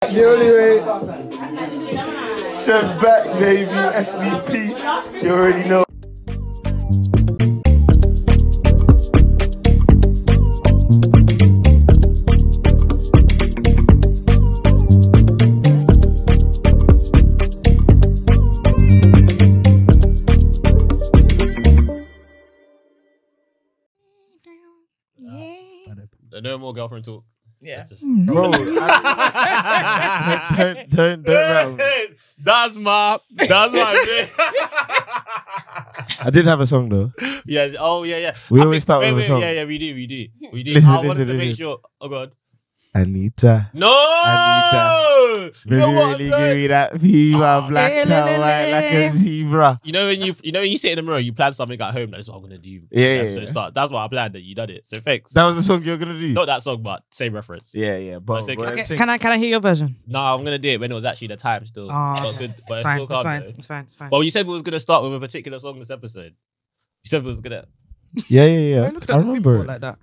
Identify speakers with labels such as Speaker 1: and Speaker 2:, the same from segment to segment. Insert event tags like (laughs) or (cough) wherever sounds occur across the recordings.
Speaker 1: the only way. Set (laughs) back, baby. SBP. You already know.
Speaker 2: No more girlfriend talk.
Speaker 3: Yeah.
Speaker 2: That's just-
Speaker 1: (laughs) Bro, don't, don't, don't rap.
Speaker 2: (laughs) That's my.
Speaker 1: (laughs)
Speaker 2: That's my.
Speaker 1: I did have a song though.
Speaker 2: yes. Oh yeah, yeah.
Speaker 1: We
Speaker 2: I
Speaker 1: always
Speaker 2: think-
Speaker 1: start with
Speaker 2: wait,
Speaker 1: a
Speaker 2: wait,
Speaker 1: song.
Speaker 2: Yeah, yeah. We do, we do, we do.
Speaker 1: Listen,
Speaker 2: I wanted
Speaker 1: listen,
Speaker 2: to make
Speaker 1: listen.
Speaker 2: sure. Oh god.
Speaker 1: Anita.
Speaker 2: No.
Speaker 1: Anita.
Speaker 2: You know
Speaker 1: Baby,
Speaker 2: what?
Speaker 1: really
Speaker 2: no.
Speaker 1: give me that fever,
Speaker 2: Ah.
Speaker 1: black
Speaker 4: Eh,
Speaker 1: and white like a zebra.
Speaker 2: You know when you you know when you sit in the mirror, you plan something at home. That's what I'm gonna do.
Speaker 1: Yeah, yeah,
Speaker 2: So
Speaker 1: yeah.
Speaker 2: start. That's what I planned. That you done it. So thanks.
Speaker 1: That was the song you were gonna do.
Speaker 2: Not that song, but same reference.
Speaker 1: Yeah, yeah, but,
Speaker 2: Okay,
Speaker 1: but
Speaker 3: Okay,
Speaker 1: sing-
Speaker 3: can I can I hear your version?
Speaker 2: No, I'm gonna do it when it was actually the time still.
Speaker 3: Ah,
Speaker 2: but
Speaker 3: okay.
Speaker 2: good, but it's
Speaker 3: fine,
Speaker 2: still
Speaker 3: it's fine,
Speaker 2: calm.
Speaker 3: it's fine, it's fine.
Speaker 2: Well, you said we was gonna start with a particular song this episode. You said we was gonna.
Speaker 1: yeah, yeah,
Speaker 4: I
Speaker 1: yeah.
Speaker 4: looked
Speaker 1: I
Speaker 4: at the Super Bowl
Speaker 1: remember.
Speaker 4: like that.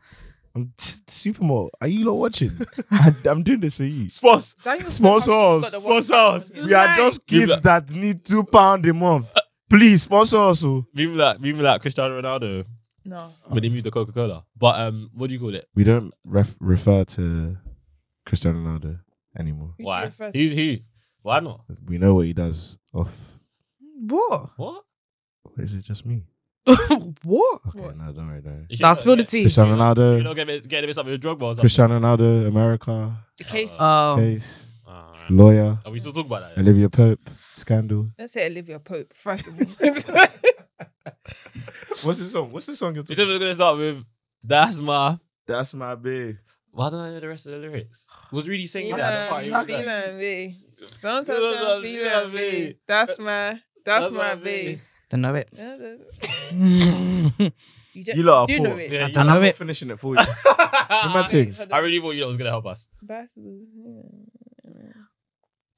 Speaker 1: I'm t- Supermall. Are you
Speaker 4: (laughs)
Speaker 1: not watching? I, I'm doing this for you.
Speaker 2: Spons.
Speaker 3: (laughs)
Speaker 1: Sponsors, sponsors. We are just
Speaker 2: Give
Speaker 1: kids that need two pound a month. Please sponsor us. oh.
Speaker 2: People like people like Cristiano Ronaldo
Speaker 3: no.
Speaker 2: when he moved to Coca Cola. But um, what do you call it?
Speaker 1: We don't ref- refer to Cristiano Ronaldo anymore.
Speaker 3: Who
Speaker 2: Why?
Speaker 3: should refer to-
Speaker 2: Who's who? Why not?
Speaker 1: We know what he does. Off.
Speaker 3: What?
Speaker 2: What?
Speaker 1: Is it just me?
Speaker 3: (laughs) what?
Speaker 1: Okay,
Speaker 3: What?
Speaker 1: no, don't worry, don't worry.
Speaker 2: You should
Speaker 3: Now
Speaker 2: not
Speaker 3: spill the
Speaker 2: get-
Speaker 3: tea.
Speaker 1: Cristiano
Speaker 2: You're
Speaker 1: Ronaldo.
Speaker 2: not getting getting mixed up with a drug or something.
Speaker 1: Cristiano Ronaldo, America.
Speaker 5: The case.
Speaker 2: Uh,
Speaker 3: Oh,
Speaker 1: Case.
Speaker 2: Alright.
Speaker 1: Lawyer.
Speaker 2: oh, Are we still talking about that?
Speaker 1: Olivia Pope. Scandal.
Speaker 5: Let's say Olivia Pope first of all.
Speaker 1: What's the song? What's the song you're
Speaker 2: You said we were gonna start with that's my.
Speaker 1: That's my babe.
Speaker 2: Why don't I know the rest of the lyrics? Was really singing that.
Speaker 5: Feeling feeling me. Don't
Speaker 2: Don't
Speaker 5: touch
Speaker 2: touch
Speaker 5: my
Speaker 2: my
Speaker 5: feeling me.
Speaker 2: bee.
Speaker 5: That's my. That's my
Speaker 2: baby.
Speaker 5: babe.
Speaker 3: don't know it. (laughs)
Speaker 5: You,
Speaker 1: You lot are
Speaker 5: you know
Speaker 1: poor.
Speaker 5: it.
Speaker 2: Yeah,
Speaker 3: I know
Speaker 1: I'm
Speaker 3: it.
Speaker 1: finishing it for you.
Speaker 2: (laughs) I
Speaker 1: Romantic.
Speaker 2: really thought you know was gonna help us.
Speaker 5: That's- No,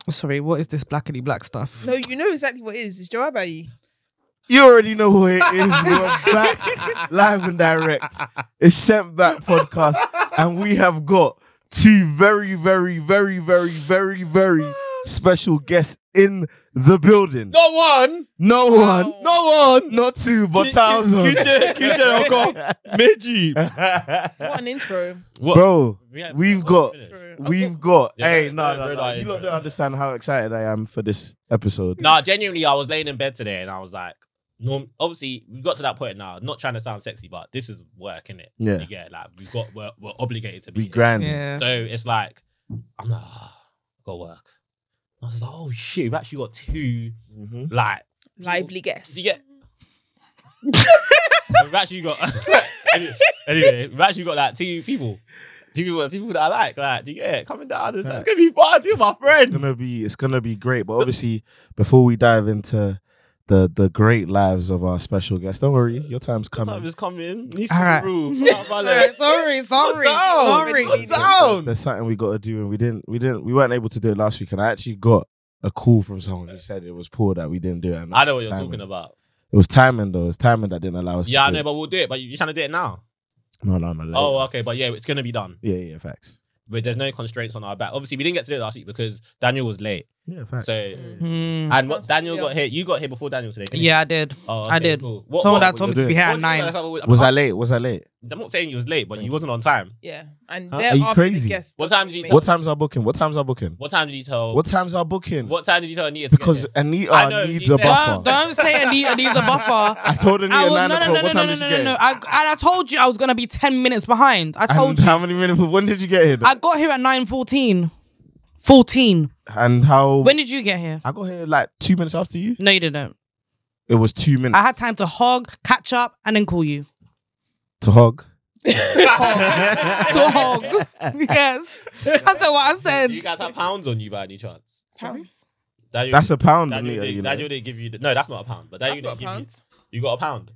Speaker 3: Sorry, what is this blackity black stuff?
Speaker 5: you know exactly what it is. It's Joabayi.
Speaker 1: You already know who it is. We're back live and direct. It's Sent Back Podcast. And we have got two very, very, very, very, very, very special guests in the building.
Speaker 2: Not one.
Speaker 1: No one,
Speaker 5: Wow.
Speaker 1: no one, not two, but thousands.
Speaker 2: Kitchen, kitchen, (laughs) Meji.
Speaker 5: What an intro.
Speaker 2: What?
Speaker 1: (laughs) Bro,
Speaker 2: Yeah,
Speaker 1: we've
Speaker 2: what
Speaker 1: got-
Speaker 2: is it?
Speaker 1: we've got.
Speaker 2: Yeah,
Speaker 1: hey,
Speaker 2: don't-
Speaker 1: no,
Speaker 2: don't-
Speaker 1: no,
Speaker 2: don't
Speaker 1: no.
Speaker 2: lie,
Speaker 1: You
Speaker 2: don't
Speaker 1: don't
Speaker 2: lie.
Speaker 1: understand how excited I am for this episode.
Speaker 2: Nah, genuinely, I was laying in bed today and I was like, norm- obviously, we got to that point now. Not trying to sound sexy, but this is work, innit?
Speaker 1: Yeah,
Speaker 2: You get like we got we're, we're obligated to be
Speaker 1: we
Speaker 2: here.
Speaker 1: grand.
Speaker 3: Yeah.
Speaker 2: So it's like I'm like, oh, go work. I was like, oh shit, we've actually got two
Speaker 1: Mhm.
Speaker 2: like
Speaker 5: Lively guest.
Speaker 2: you get- (laughs) we've actually got (laughs) anyway, anyway, we've actually got like two people. Two people, two people that I like, like, do you get it? coming down. It's, it's gonna be fun. You're my
Speaker 1: It's
Speaker 2: friend.
Speaker 1: gonna be it's gonna be great. But obviously, before we dive into the the great lives of our special guests, don't worry, your time's
Speaker 2: Time
Speaker 1: coming.
Speaker 2: is coming. Needs
Speaker 3: All
Speaker 2: to
Speaker 3: right.
Speaker 2: be rule.
Speaker 3: (laughs)
Speaker 2: Not
Speaker 5: Alright,
Speaker 2: violent.
Speaker 5: sorry, sorry,
Speaker 2: down.
Speaker 5: sorry.
Speaker 2: Put
Speaker 1: There's-
Speaker 2: down.
Speaker 1: There's something we gotta do, and we didn't we didn't we weren't able to do it last week, and I actually got a call from someone who said it was poor that we didn't do it. and
Speaker 2: I know what you're
Speaker 1: timing.
Speaker 2: talking about.
Speaker 1: It was timing though. It was timing that didn't allow us.
Speaker 2: Yeah, I
Speaker 1: to do
Speaker 2: know,
Speaker 1: it.
Speaker 2: but we'll do it. But you- you're trying to do it now.
Speaker 1: No, no, no.
Speaker 2: Oh,
Speaker 1: later.
Speaker 2: okay, but yeah, it's gonna be done.
Speaker 1: yeah, yeah, facts.
Speaker 2: But there's no constraints on our back. Obviously, we didn't get to do it last week because Daniel was late.
Speaker 1: Yeah, facts.
Speaker 2: So
Speaker 5: Mm.
Speaker 3: Hmm.
Speaker 2: and what
Speaker 5: Sounds
Speaker 2: Daniel
Speaker 5: familiar.
Speaker 2: got here, you got here before Daniel today. didn't you?
Speaker 3: yeah, I did.
Speaker 2: Oh,
Speaker 3: I did.
Speaker 2: Cool. What,
Speaker 3: Someone
Speaker 2: what-
Speaker 3: that told me
Speaker 1: were
Speaker 3: to
Speaker 1: you
Speaker 3: be here at
Speaker 2: what-
Speaker 3: nine.
Speaker 2: that's what we-
Speaker 1: was I
Speaker 2: I'm,
Speaker 1: late? Was I late?
Speaker 2: I'm not saying you was late, but you wasn't on time.
Speaker 5: Yeah. And
Speaker 2: Huh?
Speaker 5: they're
Speaker 1: Are you
Speaker 5: after
Speaker 1: crazy?
Speaker 5: the guest.
Speaker 2: What time did you
Speaker 5: Make-
Speaker 2: tell-
Speaker 1: What time's our booking? What time's our booking?
Speaker 2: What time did you tell?
Speaker 1: What time's our booking?
Speaker 2: What time did you tell Anita? To
Speaker 1: Because
Speaker 2: get
Speaker 1: Anita
Speaker 2: I know,
Speaker 1: needs
Speaker 2: you
Speaker 1: a
Speaker 2: said-
Speaker 1: buffer.
Speaker 3: Don't, don't say (laughs) I need, I need a buffer.
Speaker 1: I
Speaker 3: (laughs)
Speaker 1: told Anita
Speaker 3: I was,
Speaker 1: nine
Speaker 3: no, no,
Speaker 1: o'clock.
Speaker 3: no, no,
Speaker 1: what
Speaker 3: no,
Speaker 1: time
Speaker 3: no,
Speaker 1: did you
Speaker 3: no,
Speaker 1: get?
Speaker 3: no, no. I, and I told you I was gonna be ten minutes behind. I told
Speaker 1: And
Speaker 3: you.
Speaker 1: how many minutes? When did you get here?
Speaker 3: I got here at nine fourteen. Fourteen.
Speaker 1: And how?
Speaker 3: When did you get here?
Speaker 1: I got here like two minutes after you.
Speaker 3: No, you didn't.
Speaker 1: It was two minutes
Speaker 3: I had time to hog, catch up, and then call you.
Speaker 1: to hug.
Speaker 3: Hog. to hog. yes. That's what I
Speaker 2: there?
Speaker 3: said.
Speaker 2: Do you guys have pounds on you by any chance?
Speaker 5: Pounds.
Speaker 2: Daniel,
Speaker 1: That's a pound,
Speaker 2: Daniel,
Speaker 1: Anita.
Speaker 2: didn't-
Speaker 1: You know.
Speaker 2: Daniel didn't give you. The, no, that's not a pound. But Daniel
Speaker 5: I've
Speaker 2: didn't
Speaker 5: got
Speaker 2: give
Speaker 5: a pound.
Speaker 2: you. You got a pound.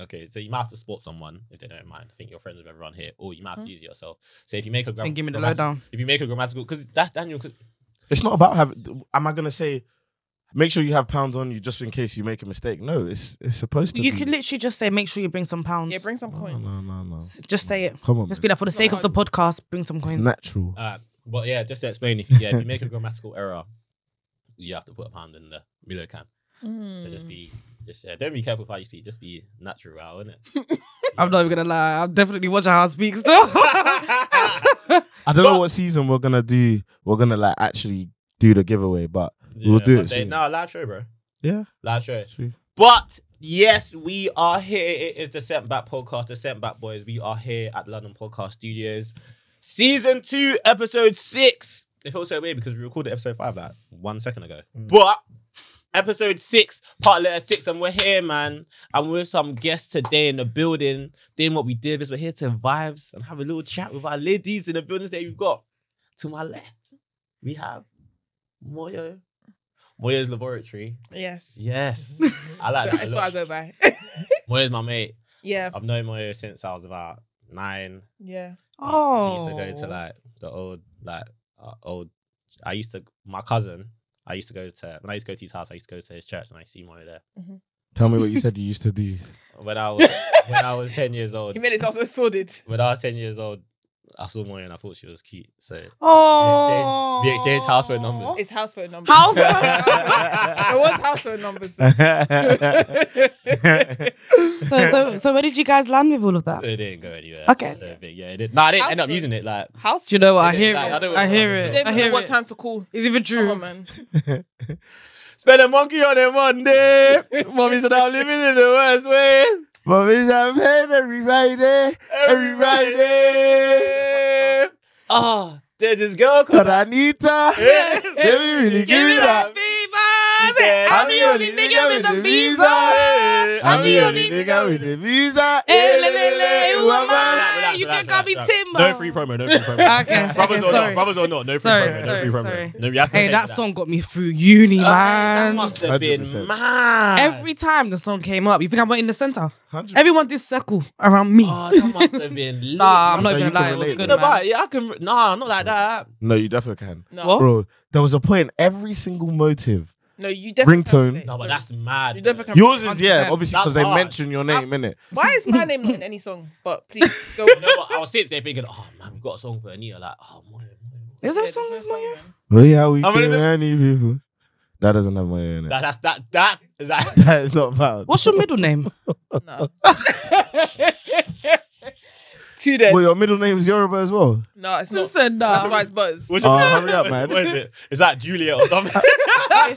Speaker 2: Okay, so you might have to sport someone if they don't mind. I think you're friends with everyone here, or you might have to use it yourself. So if you make a gram-
Speaker 3: and give me the
Speaker 2: grammatical-
Speaker 3: lowdown.
Speaker 2: If you make a grammatical, because that's Daniel. Because
Speaker 1: It's not about having. Am I gonna say? Make sure you have pounds on you just in case you make a mistake. No, it's it's supposed to.
Speaker 3: You
Speaker 1: be.
Speaker 3: could literally just say, make sure you bring some pounds.
Speaker 5: Yeah, bring some
Speaker 1: No,
Speaker 5: coins.
Speaker 1: no, no, no.
Speaker 3: S- Just say it.
Speaker 1: Come on.
Speaker 3: Just be
Speaker 1: man.
Speaker 3: like, for the sake of the podcast, bring some
Speaker 1: It's
Speaker 3: coins.
Speaker 1: natural.
Speaker 2: uh, But yeah, just to explain, if you, yeah, if you make a grammatical error, you have to put a pound in the below can.
Speaker 5: Mm.
Speaker 2: So just be, just yeah, don't be careful with how you speak. Just be natural, innit?
Speaker 3: I'm not even gonna lie. I'm definitely watching how I speak still.
Speaker 2: (laughs)
Speaker 1: I don't know what season we're gonna do. We're gonna like actually do the giveaway, but We'll do it soon.
Speaker 2: No, live show, bro.
Speaker 1: yeah,
Speaker 2: Live show.
Speaker 1: sweet.
Speaker 2: But yes, we are here. It is the Sent Back Podcast, the Sent Back Boys. We are here at London Podcast Studios, season two, episode six. It feels so weird because we recorded episode five like one second ago. But episode six, part letter six, and we're here, man. And we're with some guests today in the building, doing what we did is we're here to vibes and have a little chat with our ladies in the buildings that you've got. To my left, we have Moyo. Moyo's laboratory.
Speaker 5: yes. (laughs)
Speaker 2: Yes. I like that.
Speaker 5: That's
Speaker 2: a
Speaker 5: what I
Speaker 2: lot.
Speaker 5: go by. (laughs)
Speaker 2: Moyo's my mate.
Speaker 5: yeah,
Speaker 2: I've known Moyo since I was about nine. (laughs)
Speaker 5: yeah.
Speaker 2: I
Speaker 3: oh,
Speaker 2: used- I used to go to like the old, like uh, old. I used to my cousin. I used to go to when I used to go to his house. I used to go to his church and I see Moyo there.
Speaker 1: Tell me what you said you used to do.
Speaker 3: (laughs)
Speaker 1: (laughs)
Speaker 2: When I was when I was ten years
Speaker 5: (laughs)
Speaker 2: old.
Speaker 5: He made it sound so sordid.
Speaker 2: When I was ten years old, I saw Moyo and I thought she was cute. So
Speaker 3: oh,
Speaker 2: we exchanged house phone numbers.
Speaker 5: It's house phone numbers.
Speaker 3: House phone-
Speaker 5: (laughs) it was house
Speaker 1: (laughs)
Speaker 5: phone numbers.
Speaker 3: (laughs) So, so, so, where did you guys land with all of that?
Speaker 2: It didn't go anywhere.
Speaker 3: Okay.
Speaker 2: So big, yeah, it did. No, I didn't end up
Speaker 5: Absolutely.
Speaker 2: using it. Like
Speaker 5: House.
Speaker 3: Do you know what? I
Speaker 2: It is,
Speaker 3: hear it.
Speaker 2: like, I don't- I
Speaker 3: I hear it.
Speaker 5: You don't
Speaker 3: I
Speaker 5: even know
Speaker 3: hear
Speaker 5: what
Speaker 3: it.
Speaker 5: time to call.
Speaker 3: It's even
Speaker 5: Come
Speaker 3: true.
Speaker 5: on, man.
Speaker 2: spend a monkey on him one day.
Speaker 5: (laughs)
Speaker 2: Mommy said I'm living in the worst way.
Speaker 1: Mommy's at bed every Friday, every Friday.
Speaker 2: Oh, there's this girl
Speaker 1: But
Speaker 2: called.
Speaker 1: Anita,
Speaker 2: Yeah.
Speaker 1: let me really give you that.
Speaker 2: I'm the only nigga with the visa. I'm the only nigga with the.
Speaker 1: the visa.
Speaker 3: Eh, le, le, le, who am I?
Speaker 2: Relax,
Speaker 3: You
Speaker 2: relax,
Speaker 3: can call
Speaker 2: relax,
Speaker 3: me
Speaker 2: relax.
Speaker 3: Timbo.
Speaker 2: No free promo. No free (laughs) promo.
Speaker 3: Okay,
Speaker 2: Brothers
Speaker 3: okay,
Speaker 2: or
Speaker 3: sorry.
Speaker 2: not. Brothers or not. No free
Speaker 3: Sorry,
Speaker 2: promo. No
Speaker 3: sorry,
Speaker 2: free
Speaker 3: sorry.
Speaker 2: promo. No, you have to
Speaker 3: Hey,
Speaker 2: take
Speaker 3: that song got me through uni,
Speaker 2: That
Speaker 3: man.
Speaker 2: must have been
Speaker 1: 100%.
Speaker 2: mad.
Speaker 3: Every time the song came up, you think I went in the center?
Speaker 1: Hundred-
Speaker 3: Everyone did circle around me.
Speaker 2: Oh, that must have
Speaker 3: (laughs)
Speaker 2: been. lit.
Speaker 3: nah, I'm not
Speaker 1: So you
Speaker 3: even
Speaker 1: can
Speaker 3: lying. It was
Speaker 1: relate
Speaker 3: good,
Speaker 1: then.
Speaker 2: No,
Speaker 3: man.
Speaker 2: but yeah, I can. Nah, not like that.
Speaker 1: No, you definitely can.
Speaker 5: No,
Speaker 2: Oh.
Speaker 3: What?
Speaker 1: Bro, there was a point every single motive.
Speaker 5: no, you definitely can't
Speaker 1: Ringtone.
Speaker 5: relate,
Speaker 2: No, but
Speaker 5: sorry.
Speaker 2: that's mad.
Speaker 5: you definitely can't
Speaker 1: Yours
Speaker 5: relate.
Speaker 1: is, yeah,
Speaker 3: 100%.
Speaker 1: obviously, because they
Speaker 2: That's hard.
Speaker 1: mention your name,
Speaker 2: (laughs)
Speaker 1: innit?
Speaker 5: (laughs) Why is my name not in any song? But please
Speaker 3: (laughs)
Speaker 5: go.
Speaker 2: You know what? I was sitting there thinking, oh man, we got a song for Anita. Like, oh man.
Speaker 3: Is
Speaker 5: Yeah,
Speaker 3: there a
Speaker 5: there's
Speaker 3: song?
Speaker 5: no
Speaker 3: with my-
Speaker 5: man.
Speaker 1: Well, yeah, we
Speaker 2: How many
Speaker 1: can
Speaker 2: of
Speaker 1: many people. That doesn't have my name in it.
Speaker 2: That, that's that. That is that.
Speaker 1: (laughs) That is not valid.
Speaker 3: What's your middle name?
Speaker 5: No.
Speaker 3: (laughs)
Speaker 5: Two dead.
Speaker 1: Well, your middle name's Yoruba as well.
Speaker 5: No, it's
Speaker 3: Who
Speaker 5: not.
Speaker 3: said
Speaker 5: That's why
Speaker 3: that?
Speaker 5: it's
Speaker 2: (laughs) (laughs)
Speaker 5: Buzz.
Speaker 2: What's
Speaker 1: Oh, hurry up, man.
Speaker 2: What is it? Is that Julia or
Speaker 3: (laughs)
Speaker 2: something?
Speaker 5: (laughs) it's,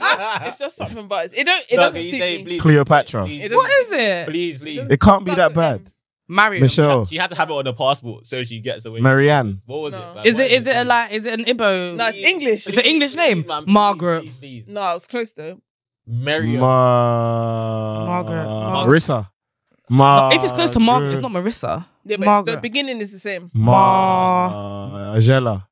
Speaker 2: (laughs)
Speaker 5: just, it's just something Buzz. It don't. It
Speaker 2: No,
Speaker 5: doesn't
Speaker 2: can you
Speaker 5: suit
Speaker 2: say
Speaker 5: me.
Speaker 2: please?
Speaker 1: Cleopatra.
Speaker 2: Please,
Speaker 5: It doesn't-
Speaker 3: What is it?
Speaker 2: please, please.
Speaker 1: It can't be
Speaker 5: Starts
Speaker 1: that
Speaker 5: with
Speaker 1: bad.
Speaker 5: M.
Speaker 3: Mariam.
Speaker 1: Michelle,
Speaker 2: She had to have it on the passport so she gets away.
Speaker 1: Marianne.
Speaker 2: what was
Speaker 5: No.
Speaker 2: it? man?
Speaker 3: Is
Speaker 2: What
Speaker 3: it? Is it a,
Speaker 2: Please,
Speaker 3: like? Is it an Ibo?
Speaker 5: No, it's English.
Speaker 3: It's an English name.
Speaker 2: man,
Speaker 3: Margaret.
Speaker 2: Please, please.
Speaker 5: No, I was close though.
Speaker 2: Mary.
Speaker 1: Ma-
Speaker 3: Margaret. Mar-
Speaker 1: Marissa. Ma-
Speaker 3: if it's close to Margaret, it's not Marissa.
Speaker 5: Yeah, but
Speaker 3: Margaret.
Speaker 5: the beginning is the same.
Speaker 1: Ma- Angela.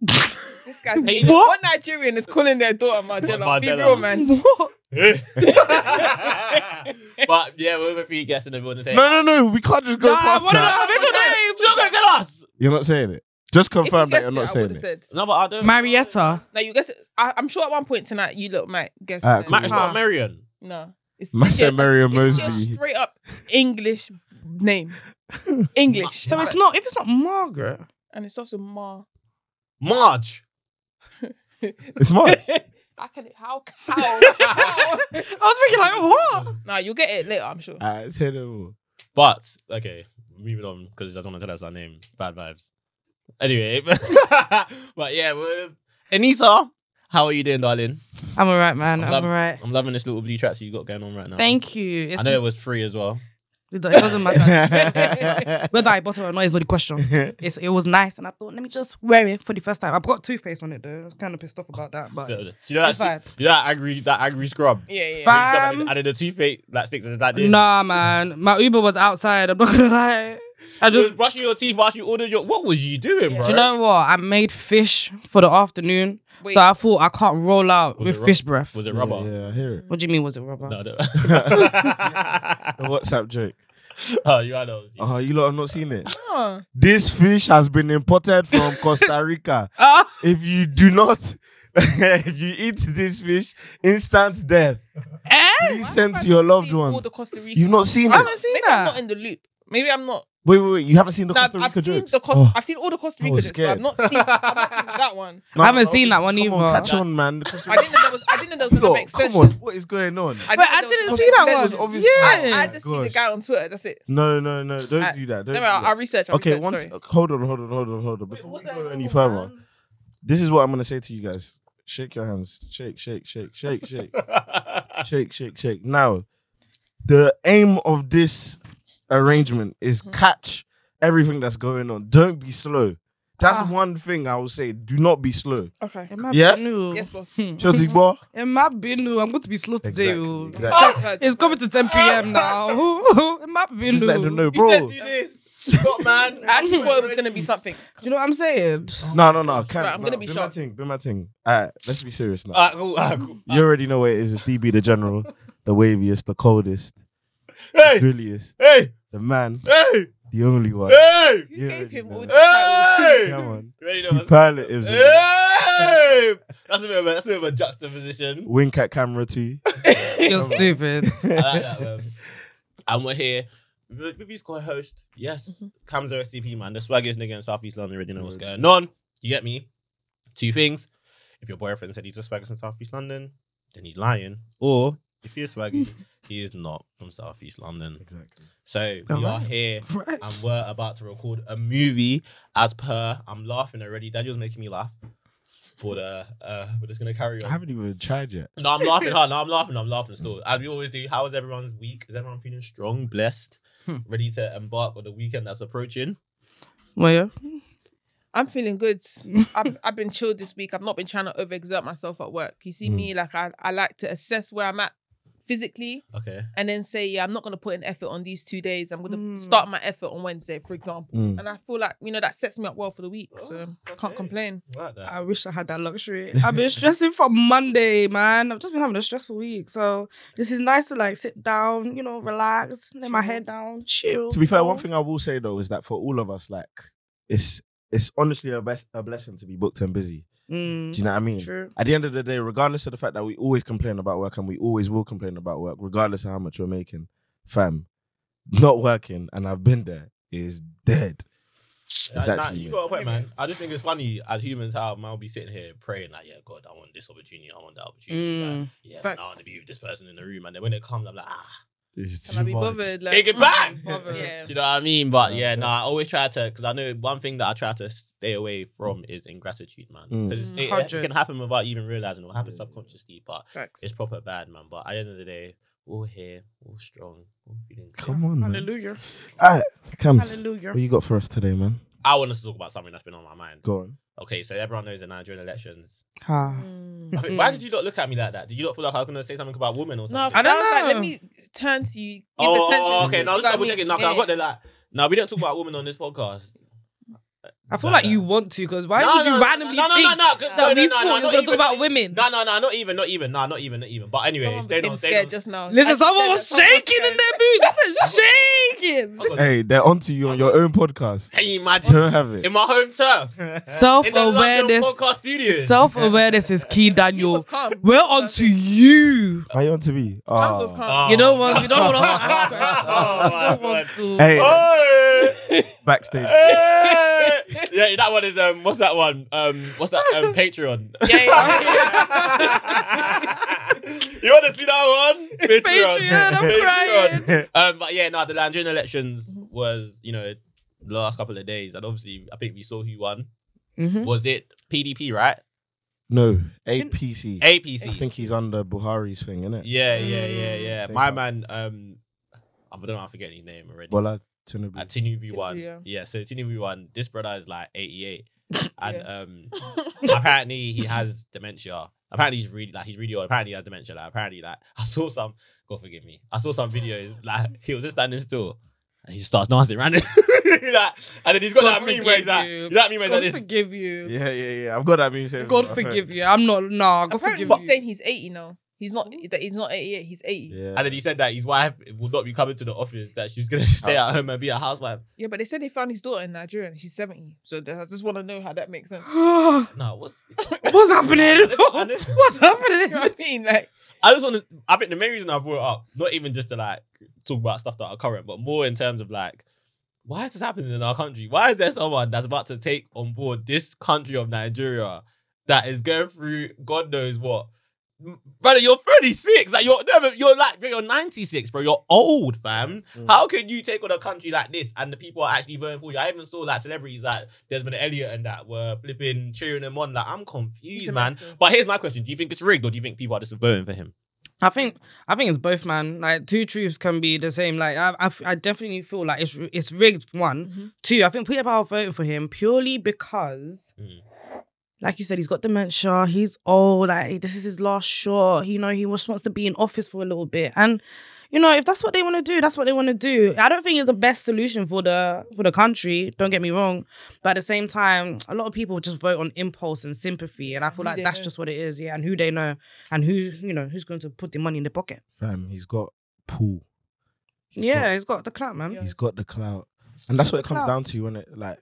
Speaker 5: This guy's
Speaker 2: Hey,
Speaker 3: what?
Speaker 5: what? Nigerian is calling their daughter Margella? Be
Speaker 2: Margella.
Speaker 5: real, man.
Speaker 3: (laughs) What?
Speaker 2: (laughs) but yeah, we're with three guests in the building today.
Speaker 1: No, no, no. We can't just go
Speaker 3: Nah, I
Speaker 1: past
Speaker 3: wanna know
Speaker 1: that.
Speaker 3: her
Speaker 2: You're not
Speaker 3: middle
Speaker 2: gonna tell us.
Speaker 1: You're not saying it. Just confirm that
Speaker 5: if
Speaker 1: you're
Speaker 5: you guessed
Speaker 1: not
Speaker 5: it, I
Speaker 1: saying (laughs)
Speaker 5: would've
Speaker 1: it.
Speaker 5: said.
Speaker 2: No, but I
Speaker 3: name.
Speaker 2: don't.
Speaker 3: Marietta.
Speaker 5: No, you guess it. I, I'm sure at one point tonight you look might guess.
Speaker 1: Ah,
Speaker 5: it.
Speaker 1: cool.
Speaker 2: Ma- it's not Marion.
Speaker 5: No, it's
Speaker 1: I
Speaker 5: it's your-
Speaker 1: said Marion (laughs)
Speaker 5: it's your
Speaker 1: Mosby.
Speaker 5: straight up English name. English.
Speaker 3: So it's not. If it's not Margaret,
Speaker 5: and it's also Ma.
Speaker 2: Marge.
Speaker 1: It's Marge.
Speaker 5: I can how how.
Speaker 3: I (laughs) was thinking like what?
Speaker 5: no, you'll get it later. I'm sure.
Speaker 1: Ah, it's hidden.
Speaker 2: But okay, moving on because he doesn't want to tell us our name. Bad vibes. Anyway, (laughs) but yeah, we're... Anita, how are you doing, darling?
Speaker 3: I'm alright, man.
Speaker 2: I'm
Speaker 3: I'm
Speaker 2: glad-
Speaker 3: alright.
Speaker 2: I'm loving this little blue tracksuit you got going on right now.
Speaker 3: Thank you.
Speaker 2: I
Speaker 3: It's,
Speaker 2: know it was free as well.
Speaker 3: it do- it
Speaker 1: (laughs)
Speaker 3: doesn't matter. Whether I bought it or not is not the question. It's, it was nice, and I thought, let me just wear it for the first time. I've got toothpaste on it though. I was kind of pissed off about that, but
Speaker 2: So, see that,
Speaker 3: it's fine.
Speaker 2: see that angry, that angry scrub.
Speaker 5: Yeah, yeah.
Speaker 3: Fam.
Speaker 2: I did, I did a toothpaste that sticks as that did.
Speaker 3: Nah, man. My Uber was outside. I'm not gonna lie. I
Speaker 2: You was
Speaker 3: just.
Speaker 2: brushing your teeth whilst you ordered your. What was you doing,
Speaker 5: Yeah.
Speaker 2: bro?
Speaker 3: Do you know what? I made fish for the afternoon,
Speaker 5: Wait,
Speaker 3: so I thought I can't roll out
Speaker 2: Was
Speaker 3: with
Speaker 2: it ru-
Speaker 3: fish breath.
Speaker 2: was it
Speaker 1: Rubber.
Speaker 2: rubber?
Speaker 1: Yeah, I hear it.
Speaker 3: What do you mean? Was it rubber?
Speaker 2: No, I
Speaker 1: (laughs)
Speaker 2: don't.
Speaker 1: A WhatsApp joke.
Speaker 2: (laughs) oh, you had those.
Speaker 1: Oh, you lot have not seen it.
Speaker 5: huh.
Speaker 1: This fish has been imported from Costa Rica.
Speaker 3: Ah,
Speaker 1: If you do not, (laughs) if you eat this fish, instant death.
Speaker 3: (laughs) eh?
Speaker 1: Please send to your loved
Speaker 5: All
Speaker 1: ones.
Speaker 5: the Costa Rica.
Speaker 1: You've not seen
Speaker 3: I
Speaker 1: it.
Speaker 3: haven't seen
Speaker 5: Maybe I'm
Speaker 3: that.
Speaker 5: not in the loop. Maybe I'm not
Speaker 1: Wait, wait, wait. You haven't seen the
Speaker 5: No,
Speaker 1: Costa
Speaker 5: I've,
Speaker 1: Rica
Speaker 5: I've seen
Speaker 1: jokes?
Speaker 5: the Costa,
Speaker 1: Oh,
Speaker 5: I've seen all the Costa
Speaker 1: I
Speaker 5: Rica
Speaker 1: was
Speaker 5: jokes, but I've not seen, I've not seen
Speaker 1: (laughs)
Speaker 5: that one.
Speaker 1: no,
Speaker 3: I haven't
Speaker 1: no,
Speaker 3: seen that one
Speaker 1: come
Speaker 3: either.
Speaker 1: On, catch on, man. The Costa
Speaker 5: (laughs) I didn't know there was. I didn't know there was
Speaker 1: Rica
Speaker 5: another
Speaker 1: lot, Come
Speaker 5: extension.
Speaker 1: on, what is going on?
Speaker 5: I
Speaker 3: But I
Speaker 5: know there
Speaker 3: didn't
Speaker 5: was
Speaker 3: see that
Speaker 5: another
Speaker 3: one.
Speaker 1: It was
Speaker 5: extension.
Speaker 1: obvious-
Speaker 5: I,
Speaker 3: Yeah.
Speaker 5: I just see the
Speaker 1: Gosh.
Speaker 5: guy on Twitter. That's it.
Speaker 1: No, no, no. Don't
Speaker 5: I-
Speaker 1: do that. Don't
Speaker 5: No,
Speaker 1: do
Speaker 5: no, I'll,
Speaker 1: that.
Speaker 5: I'll research. I'll
Speaker 1: Okay,
Speaker 5: research,
Speaker 1: once.
Speaker 5: sorry.
Speaker 1: Hold on, hold on, hold on, hold on. Before we go any further, this is what I'm going to say to you guys. Shake your hands. Shake, shake, shake, shake, shake. shake, shake, shake. Now, the aim of this arrangement is
Speaker 2: Mm-hmm.
Speaker 5: Mhm.
Speaker 1: catch everything that's going on. Don't be slow. That's
Speaker 3: Ah.
Speaker 1: one thing I will say. Do not be slow.
Speaker 5: Okay.
Speaker 3: Am I
Speaker 1: Yeah?
Speaker 3: Binu?
Speaker 5: Yes, boss.
Speaker 3: Hmm.
Speaker 1: Chelsea boy.
Speaker 3: Am I Binu? I'm going to be slow today. oh.
Speaker 1: exactly.
Speaker 5: I've heard.
Speaker 3: It's coming to 10
Speaker 2: (laughs)
Speaker 3: p.m. now. (laughs) Am I Binu?
Speaker 1: Just let them know,
Speaker 2: Bro.
Speaker 1: bro.
Speaker 2: (laughs) He said do this. Stop, man.
Speaker 5: I actually thought it was gonna be something.
Speaker 3: Do you know what
Speaker 1: (laughs)
Speaker 3: I'm saying?
Speaker 1: No, no, no. I can't.
Speaker 5: Right, I'm
Speaker 1: no,
Speaker 5: gonna be
Speaker 1: do my
Speaker 5: shocked.
Speaker 1: thing, Do my thing. All right, let's be serious now.
Speaker 2: (laughs) Ah, cool, ah, cool.
Speaker 1: you already know where it is. It's DB the general, the waviest, the coldest, the
Speaker 2: Hey,
Speaker 1: brilliest,
Speaker 2: hey,
Speaker 1: the man,
Speaker 2: hey,
Speaker 1: the only one.
Speaker 2: hey,
Speaker 5: You
Speaker 1: Yeah,
Speaker 5: gave him
Speaker 1: yeah.
Speaker 5: all the
Speaker 2: hey.
Speaker 1: Come on.
Speaker 2: You already know what's-
Speaker 1: Superlatives.
Speaker 2: Hey! That's a bit of a, that's a bit of a juxtaposition.
Speaker 1: Wink at camera too.
Speaker 2: Ah,
Speaker 1: (laughs)
Speaker 3: You're stupid.
Speaker 2: I like that, man. And we're here. with with his co-host. Yes, Cam's SCP man, the swaggiest nigga in Southeast London. Already know what's going on. You get me? Two things. If your boyfriend said he's the swaggiest in Southeast London, then he's lying. Or if he is swaggy, he is not from Southeast London.
Speaker 1: exactly.
Speaker 2: So we
Speaker 3: Alright.
Speaker 2: are here
Speaker 3: Right.
Speaker 2: and we're about to record a movie as per I'm laughing already. Daniel's making me laugh. But uh, uh we're just gonna carry
Speaker 1: I
Speaker 2: on.
Speaker 1: haven't even tried yet.
Speaker 2: No, I'm laughing hard. No, I'm laughing. I'm laughing still. As we always do, how is everyone's week? Is everyone feeling strong, blessed,
Speaker 3: Hmm.
Speaker 2: ready to embark on the weekend that's approaching?
Speaker 3: Well, yeah.
Speaker 5: I'm feeling (laughs) good. I've, I've been chilled this week. I've not been trying to overexert myself at work. You see
Speaker 1: Hmm.
Speaker 5: me, like I, I like to assess where I'm at physically
Speaker 2: Okay.
Speaker 5: and then say, yeah, I'm not going to put an effort on these two days. I'm going to
Speaker 3: Mm.
Speaker 5: start my effort on Wednesday, for example.
Speaker 1: Mm.
Speaker 5: And I feel like, you know, that sets me up well for the week.
Speaker 2: Oh,
Speaker 5: So
Speaker 2: okay.
Speaker 5: can't complain.
Speaker 2: Like that.
Speaker 3: I wish I had
Speaker 1: (laughs)
Speaker 3: that luxury. I've been stressing from Monday, man. I've just been having a stressful week. So this is nice to like sit down, you know, relax, lay my head down, chill.
Speaker 1: To be fair,
Speaker 3: you
Speaker 1: one
Speaker 3: know?
Speaker 1: thing I will say though is that for all of us, like it's it's honestly a best a blessing to be booked and busy. Do
Speaker 3: Mm,
Speaker 1: you know what I mean?
Speaker 3: true.
Speaker 1: At the end of the day, regardless of the fact that we always complain about work and we always will complain about work, regardless of how much we're making, fam, not working, and I've been there, is dead.
Speaker 2: Like, nah,
Speaker 1: actually
Speaker 2: you
Speaker 1: me.
Speaker 2: got a point, man. I just think it's funny as humans how man will be sitting here praying like, yeah, God, I want this opportunity, I want that opportunity.
Speaker 3: Mm.
Speaker 2: Like, yeah, man, I
Speaker 5: Facts.
Speaker 2: want to be with this person in the room, and then when it comes, I'm like, ah,
Speaker 1: It's
Speaker 5: Can I
Speaker 1: too
Speaker 5: be
Speaker 1: much.
Speaker 5: bothered? Like,
Speaker 2: Take it
Speaker 5: mm,
Speaker 2: back!
Speaker 3: Bothered.
Speaker 5: Yeah.
Speaker 2: you know what I mean? But
Speaker 1: Yeah,
Speaker 2: yeah,
Speaker 1: yeah.
Speaker 2: no, I always try to because I know one thing that I try to stay away from is ingratitude, man.
Speaker 1: Mm.
Speaker 2: Because
Speaker 5: Mm,
Speaker 2: it,
Speaker 3: hundred.
Speaker 2: it can happen without even realizing it will happen
Speaker 1: Yeah.
Speaker 2: subconsciously, but
Speaker 5: Facts.
Speaker 2: it's proper bad, man. But at the end of the day, all here, all strong, all feeling good.
Speaker 1: Come
Speaker 3: Mm.
Speaker 1: on, man.
Speaker 3: Hallelujah.
Speaker 1: All right, Cams,
Speaker 3: Hallelujah.
Speaker 1: what you got for us today, man?
Speaker 2: I want us to talk about something that's been on my mind.
Speaker 1: Go on.
Speaker 2: Okay, so everyone knows the Nigerian elections. (laughs)
Speaker 3: Ah.
Speaker 5: Mm.
Speaker 2: I think, why did you not look at me like that? Did you not feel like I was going to say something about women or
Speaker 5: No,
Speaker 2: something?
Speaker 5: I,
Speaker 3: don't
Speaker 5: was like,
Speaker 3: know.
Speaker 5: let me turn to you. Give
Speaker 2: oh,
Speaker 5: attention.
Speaker 2: oh, okay. No, I was
Speaker 5: You know what
Speaker 2: double
Speaker 5: mean?
Speaker 2: checking. No, 'cause I
Speaker 5: Yeah.
Speaker 2: got the like. No, we don't talk about women on this podcast.
Speaker 3: I feel
Speaker 2: Like
Speaker 3: like you want to because why
Speaker 2: No,
Speaker 3: would you
Speaker 2: no, no,
Speaker 3: randomly
Speaker 2: no, no,
Speaker 3: think
Speaker 2: no, no, no,
Speaker 3: that
Speaker 2: no,
Speaker 3: we
Speaker 2: no,
Speaker 3: thought
Speaker 2: no,
Speaker 3: you were
Speaker 2: not
Speaker 3: going to
Speaker 2: even-
Speaker 3: talk about women?
Speaker 2: No, no, no, not even, not even, no, not even, not even. But anyways,
Speaker 5: Someone
Speaker 2: they
Speaker 5: became
Speaker 2: don't, they
Speaker 5: scared
Speaker 2: don't.
Speaker 5: just now.
Speaker 3: Listen,
Speaker 5: I
Speaker 3: someone
Speaker 5: said
Speaker 3: was
Speaker 5: that someone
Speaker 3: shaking in
Speaker 5: scared.
Speaker 3: (laughs) their boots. shaking.
Speaker 1: Hey, they're onto you on your own podcast.
Speaker 2: Can you
Speaker 1: (laughs)
Speaker 2: imagine?
Speaker 1: Don't have it.
Speaker 2: In my home turf,
Speaker 3: (laughs) Self
Speaker 2: in the London
Speaker 3: awareness.
Speaker 2: podcast studio.
Speaker 3: Self awareness is key,
Speaker 5: He
Speaker 3: Daniel.
Speaker 5: was calm.
Speaker 3: We're on to you.
Speaker 1: Why you on to me?
Speaker 5: Hans was
Speaker 1: Oh.
Speaker 5: calm.
Speaker 2: Oh.
Speaker 3: You don't want. You
Speaker 2: (laughs)
Speaker 3: don't want to ask questions.
Speaker 2: Oh, my Oh,
Speaker 3: You don't want to.
Speaker 1: Hey,
Speaker 2: Hey!
Speaker 1: backstage.
Speaker 5: (laughs)
Speaker 1: (laughs)
Speaker 2: Hey! yeah, that one is um. What's that one? Um, what's that? Um, Patreon.
Speaker 5: Yeah,
Speaker 2: (laughs)
Speaker 5: yeah,
Speaker 2: you want to see that one? Patreon.
Speaker 3: Patreon, I'm crying.
Speaker 2: Um, but yeah, no, the Nigerian elections
Speaker 5: Mhm.
Speaker 2: was you know the last couple of days, and obviously I think we saw who won.
Speaker 3: Mhm.
Speaker 2: Was it PDP right?
Speaker 1: No, APC.
Speaker 2: APC.
Speaker 1: I think he's under Buhari's thing, isn't it?
Speaker 2: Yeah, yeah, yeah,
Speaker 5: Mm.
Speaker 2: yeah.
Speaker 1: Same
Speaker 2: My
Speaker 1: part.
Speaker 2: man, um, I don't know, I'm forgetting his name already.
Speaker 1: Bola Tinubu.
Speaker 2: At Tinubu one,
Speaker 5: yeah.
Speaker 2: yeah. So Tinubu one, this brother is like (laughs) 88, and um,
Speaker 5: yeah.
Speaker 2: apparently he has dementia. Apparently he's really like he's really old. Apparently he has dementia. Like apparently like (laughs) I saw some. God forgive me. I saw some videos like he was just standing still. And he just starts dancing around (laughs) like, and then he's got
Speaker 3: God
Speaker 2: that meme
Speaker 3: forgive
Speaker 2: where he's like,
Speaker 3: you.
Speaker 2: you know that meme where he's like
Speaker 3: God
Speaker 2: this.
Speaker 3: forgive you.
Speaker 1: Yeah, yeah, yeah. I've got that meme saying.
Speaker 3: God forgive you. I'm not. Nah. God
Speaker 5: Apparently,
Speaker 3: forgive
Speaker 5: he's
Speaker 3: (gasps) you.
Speaker 5: saying he's 80 now. He's not. That he's not 88. He's 80. Yeah.
Speaker 1: Yeah.
Speaker 2: And then he said that his wife will not be coming to the office. That she's gonna (laughs) stay at home and be a housewife.
Speaker 5: but they said they found his daughter in Nigeria and she's 70. So th- I just want to know how that
Speaker 3: (laughs)
Speaker 5: makes sense.
Speaker 3: What's
Speaker 2: No, what's (laughs)
Speaker 3: happening? (laughs)
Speaker 2: I know-
Speaker 3: What's
Speaker 5: You know
Speaker 3: happening?
Speaker 5: what I mean?
Speaker 3: (laughs)
Speaker 5: Like,
Speaker 2: I just want to. I think the main reason I brought it up, not even just to like talk about stuff that are current, but more in terms of like why is this happening in our country? Why is there someone that's about to take on board this country of Nigeria that is going through God knows what? M- Brother, you're 36. Like you're never, you're like bro, you're 96, bro. You're old, fam.
Speaker 1: Mm.
Speaker 2: How can you take on a country like this and the people are actually voting for you? I even saw like celebrities like Desmond Elliott and that were flipping cheering him on. Like I'm confused, man. But here's my question: Do you think it's rigged or do you think people are just voting for him?
Speaker 3: I think I think it's both, man. Like two truths can be the same. Like I I, I definitely feel like it's it's rigged. One,
Speaker 5: Mhm.
Speaker 3: two. I think people are voting for him purely because.
Speaker 2: Mm.
Speaker 3: Like you said, he's got dementia. He's old. Like this is his last shot. You know, he just wants to be in office for a little bit. And you know, if that's what they want to do, that's what they want to do. I don't think it's the best solution for the for the country. Don't get me wrong, but at the same time, a lot of people just vote on impulse and sympathy, and I feel
Speaker 5: Who
Speaker 3: like
Speaker 5: they
Speaker 3: that's
Speaker 5: know.
Speaker 3: just what it is. Yeah, and who they know, and who you know who's going to put the money in their pocket.
Speaker 1: Fam, he's got pool.
Speaker 3: Yeah, he's got the clout, man.
Speaker 5: Yeah.
Speaker 1: he's got the clout, and that's what it comes
Speaker 3: Clout.
Speaker 1: down to when it like.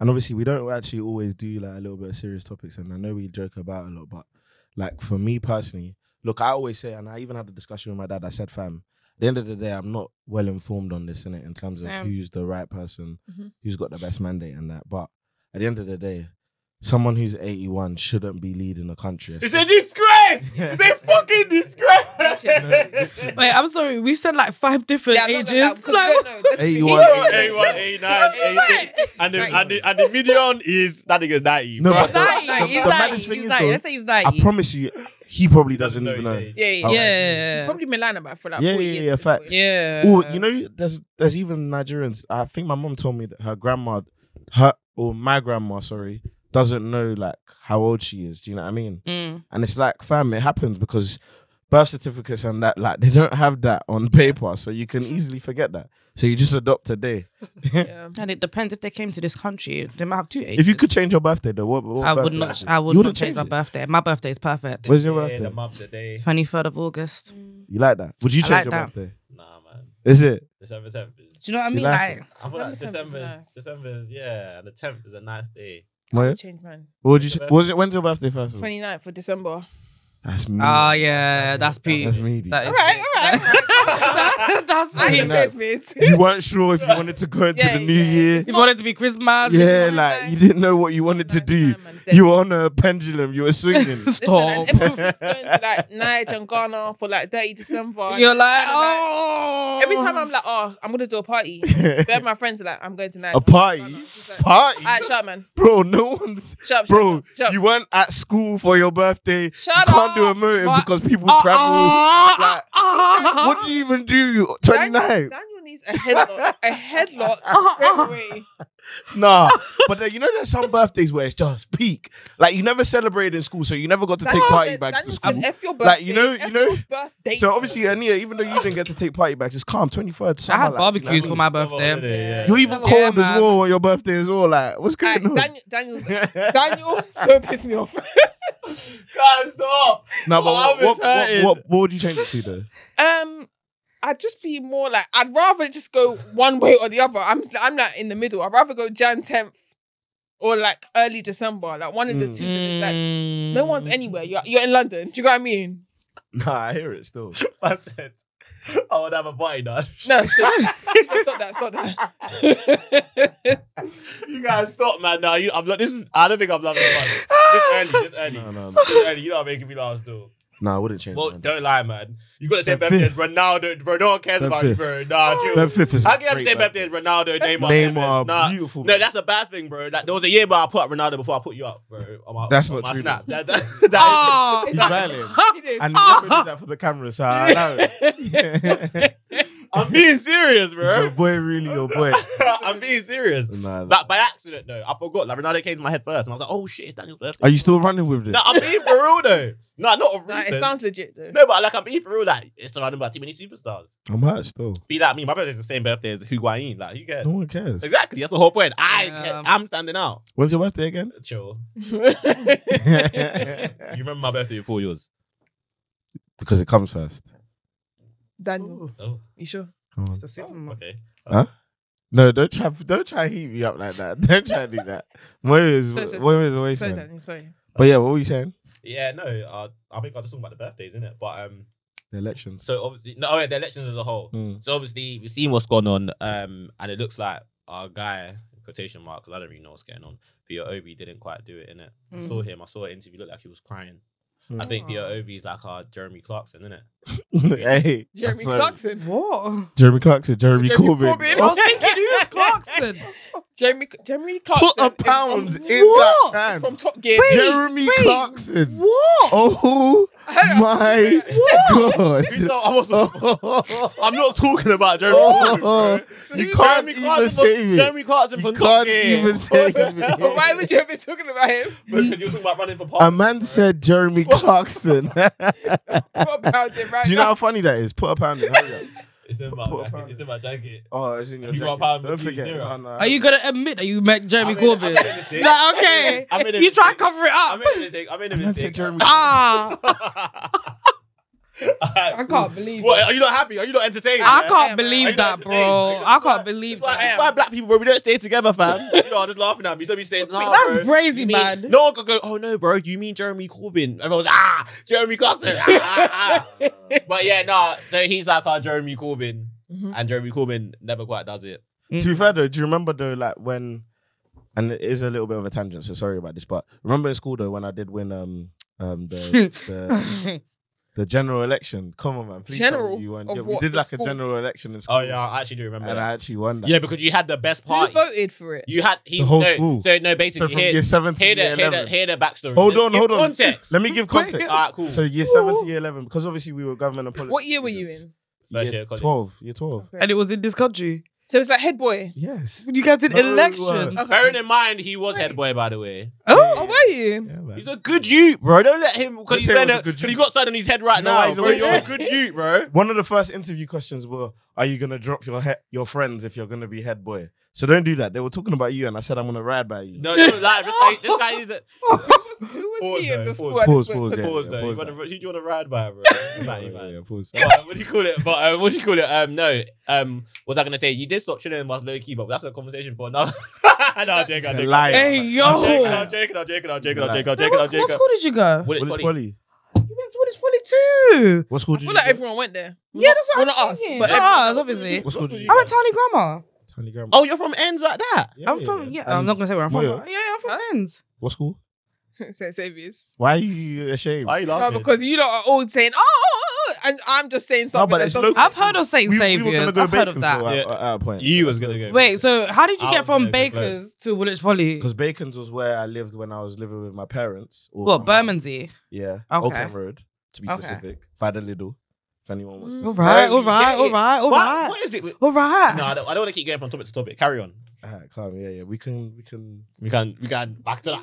Speaker 1: And obviously, we don't actually always do like a little bit of serious topics, and I know we joke about it a lot, but like for me personally, look, I always say, and I even had a discussion with my dad. I said, "Fam, at the end of the day, I'm not well informed on this in it in terms
Speaker 3: Same. Mm-hmm.
Speaker 1: of who's the right person,
Speaker 5: Mhm.
Speaker 1: who's got the best mandate, and that. But at the end of the day, someone who's 81 shouldn't be leading the country.
Speaker 2: It's a disgrace.
Speaker 1: (laughs)
Speaker 2: It's a fucking disgrace.
Speaker 3: Wait, I'm sorry. We said like five different
Speaker 5: Yeah, I'm not
Speaker 3: ages.
Speaker 5: gonna lie, because
Speaker 3: like,
Speaker 5: we don't know.
Speaker 1: (laughs)
Speaker 5: Let's be-
Speaker 1: 81.
Speaker 2: A1, A9, A6. And the, and, the, and the median is that nigga's 90.
Speaker 1: No,
Speaker 2: bro.
Speaker 1: but-
Speaker 2: That
Speaker 1: The- the
Speaker 3: he's
Speaker 1: maddest
Speaker 3: 90,
Speaker 1: thing
Speaker 3: he's
Speaker 1: is,
Speaker 3: 90.
Speaker 1: though,
Speaker 3: Let's say he's 90.
Speaker 1: I promise you, he probably doesn't
Speaker 2: doesn't
Speaker 1: even
Speaker 2: know
Speaker 1: know.
Speaker 2: his age.
Speaker 5: (laughs) Yeah, yeah,
Speaker 1: Oh,
Speaker 5: yeah.
Speaker 3: yeah.
Speaker 5: Probably Milan about for like
Speaker 1: Yeah,
Speaker 5: four
Speaker 1: yeah,
Speaker 5: years.
Speaker 1: yeah,
Speaker 5: at this
Speaker 1: facts.
Speaker 5: point.
Speaker 3: Yeah.
Speaker 1: Oh, you know, there's there's even Nigerians. I think my mom told me that her grandma, her or my grandma, sorry, doesn't know like how old she is. Do you know what I mean?
Speaker 3: Mm.
Speaker 1: And it's like, fam, it happens because birth certificates and that, like, they don't have that on paper, so you can easily forget that. So you just adopt a day. (laughs)
Speaker 5: Yeah.
Speaker 3: And it depends if they came to this country, they might have two ages.
Speaker 1: If you could change your birthday, though, what, what
Speaker 3: I would
Speaker 1: birthday
Speaker 3: not.
Speaker 1: is it?
Speaker 3: I would
Speaker 1: You
Speaker 3: not
Speaker 1: wouldn't
Speaker 3: change my
Speaker 1: it?
Speaker 3: birthday. My birthday is perfect.
Speaker 1: Where's your
Speaker 2: Yeah,
Speaker 1: birthday?
Speaker 2: the month, the day.
Speaker 3: 23rd of August. Do
Speaker 1: you like that? Would you
Speaker 3: I
Speaker 1: change
Speaker 3: like
Speaker 1: your
Speaker 3: that.
Speaker 1: birthday?
Speaker 2: Nah, man.
Speaker 1: Is it?
Speaker 2: December 10th is.
Speaker 3: you know what I mean?
Speaker 1: like
Speaker 3: Like,
Speaker 1: it?
Speaker 2: I feel like
Speaker 5: December
Speaker 2: December,
Speaker 5: 10th is nice.
Speaker 2: December is, yeah, and the 10th is a nice day.
Speaker 1: What
Speaker 5: Change man.
Speaker 1: what would you? Ch- was it when's your birthday first?
Speaker 5: 29th for December.
Speaker 1: That's me.
Speaker 3: oh yeah, that's Pete.
Speaker 1: Mm. That's me.
Speaker 3: That
Speaker 5: All
Speaker 3: is
Speaker 5: right, all right.
Speaker 3: (laughs)
Speaker 5: all right.
Speaker 3: that's
Speaker 5: I
Speaker 3: Pete.
Speaker 5: can
Speaker 1: Twenty
Speaker 5: face
Speaker 1: ninth.
Speaker 5: mate.
Speaker 1: you weren't sure if you wanted to go into
Speaker 5: Yeah,
Speaker 1: the new
Speaker 5: yeah.
Speaker 1: year.
Speaker 3: You wanted to be Christmas.
Speaker 1: Yeah,
Speaker 5: It's not
Speaker 1: like
Speaker 5: like-
Speaker 1: you didn't know what you wanted to do. You were on a pendulum. You were swinging.
Speaker 5: (laughs)
Speaker 3: Stop.
Speaker 5: Listen, and everyone's going to like Niger and Ghana for like
Speaker 3: (laughs)
Speaker 5: 30 December.
Speaker 3: You're like,
Speaker 5: And I'm like-
Speaker 3: oh.
Speaker 5: Every time I'm like, oh, I'm gonna do
Speaker 1: (laughs)
Speaker 5: a party. Then my friends are like, I'm going to Niger.
Speaker 1: a party,
Speaker 5: She's like,
Speaker 1: party,
Speaker 5: Alright, shut up, man.
Speaker 1: bro. No one's,
Speaker 5: Shut up,
Speaker 1: bro.
Speaker 5: shut up.
Speaker 1: You weren't at school for your birthday.
Speaker 5: Shut
Speaker 1: you
Speaker 5: up. Uh-uh.
Speaker 1: can't do a motive
Speaker 3: What?
Speaker 1: because people
Speaker 3: Ah,
Speaker 1: travel.
Speaker 3: ah,
Speaker 1: like-
Speaker 3: ah, ah,
Speaker 1: What do you even do? Twenty
Speaker 5: Daniel,
Speaker 1: nine.
Speaker 5: Daniel needs a headlock.
Speaker 1: (laughs)
Speaker 5: A headlock.
Speaker 1: Uh-huh.
Speaker 3: ah,
Speaker 5: straight
Speaker 3: ah.
Speaker 5: away. (laughs)
Speaker 1: Nah, but then, you know there's some birthdays where it's just peak. Like you never celebrated in school, so you never got to take
Speaker 5: Daniel
Speaker 1: party
Speaker 5: said-
Speaker 1: bags to
Speaker 5: Daniel
Speaker 1: school.
Speaker 5: said, F your birthday.
Speaker 1: Like, you know-
Speaker 5: F
Speaker 1: you know-
Speaker 5: your birthday.
Speaker 1: So obviously, Ania, even though you didn't get to take party bags, it's calm. Twenty third.
Speaker 3: I had barbecues for my
Speaker 2: December
Speaker 3: birthday.
Speaker 2: holiday, yeah.
Speaker 1: You're
Speaker 2: (laughs)
Speaker 1: even
Speaker 5: Yeah,
Speaker 1: cold as
Speaker 3: man.
Speaker 1: well on your birthday as well. Like, what's
Speaker 5: Alright,
Speaker 1: going on?
Speaker 5: Daniel, Daniel's, Daniel, (laughs) don't piss me off.
Speaker 2: Guys, stop.
Speaker 1: No, but
Speaker 2: Love
Speaker 1: what, what,
Speaker 2: is
Speaker 1: what,
Speaker 2: hurting.
Speaker 1: what, what would (laughs) you change it to though?
Speaker 5: Um, I'd just be more like I'd rather just go one way or the other. I'm I'm not in the middle. I'd rather go Jan 10th or like early December, like one of the
Speaker 1: Mm.
Speaker 5: two. that is like no one's
Speaker 3: Mm.
Speaker 5: anywhere. You're you're in London. Do you know what I mean?
Speaker 1: Nah, I hear it still.
Speaker 2: I said, I would have a party done.
Speaker 5: No,
Speaker 1: (laughs)
Speaker 5: shit. stop that. Stop that.
Speaker 2: You guys stop, man. Now you, I'm not. This is. I don't think I'm loving it. man. This early, this early,
Speaker 1: No,
Speaker 2: (laughs)
Speaker 1: no,
Speaker 2: this early. You know, making me laugh still.
Speaker 1: no, I wouldn't change.
Speaker 2: Well,
Speaker 1: it.
Speaker 2: don't lie, man. You got to say
Speaker 1: Ben
Speaker 2: birthday as
Speaker 1: Fifth.
Speaker 2: Ronaldo. Bro, no one cares
Speaker 1: Ben
Speaker 2: about you,
Speaker 1: Fifth.
Speaker 2: bro.
Speaker 5: Oh.
Speaker 2: Nah, chill.
Speaker 1: Ben Fifth is.
Speaker 2: I can have the
Speaker 1: great,
Speaker 2: same
Speaker 1: man.
Speaker 2: birthday as Ronaldo, Neymar.
Speaker 1: Neymar,
Speaker 2: Nah,
Speaker 1: beautiful.
Speaker 2: no, that's a bad thing, bro. That, there was a year where I put up Ronaldo before I put you up, bro. On my,
Speaker 1: That's
Speaker 2: on
Speaker 1: not
Speaker 2: my
Speaker 1: true,
Speaker 2: Snap.
Speaker 1: though.
Speaker 2: That, (laughs) that, that is-
Speaker 3: Ah.
Speaker 1: He's violent.
Speaker 2: (laughs)
Speaker 5: He did.
Speaker 1: And he never did that for the camera, so I know it.
Speaker 2: I'm being serious,
Speaker 1: your
Speaker 2: bro. (laughs)
Speaker 1: boy, really, your boy.
Speaker 2: I'm being serious.
Speaker 1: Nah, nah.
Speaker 2: Like by accident, though. I forgot. Like Ronaldo came to my head first, and I was like, "Oh shit, it's Daniel's birthday."
Speaker 1: Are you still running with this?
Speaker 2: No, I'm being for real though. No, not of
Speaker 5: Nah,
Speaker 2: recent.
Speaker 5: it sounds legit though.
Speaker 2: No, but like I'm being for real. Like it's surrounded by too many superstars.
Speaker 1: I'm hurt still.
Speaker 2: Be like me. My birthday's the same birthday as Higuain. Like who cares?
Speaker 1: No one cares.
Speaker 2: Exactly. That's the whole point. I
Speaker 3: Yeah.
Speaker 2: ca- I'm standing out.
Speaker 1: When's your birthday again?
Speaker 2: Chill. You
Speaker 1: because
Speaker 2: remember my birthday before yours?
Speaker 1: it comes first.
Speaker 5: Daniel,
Speaker 2: Oh,
Speaker 5: you sure?
Speaker 1: Come on.
Speaker 3: It's a supermarket.
Speaker 2: okay.
Speaker 1: No, don't try, don't try heat me up like that. (laughs) Don't try to do that. Where is,
Speaker 5: Sorry, sorry,
Speaker 1: where is the waste?
Speaker 5: Sorry,
Speaker 1: man?
Speaker 5: Daniel. Sorry.
Speaker 1: But yeah, what were you saying?
Speaker 2: Yeah, no. Uh, I think I just talking about the birthdays, isn't it? But um,
Speaker 1: The elections.
Speaker 2: so obviously, no, oh, yeah, the elections as a whole.
Speaker 1: Mm.
Speaker 2: So obviously, we've seen what's gone on, um, and it looks like our guy quotation mark because I don't really know what's going on. Pio Obi didn't quite do it in it. I saw him. I saw an interview. Looked like he was crying. I think Pio Obi's like our Jeremy Clarkson, isn't
Speaker 1: (laughs)
Speaker 2: it?
Speaker 1: hey,
Speaker 5: Jeremy
Speaker 1: sorry.
Speaker 5: Clarkson.
Speaker 3: What?
Speaker 1: Jeremy Clarkson, Jeremy,
Speaker 5: Jeremy
Speaker 1: Corbyn. Oh,
Speaker 5: Corbyn.
Speaker 3: I was thinking, who's Clarkson?
Speaker 5: Jeremy Jeremy Clarkson.
Speaker 1: Put a
Speaker 5: is
Speaker 1: pound
Speaker 5: on-
Speaker 1: in
Speaker 3: What?
Speaker 1: that can.
Speaker 5: from Top Gear.
Speaker 3: Wait,
Speaker 5: (laughs)
Speaker 1: Jeremy
Speaker 3: wait,
Speaker 1: Clarkson.
Speaker 3: What?
Speaker 1: Oh my (laughs) god!
Speaker 2: You know, (laughs) I wasn't- I'm not talking about Jeremy. Corbyn, bro.
Speaker 1: Oh, you
Speaker 2: Jeremy
Speaker 1: can't even
Speaker 2: Clarkson was-
Speaker 1: save it.
Speaker 2: Jeremy Clarkson
Speaker 1: You
Speaker 2: from Top
Speaker 1: can't
Speaker 2: Gear. (laughs)
Speaker 1: even save it.
Speaker 5: But (laughs) why would you have been talking about him?
Speaker 2: Because you were talking about running for
Speaker 1: A
Speaker 2: parliament.
Speaker 1: man said Jeremy Clarkson.
Speaker 5: What about him right
Speaker 1: Do you know
Speaker 5: now?
Speaker 1: how funny that is? Put a pound in. Hurry up.
Speaker 2: It's in
Speaker 1: Put a
Speaker 2: my
Speaker 1: pound.
Speaker 2: jacket. It's in my jacket.
Speaker 1: Oh, it's in your
Speaker 2: You got
Speaker 1: jacket.
Speaker 2: pound
Speaker 1: Don't
Speaker 2: with you,
Speaker 1: forget.
Speaker 2: yeah.
Speaker 1: Oh, no.
Speaker 3: Are you gonna admit that you met Jeremy
Speaker 2: I made a- I
Speaker 3: Corbyn?
Speaker 2: made a mistake.
Speaker 3: Like, okay,
Speaker 2: I made a
Speaker 3: (laughs) you try and
Speaker 2: mistake.
Speaker 3: cover it
Speaker 2: I (laughs)
Speaker 3: up.
Speaker 2: made a mistake. I made a
Speaker 1: Man said
Speaker 2: mistake. (laughs)
Speaker 1: Jeremy
Speaker 3: Ah, I
Speaker 2: Alright, cool.
Speaker 3: can't believe.
Speaker 2: What?
Speaker 3: it.
Speaker 2: Are you not happy? Are you not entertained? man?
Speaker 3: I
Speaker 5: Are you
Speaker 3: can't believe
Speaker 2: not
Speaker 3: that, bro.
Speaker 2: entertained?
Speaker 3: I
Speaker 2: Like,
Speaker 3: can't believe
Speaker 2: It's why,
Speaker 5: that.
Speaker 2: it's why black people, bro, we don't stay together, fam. you are just laughing at me. So we stay. Nah, bro.
Speaker 3: That's crazy,
Speaker 2: You mean-
Speaker 3: man.
Speaker 2: No one could go. Oh no, bro. You mean Jeremy Corbyn? Everyone's ah, Jeremy Clarkson. Ah, ah, ah." (laughs) but yeah, nah. So he's like our Jeremy Corbyn,
Speaker 5: Mhm.
Speaker 2: and Jeremy Corbyn never quite does it.
Speaker 1: To be fair though, do you remember though, like when, and it is a little bit of a tangent, so sorry about this, but remember in school though when I did win um um
Speaker 5: (laughs)
Speaker 1: the the, the general election. Come on, man, please tell me
Speaker 5: General
Speaker 1: you won.
Speaker 5: of
Speaker 1: Yeah, we
Speaker 5: what?
Speaker 1: did
Speaker 5: The
Speaker 1: like a
Speaker 5: school?
Speaker 1: general election in school.
Speaker 2: Oh yeah, I actually do remember
Speaker 1: and
Speaker 2: that.
Speaker 1: I actually won that.
Speaker 2: Yeah, because you had the best
Speaker 5: Who
Speaker 2: party.
Speaker 5: voted for it?
Speaker 2: You had he,
Speaker 1: The whole
Speaker 2: no,
Speaker 1: school.
Speaker 2: So no,
Speaker 1: so
Speaker 2: basically
Speaker 1: from
Speaker 2: here,
Speaker 1: year seven to
Speaker 2: Hear
Speaker 1: year
Speaker 2: that, hear
Speaker 1: eleven.
Speaker 2: that, hear that backstory.
Speaker 1: Hold
Speaker 2: Let's
Speaker 1: on,
Speaker 2: give
Speaker 1: hold on.
Speaker 2: Context.
Speaker 1: Let me
Speaker 5: (laughs)
Speaker 1: give context.
Speaker 2: All right, cool.
Speaker 1: So year seven to year eleven, because obviously we were government and politics.
Speaker 5: What year were you in?
Speaker 2: First year
Speaker 1: Year
Speaker 2: of college.
Speaker 1: twelve. Year twelve.
Speaker 5: Okay.
Speaker 3: and it was in this country.
Speaker 5: So it's like head boy.
Speaker 2: (laughs)
Speaker 1: Yes.
Speaker 3: You guys did
Speaker 1: No, it
Speaker 3: election.
Speaker 5: weren't.
Speaker 2: Bearing in mind, he was head boy, by the way.
Speaker 5: Oh, were you?
Speaker 1: Yeah, man.
Speaker 2: He's a good youth, bro. Don't let him because
Speaker 1: Let's
Speaker 2: he's
Speaker 1: say it
Speaker 2: been
Speaker 1: was
Speaker 2: a,
Speaker 1: a good
Speaker 2: 'cause
Speaker 1: youth.
Speaker 2: he got something on his head right
Speaker 1: No,
Speaker 2: now.
Speaker 1: he's a
Speaker 2: Bro,
Speaker 1: waste
Speaker 2: you're a
Speaker 1: of
Speaker 2: good youth, bro.
Speaker 1: One of the first interview questions were, "Are you gonna drop your he- your friends if you're gonna be head boy?" So don't do that. They were talking about you, and I said I'm gonna ride by you.
Speaker 2: No, don't lie. This guy, this guy is a
Speaker 5: Who was, who was
Speaker 2: Pause
Speaker 5: he in
Speaker 2: though,
Speaker 5: the school?
Speaker 2: pause.
Speaker 5: at this
Speaker 1: Pause,
Speaker 5: point?
Speaker 1: pause, yeah,
Speaker 2: pause
Speaker 1: yeah, pause
Speaker 2: though. You wanna-
Speaker 1: that.
Speaker 2: Who do you want to ride by,
Speaker 1: (laughs)
Speaker 2: bro?
Speaker 1: Yeah,
Speaker 2: Matty,
Speaker 1: yeah,
Speaker 2: man.
Speaker 1: yeah, pause.
Speaker 2: But, uh, what do you call it? But uh, what do you call it? Um, no. Um, what was I gonna say? You did stop chilling with us low key, but that's a conversation for another. (laughs) no, I'm
Speaker 1: (laughs)
Speaker 2: joking. I'm
Speaker 1: You're a
Speaker 2: joking.
Speaker 1: liar.
Speaker 3: Hey
Speaker 2: I'm
Speaker 3: yo.
Speaker 2: joking.
Speaker 1: Oh.
Speaker 2: I'm joking. I'm joking. I'm joking. I'm joking. I'm joking. I'm
Speaker 3: Then What what
Speaker 2: joking.
Speaker 3: school did you go?
Speaker 2: What
Speaker 1: What
Speaker 2: is
Speaker 1: is
Speaker 2: funny?
Speaker 1: Polly?
Speaker 3: You went to what is Polly too.
Speaker 1: What school
Speaker 5: I
Speaker 1: did
Speaker 5: feel
Speaker 1: you?
Speaker 5: like
Speaker 1: go?
Speaker 5: everyone went there.
Speaker 3: Yeah, that's what
Speaker 5: well,
Speaker 3: I'm
Speaker 5: not us,
Speaker 3: thinking.
Speaker 5: but
Speaker 3: Not
Speaker 5: everyone-
Speaker 3: us, Ah, obviously.
Speaker 1: What school did you
Speaker 3: I
Speaker 1: go?
Speaker 3: went Tiny Grammar.
Speaker 1: Tiny Grammar.
Speaker 2: (laughs) Oh, you're from ends like that.
Speaker 1: Yeah,
Speaker 3: I'm
Speaker 1: yeah,
Speaker 3: from yeah. I'm
Speaker 1: And
Speaker 3: not gonna say where I'm from.
Speaker 1: Moyo?
Speaker 3: but Yeah, I'm from
Speaker 5: Huh?
Speaker 3: Ends.
Speaker 1: What school?
Speaker 5: St. Xavier's.
Speaker 1: Why are you ashamed?
Speaker 2: Why are you
Speaker 5: No, because you lot are all saying, oh, oh, oh, oh," and I'm just saying something.
Speaker 1: but
Speaker 5: that
Speaker 1: it's
Speaker 5: doesn't- (laughs)
Speaker 1: local.
Speaker 3: I've heard of Saint
Speaker 1: we, we were
Speaker 3: Saviour's.
Speaker 1: gonna go
Speaker 3: I've heard of
Speaker 1: Bacon's
Speaker 3: that.
Speaker 1: for a-
Speaker 2: Yeah.
Speaker 1: at a point.
Speaker 2: you was gonna go.
Speaker 3: Wait, so how did you
Speaker 2: I
Speaker 3: get
Speaker 2: was
Speaker 3: from
Speaker 2: gonna go Blackburn.
Speaker 3: Baker's to Woolwich Poly?
Speaker 1: Because Bacon's was where I lived when I was living with my parents. or
Speaker 3: What
Speaker 1: my mum.
Speaker 3: Bermondsey?
Speaker 1: Yeah.
Speaker 3: Okay.
Speaker 1: Oakland Road, to be
Speaker 3: Okay.
Speaker 1: specific. By the Lidl. If anyone wants to.
Speaker 5: Mm.
Speaker 3: All right,
Speaker 2: Very
Speaker 3: all right, all
Speaker 2: gay.
Speaker 3: right, all
Speaker 2: what?
Speaker 3: right,
Speaker 2: What is it? with-
Speaker 3: all right.
Speaker 2: No, I don't, I don't want to keep going from topic to topic. Carry on.
Speaker 1: Alright, calm. Yeah, yeah. We can we
Speaker 2: (laughs)
Speaker 1: can um,
Speaker 2: We can. We can. Back
Speaker 3: (laughs)
Speaker 2: to that.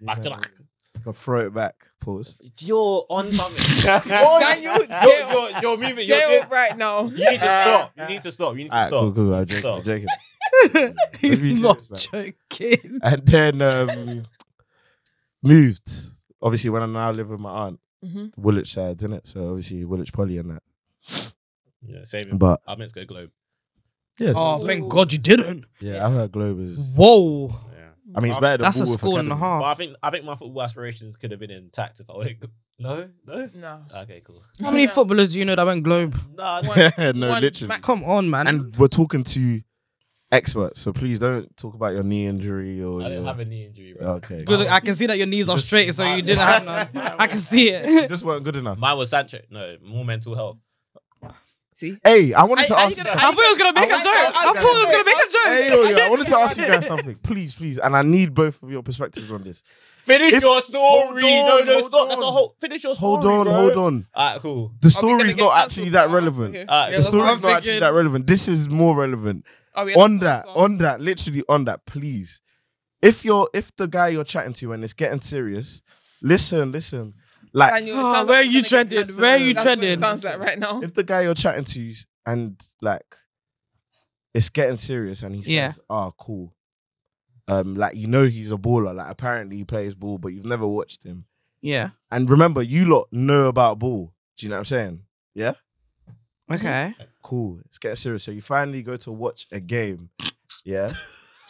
Speaker 2: Back to that.
Speaker 1: We can throw it back. Pause.
Speaker 2: You're on something.
Speaker 5: Daniel,
Speaker 2: (laughs) you're, you're, you're moving. You're,
Speaker 5: Get
Speaker 2: you're,
Speaker 5: up right now.
Speaker 2: you need to stop. You need to stop. You need to
Speaker 1: Alright, cool,
Speaker 2: stop.
Speaker 1: cool. I'm
Speaker 2: You
Speaker 1: joking. I'm
Speaker 2: need to stop.
Speaker 1: joking.
Speaker 3: (laughs) He's
Speaker 1: Let me
Speaker 3: not
Speaker 1: do this,
Speaker 2: (laughs)
Speaker 3: joking.
Speaker 1: And then um moved. Obviously when I now live with my aunt,
Speaker 5: Mhm.
Speaker 1: Woolwich side, isn't it? So obviously Woolwich Poly and that.
Speaker 2: Yeah, save him.
Speaker 1: But
Speaker 2: I meant to go globe.
Speaker 1: yeah, so-
Speaker 3: Oh, thank God you didn't.
Speaker 1: yeah, I heard Globe is
Speaker 3: Whoa,
Speaker 2: Yeah.
Speaker 1: I mean it's
Speaker 2: Um,
Speaker 1: better than
Speaker 3: that's a
Speaker 1: Woolworth
Speaker 3: score and a
Speaker 1: Academy.
Speaker 2: But I
Speaker 3: half.
Speaker 2: think I think my football aspirations could have been intact if I went. gl- No, no.
Speaker 5: No.
Speaker 1: (laughs)
Speaker 2: Okay, cool.
Speaker 3: How many
Speaker 5: Yeah.
Speaker 3: footballers do you know that went globe?
Speaker 2: Nah,
Speaker 5: One-
Speaker 1: (laughs) no,
Speaker 5: One
Speaker 1: literally.
Speaker 5: max.
Speaker 3: Come on, man.
Speaker 1: And we're talking to experts, so please don't talk about your knee injury or
Speaker 2: I
Speaker 1: your...
Speaker 2: didn't have a knee injury. Bro.
Speaker 1: Okay.
Speaker 2: Oh.
Speaker 3: Good, I can see that your knees are straight, so you didn't have
Speaker 5: (laughs)
Speaker 3: none. I can see
Speaker 1: You
Speaker 3: it.
Speaker 1: just weren't good
Speaker 2: (laughs)
Speaker 1: enough.
Speaker 2: Mine was Sancho. No, more mental health.
Speaker 5: See?
Speaker 1: Hey, I wanted
Speaker 5: Are-
Speaker 1: to
Speaker 5: are
Speaker 1: ask
Speaker 5: you
Speaker 1: you
Speaker 5: gonna-
Speaker 1: guys.
Speaker 3: I thought it was gonna make a
Speaker 5: I-
Speaker 3: joke.
Speaker 5: I-
Speaker 3: I thought it was gonna make a joke.
Speaker 1: Hey, yo, yo, I wanted to ask you guys something, please, please, and I need both of your perspectives on this.
Speaker 2: Finish
Speaker 1: If-
Speaker 2: your story.
Speaker 1: Hold on,
Speaker 2: no, no,
Speaker 1: hold
Speaker 2: stop. That's a
Speaker 1: on.
Speaker 2: whole. Finish your story.
Speaker 1: Hold on,
Speaker 2: bro.
Speaker 1: hold on.
Speaker 2: All right, cool.
Speaker 1: The
Speaker 5: Are we gonna
Speaker 1: story's
Speaker 5: get
Speaker 1: not
Speaker 5: cancelled
Speaker 1: actually
Speaker 5: for
Speaker 1: that
Speaker 5: that?
Speaker 1: relevant.
Speaker 5: Okay.
Speaker 2: All right,
Speaker 3: Yeah,
Speaker 1: Uh, The
Speaker 3: that's what
Speaker 1: story's
Speaker 3: I'm
Speaker 1: not actually
Speaker 3: thinking.
Speaker 1: that relevant. This is more relevant.
Speaker 5: Are we
Speaker 1: On
Speaker 5: allowed to
Speaker 1: that,
Speaker 5: pass
Speaker 1: on that, literally on that, please. If you're, if the guy you're chatting to and it's getting serious, listen, listen. Like,
Speaker 5: Daniel,
Speaker 3: (laughs)
Speaker 5: it
Speaker 3: Oh,
Speaker 5: sounds
Speaker 3: where you
Speaker 5: like we're gonna get
Speaker 3: treading?
Speaker 5: cancelled.
Speaker 3: Where you
Speaker 5: That's what it
Speaker 3: treading?
Speaker 5: Sounds like right now.
Speaker 1: if the guy you're chatting to is- and like it's getting serious and he says,
Speaker 3: Yeah.
Speaker 1: "Ah, cool." Um, like you know he's a baller. Like apparently he plays ball, but you've never watched him.
Speaker 3: Yeah.
Speaker 1: And remember, you lot know about ball. Do you know what I'm saying?
Speaker 5: (laughs)
Speaker 3: Okay.
Speaker 1: Cool. It's getting serious. So you finally go to watch a game.
Speaker 3: (laughs)
Speaker 1: Yeah.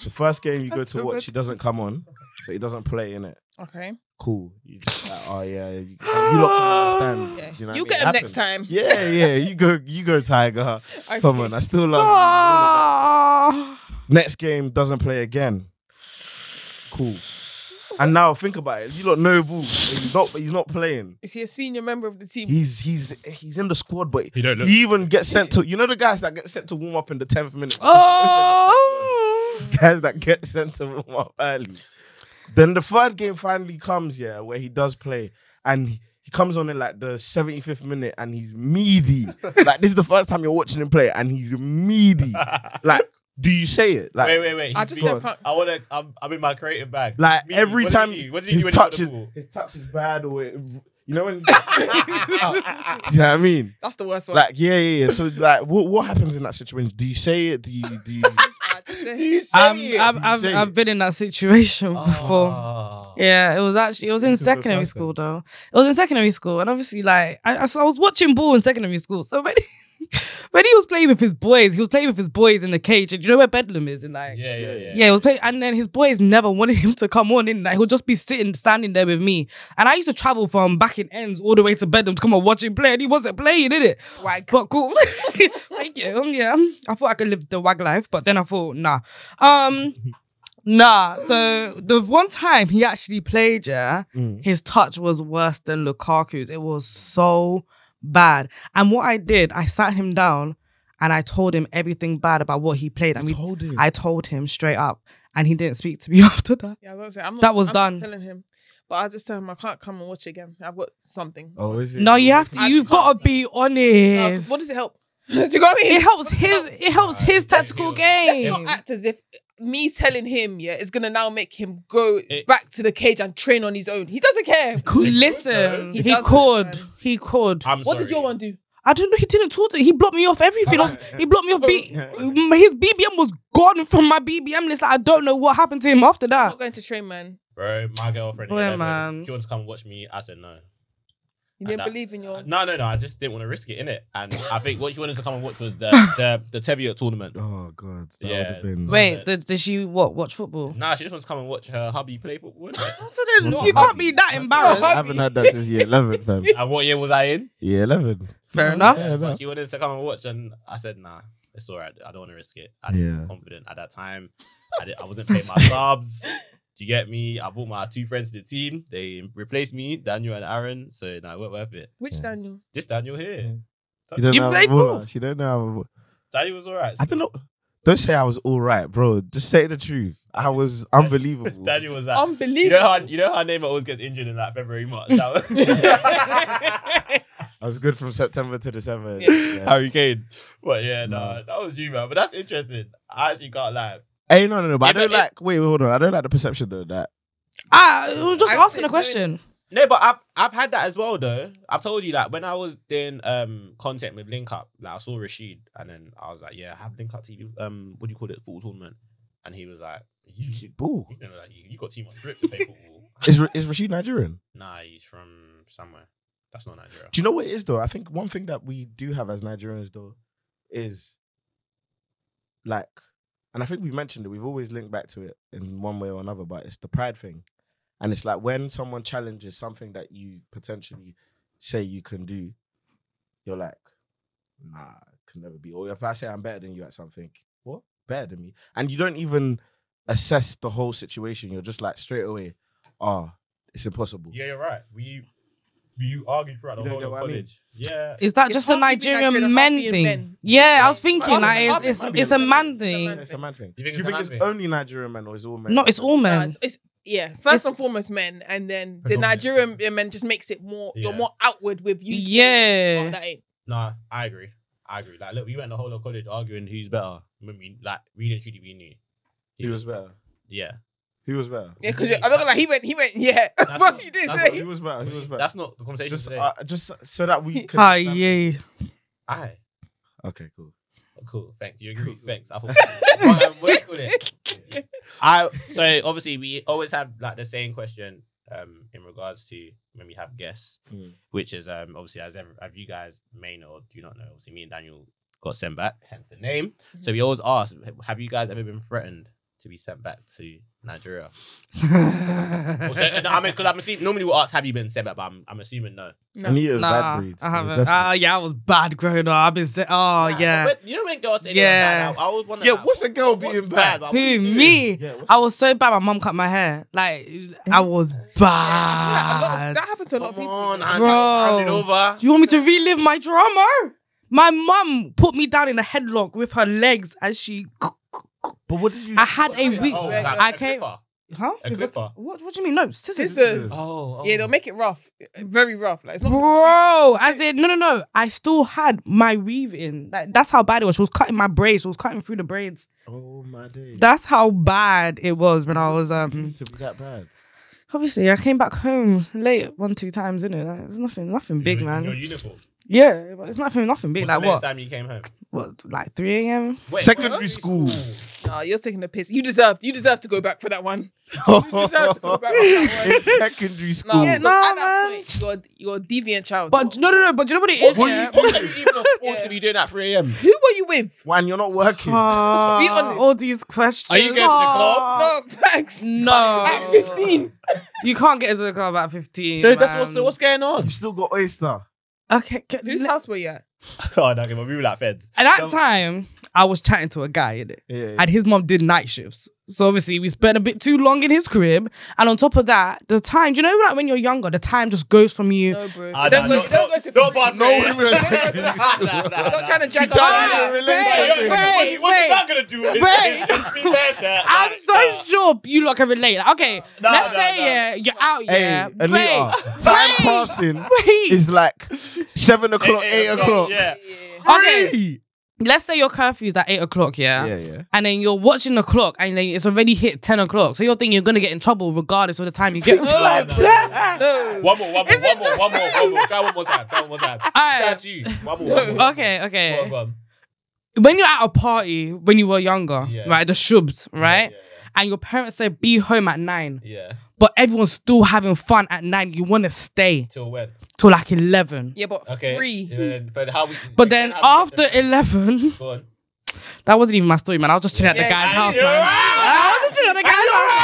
Speaker 1: the first game you go
Speaker 3: That's
Speaker 1: to
Speaker 3: so
Speaker 1: watch, he doesn't come on,
Speaker 3: (laughs)
Speaker 1: so he doesn't play in it.
Speaker 5: Okay.
Speaker 1: Cool. You just like, oh yeah, you, you lot can understand.
Speaker 5: Yeah.
Speaker 1: Do you know what I
Speaker 5: you
Speaker 1: mean?
Speaker 5: get
Speaker 1: It
Speaker 5: him
Speaker 1: happens.
Speaker 5: next time.
Speaker 1: Yeah, yeah. You go, you go, Tiger.
Speaker 5: Okay.
Speaker 1: Come on, I still love. you.
Speaker 3: Ah.
Speaker 1: Next game doesn't play again. Cool. And now think about it. You lot know ball. He's not. He's not playing.
Speaker 5: Is he a senior member of the team?
Speaker 1: He's he's he's in the squad, but
Speaker 4: He don't look.
Speaker 1: he even gets sent to. You know the guys that get sent to warm up in the tenth minute.
Speaker 3: Oh.
Speaker 1: (laughs) guys that get sent to warm up early. Then the third game finally comes, yeah, where he does play. And he he comes on in like the 75th minute and he's
Speaker 2: (laughs)
Speaker 1: meaty. like, this is the first time you're watching him play and he's meaty. like, do you say it? Like,
Speaker 2: (laughs) Wait, wait, wait.
Speaker 5: I just
Speaker 2: He's
Speaker 5: said
Speaker 1: Go
Speaker 2: been-
Speaker 5: can't-
Speaker 2: I wanna. I'm, I'm in my creative bag.
Speaker 1: Like,
Speaker 2: Me,
Speaker 1: every
Speaker 2: what did
Speaker 1: time
Speaker 2: he do? what did he
Speaker 1: his,
Speaker 2: do when he got
Speaker 1: touch
Speaker 2: the
Speaker 1: is,
Speaker 2: ball?
Speaker 1: his touch is bad or it, you know
Speaker 2: (laughs)
Speaker 1: when. (laughs) do you know what I mean?
Speaker 5: That's the worst one.
Speaker 1: Like, yeah, yeah, yeah. So, like, what, what happens in that situation? Do you say it? Do you. Do you
Speaker 5: I just
Speaker 2: Do
Speaker 5: say-
Speaker 2: you say
Speaker 3: I'm,
Speaker 2: it?
Speaker 3: Um, I've, I've,
Speaker 1: Say
Speaker 3: I've
Speaker 1: it.
Speaker 3: been in that situation before.
Speaker 2: Oh.
Speaker 3: Yeah, it was actually it was in
Speaker 1: This is the
Speaker 3: secondary
Speaker 1: first
Speaker 3: school though. It was in secondary school, and obviously, like I, I, so I was watching ball in secondary school. So (laughs) when he, when he was playing with his boys, he was playing with his boys in the cage. And you know where Bedlam is, in like
Speaker 2: Yeah, yeah, yeah.
Speaker 3: yeah, he was playing, and then his boys never wanted him to come on in. Like he'll just be sitting, standing there with me. And I used to travel from back in ends all the way to Bedlam to come and watch him play, and he wasn't playing, did it?
Speaker 5: Wag.
Speaker 3: But cool, (laughs) thank you. Um, Yeah, I thought I could live the wag life, but then I thought, nah, um, nah. So the one time he actually played, yeah,
Speaker 1: Mm.
Speaker 3: his touch was worse than Lukaku's. It was so bad. And what I did, I sat him down. And I told him everything bad about what he played, and we
Speaker 1: told him.
Speaker 3: I told him straight up, and he didn't speak to me (laughs) after that.
Speaker 5: Yeah, I was gonna say, I'm not,
Speaker 3: That was
Speaker 5: I'm not
Speaker 3: done.
Speaker 5: telling him, but I just tell him I can't come and watch again. I've got something.
Speaker 1: oh, is it?
Speaker 3: No, you have to.
Speaker 5: I
Speaker 3: You've
Speaker 5: can't
Speaker 3: got to
Speaker 5: say.
Speaker 3: be
Speaker 5: No, 'cause
Speaker 3: honest.
Speaker 5: what does it help? (laughs) Do you know what I mean?
Speaker 3: It helps his. It helps his tactical
Speaker 5: Let's
Speaker 3: game.
Speaker 5: not act as if me telling him yeah is gonna now make him go
Speaker 2: It-
Speaker 5: back to the cage and train on his own. He
Speaker 1: (laughs)
Speaker 5: doesn't care.
Speaker 3: Listen,
Speaker 5: He
Speaker 3: he,
Speaker 5: doesn't,
Speaker 3: could.
Speaker 5: man.
Speaker 3: He could.
Speaker 2: I'm
Speaker 5: What
Speaker 2: sorry.
Speaker 5: did your one do?
Speaker 3: I don't know. He didn't talk to. He blocked me off everything. off, he blocked me off.
Speaker 1: (laughs)
Speaker 3: B,
Speaker 1: Yeah.
Speaker 3: his BBM was gone from my BBM list. Like, I don't know what happened to him after
Speaker 5: I'm
Speaker 3: that.
Speaker 5: not going to train, man.
Speaker 2: Bro, my girlfriend.
Speaker 3: Boy,
Speaker 2: hit level.
Speaker 3: man.
Speaker 2: Do you want to come watch me? I said no.
Speaker 5: You
Speaker 2: And
Speaker 5: didn't
Speaker 2: that-
Speaker 5: believe in your.
Speaker 2: (laughs) No, no, no. I just didn't want to risk it in it. And I think what you wanted to come and watch was
Speaker 1: (laughs)
Speaker 2: the the, the Teviot tournament.
Speaker 1: Oh, God. That
Speaker 2: Yeah.
Speaker 1: would have been.
Speaker 3: Wait, did, did she what watch football?
Speaker 2: Nah, she just wants to come and watch her hubby play football.
Speaker 1: (laughs)
Speaker 2: innit?
Speaker 3: So then,
Speaker 1: What's
Speaker 3: you
Speaker 1: that?
Speaker 3: can't be that
Speaker 1: I
Speaker 3: embarrassed.
Speaker 1: haven't had that since year 11,
Speaker 3: (laughs)
Speaker 1: fam.
Speaker 2: and what year was I in?
Speaker 1: Year 11.
Speaker 3: Fair enough.
Speaker 1: Yeah, no.
Speaker 2: But she wanted to come and watch, and I said nah. It's all right. I don't want to risk it. I
Speaker 1: Yeah.
Speaker 2: didn't feel confident at that time. I, did, I wasn't playing
Speaker 1: (laughs)
Speaker 2: my subs. Do you get me? I brought my two friends to the team. They replaced me, Daniel and Aaron. So nah, it wasn't worth it.
Speaker 5: Which
Speaker 1: Yeah.
Speaker 5: Daniel?
Speaker 2: This Daniel here.
Speaker 1: You don't
Speaker 3: You
Speaker 1: know
Speaker 3: played
Speaker 1: how ball.
Speaker 3: ball.
Speaker 1: She don't know how ball.
Speaker 2: Daniel was all right.
Speaker 1: I don't know. Don't say I was all right, bro. Just say the truth. I (laughs) was unbelievable.
Speaker 2: (laughs) Daniel was that. Uh, you know
Speaker 5: Unbelievable.
Speaker 2: how you know how Neymar always gets injured in like February, March. That
Speaker 1: (laughs)
Speaker 2: was- (laughs)
Speaker 1: I was good from September to December.
Speaker 5: Yeah.
Speaker 1: Yeah.
Speaker 2: Harry Kane. But yeah, no,
Speaker 1: No.
Speaker 2: that was you, man. But that's interesting. I actually can't lie.
Speaker 1: Hey, no, no, no. But I
Speaker 2: Yeah, but
Speaker 1: don't
Speaker 2: it-
Speaker 1: like. Wait, wait, hold on. I don't like the perception though that
Speaker 3: Ah, I was just
Speaker 5: I
Speaker 3: asking a
Speaker 5: think-
Speaker 3: question.
Speaker 2: No, but I've I've had that as well though. I've told you that when I was doing um content with Link Up, like I saw Rashid and then I was like, Yeah, I have Link Up TV um what do you call it, football tournament? And he was like, You (laughs) you
Speaker 1: ball
Speaker 2: know, like you, you got too much grip to play football. (laughs)
Speaker 1: is Ra- is Rashid Nigerian.
Speaker 2: nah, he's from somewhere. That's
Speaker 1: (laughs)
Speaker 2: not Nigeria.
Speaker 1: Do you know what it is though? I think one thing that we do have as Nigerians though is like, and I think we've mentioned it. We've always linked back to it in one way or another, but it's the pride thing, and it's like when someone challenges something that you potentially say you can do, you're like, nah, it can never be. Or if I say I'm better than you at something, what better than me? And you don't even assess the whole situation. You're just like straight away, ah, it's impossible.
Speaker 2: Yeah, you're right. We you argued throughout
Speaker 1: You
Speaker 2: the
Speaker 1: don't
Speaker 2: whole
Speaker 1: get
Speaker 2: of
Speaker 1: what I mean?
Speaker 2: college. Yeah.
Speaker 3: Is that
Speaker 5: It's
Speaker 3: just a
Speaker 5: hard to be
Speaker 3: Nigerian
Speaker 5: Nigerian,
Speaker 3: men
Speaker 5: hard being
Speaker 3: thing?
Speaker 5: men.
Speaker 3: Yeah, I was
Speaker 5: Yeah,
Speaker 3: thinking
Speaker 5: it's
Speaker 3: like
Speaker 5: hard
Speaker 3: it's
Speaker 5: being
Speaker 3: it's,
Speaker 1: men.
Speaker 3: it's a man
Speaker 5: It's a man
Speaker 3: thing.
Speaker 1: It's a man thing.
Speaker 2: You think
Speaker 1: Do
Speaker 2: it's
Speaker 1: you
Speaker 2: a
Speaker 1: think it's
Speaker 2: man thing?
Speaker 1: only Nigerian men or is it all men?
Speaker 3: No, it's all
Speaker 5: No,
Speaker 3: men.
Speaker 5: it's, it's- yeah, first
Speaker 3: It's-
Speaker 5: and foremost, men, and then the
Speaker 2: Predominant.
Speaker 5: Nigerian men just makes it more.
Speaker 2: Yeah.
Speaker 5: You're more outward with you. saying,
Speaker 3: Yeah.
Speaker 5: "Oh, that ain't."
Speaker 2: Nah, I agree. I agree. Like, look, we went the whole of college arguing who's better. When we like, we didn't truly we knew.
Speaker 1: Who was better?
Speaker 2: Yeah.
Speaker 1: Who was better?
Speaker 5: Yeah, because I'm not gonna lie, he went, he went, yeah.
Speaker 2: That's
Speaker 5: Bro,
Speaker 2: not-
Speaker 5: you didn't
Speaker 2: that's
Speaker 5: say.
Speaker 2: not-
Speaker 1: Who was better? Who was better?
Speaker 2: That's not the conversation
Speaker 1: just,
Speaker 2: today.
Speaker 1: uh, just so that we
Speaker 3: (laughs)
Speaker 1: can.
Speaker 3: Ah, yeah.
Speaker 2: Aye.
Speaker 1: Okay, cool.
Speaker 2: Cool. Thanks. You agree.
Speaker 1: (laughs)
Speaker 2: Thanks. I thought. But, um, what do you call it? I so obviously we always have like the same question um in regards to when we have guests,
Speaker 1: Mm.
Speaker 2: which is um obviously as ever as you guys may know or do not know, obviously me and Daniel got sent back, hence the name. So we always ask, have you guys ever been threatened to be sent back to
Speaker 3: (laughs)
Speaker 2: Nigeria. Also, no, I'm because I'm assuming normally we'll ask have you been sent back, but I'm, I'm assuming no.
Speaker 5: (laughs) No.
Speaker 1: Anita's bad
Speaker 3: Nah,
Speaker 1: breeds.
Speaker 3: I haven't. Ah, yeah, I was bad growing up. I've been. Se- oh
Speaker 2: Nah,
Speaker 3: yeah.
Speaker 2: but when- you know when girls say yeah.
Speaker 3: Yeah.
Speaker 2: bad, I, I always wonder.
Speaker 1: yeah,
Speaker 2: like,
Speaker 1: what's a girl
Speaker 2: what's
Speaker 1: being bad?
Speaker 2: but what
Speaker 3: Who
Speaker 2: you doing?
Speaker 3: me?
Speaker 1: Yeah, what's-
Speaker 3: I was so bad. My mum cut my hair. Like I was
Speaker 5: Like, a lot of-
Speaker 3: bad.
Speaker 5: that happened to a lot of
Speaker 2: Come
Speaker 5: people.
Speaker 2: on, hand,
Speaker 3: Ah, Bro.
Speaker 2: hand it over.
Speaker 3: Do you want me to relive my drama? My mum put me down in a headlock with her legs as she.
Speaker 1: But what did you?
Speaker 3: I had a week.
Speaker 2: Oh,
Speaker 5: Yeah,
Speaker 2: like
Speaker 3: I
Speaker 2: a
Speaker 3: came.
Speaker 2: clipper.
Speaker 3: Huh?
Speaker 2: A
Speaker 3: With a-
Speaker 2: clipper.
Speaker 3: What? What do you mean? No scissors.
Speaker 5: Scissors.
Speaker 2: Oh,
Speaker 5: Yeah, they'll make it rough, very rough. Like it's not.
Speaker 3: Bro, as in no, no, no. I still had my weave in. Like, that's how bad it was. She was cutting my braids. She was cutting through the braids.
Speaker 1: oh my days.
Speaker 3: That's how bad it was when I was um.
Speaker 1: to
Speaker 2: Mm-hmm.
Speaker 1: be that bad.
Speaker 3: Obviously, I came back home late one, two times. Innit? Like, it's nothing, nothing big, man.
Speaker 2: Your uniform.
Speaker 3: Yeah, but it's nothing, nothing
Speaker 2: What's
Speaker 3: big. like
Speaker 2: the next
Speaker 3: what?
Speaker 2: time you came home?
Speaker 3: What? Like three a.m.
Speaker 2: Wait,
Speaker 1: Secondary
Speaker 2: what?
Speaker 1: school. (laughs)
Speaker 5: Oh, you're taking a piss. You deserved. You deserve to go back for that one. deserve to go back on that one.
Speaker 1: In secondary
Speaker 5: No,
Speaker 1: school.
Speaker 3: Yeah,
Speaker 5: because
Speaker 3: no,
Speaker 5: at that
Speaker 3: man.
Speaker 5: point, you're you're a deviant child.
Speaker 3: But no, no, no. But do you know what it is?
Speaker 1: What-
Speaker 5: Yeah.
Speaker 2: What are you even afford
Speaker 5: Yeah.
Speaker 2: to be doing at 3 a.m.?
Speaker 5: who were you with?
Speaker 1: Wan, you're not working.
Speaker 3: Ah,
Speaker 5: Be honest.
Speaker 3: all these questions.
Speaker 2: Are you going to the club?
Speaker 5: No, (laughs) thanks.
Speaker 3: No.
Speaker 5: At 15.
Speaker 3: You can't get into the club at 15.
Speaker 2: So that's what's
Speaker 3: man.
Speaker 2: so what's going on.
Speaker 1: you still got oyster.
Speaker 3: Okay. c-
Speaker 5: Whose
Speaker 3: le-
Speaker 5: house were you at?
Speaker 2: oh, no, okay, but we were like feds.
Speaker 3: At that
Speaker 2: No.
Speaker 3: time, I was chatting to a guy, innit?
Speaker 1: Yeah.
Speaker 3: and his mom did night shifts. So obviously, we spent a bit too long in his crib. And on top of that, the time, do you know, like when you're younger, the time just goes from you.
Speaker 5: No, bro.
Speaker 2: Ah, nah,
Speaker 5: don't, go,
Speaker 2: no,
Speaker 5: don't go to
Speaker 2: no, but no
Speaker 5: February.
Speaker 1: women
Speaker 2: (laughs)
Speaker 1: are
Speaker 5: Don't go to- I'm not trying to drag on
Speaker 1: died
Speaker 5: that.
Speaker 1: in a relationship.
Speaker 3: Wait,
Speaker 2: What's
Speaker 3: wait.
Speaker 2: that gonna do? It's-
Speaker 3: Wait.
Speaker 2: it's- it's bad that-
Speaker 3: I'm so
Speaker 2: that-
Speaker 3: sure you lot can relate. Like, okay,
Speaker 2: No,
Speaker 3: let's
Speaker 2: no,
Speaker 3: say
Speaker 2: no.
Speaker 3: yeah, you're out,
Speaker 1: Hey,
Speaker 3: yeah.
Speaker 1: Anita,
Speaker 3: Wait,
Speaker 1: time
Speaker 3: wait,
Speaker 1: passing
Speaker 3: wait.
Speaker 1: is like seven o'clock, eight,
Speaker 2: Eight
Speaker 1: o'clock.
Speaker 2: Yeah.
Speaker 3: okay.
Speaker 1: Three.
Speaker 3: Let's say your curfew's at eight o'clock, yeah?
Speaker 1: Yeah, yeah.
Speaker 3: and then you're watching the clock, and then it's already hit ten o'clock. So you're thinking you're gonna get in trouble regardless of the time
Speaker 1: (laughs)
Speaker 3: you get.
Speaker 5: No,
Speaker 3: All
Speaker 2: no,
Speaker 5: No.
Speaker 2: One more, one more,
Speaker 3: Is it
Speaker 2: one more, one more, one
Speaker 3: (laughs)
Speaker 2: more. Try one more time. Try one more time. Try
Speaker 3: right.
Speaker 2: two. One more. One more.
Speaker 3: Okay,
Speaker 2: Go on,
Speaker 3: okay.
Speaker 2: go on.
Speaker 3: When you're at a party when you were younger,
Speaker 2: Yeah.
Speaker 3: right, the shubs, right,
Speaker 2: Yeah,
Speaker 3: and your parents say be home at nine,
Speaker 2: Yeah. yeah.
Speaker 3: but everyone's still having fun at nine. You want to stay
Speaker 2: Till when?
Speaker 3: till like eleven,
Speaker 5: Yeah, but
Speaker 2: Okay.
Speaker 5: free.
Speaker 2: Yeah, then- but how we?
Speaker 3: but then
Speaker 2: how we get
Speaker 3: after
Speaker 2: there?
Speaker 3: eleven,
Speaker 2: Go on.
Speaker 3: that wasn't even my story, man. I was just chilling at
Speaker 5: Yeah,
Speaker 3: the guy's
Speaker 5: yeah,
Speaker 3: house,
Speaker 2: you're
Speaker 3: man.
Speaker 2: right.
Speaker 3: I was just chilling at the guy's
Speaker 2: You're
Speaker 3: house.
Speaker 2: out.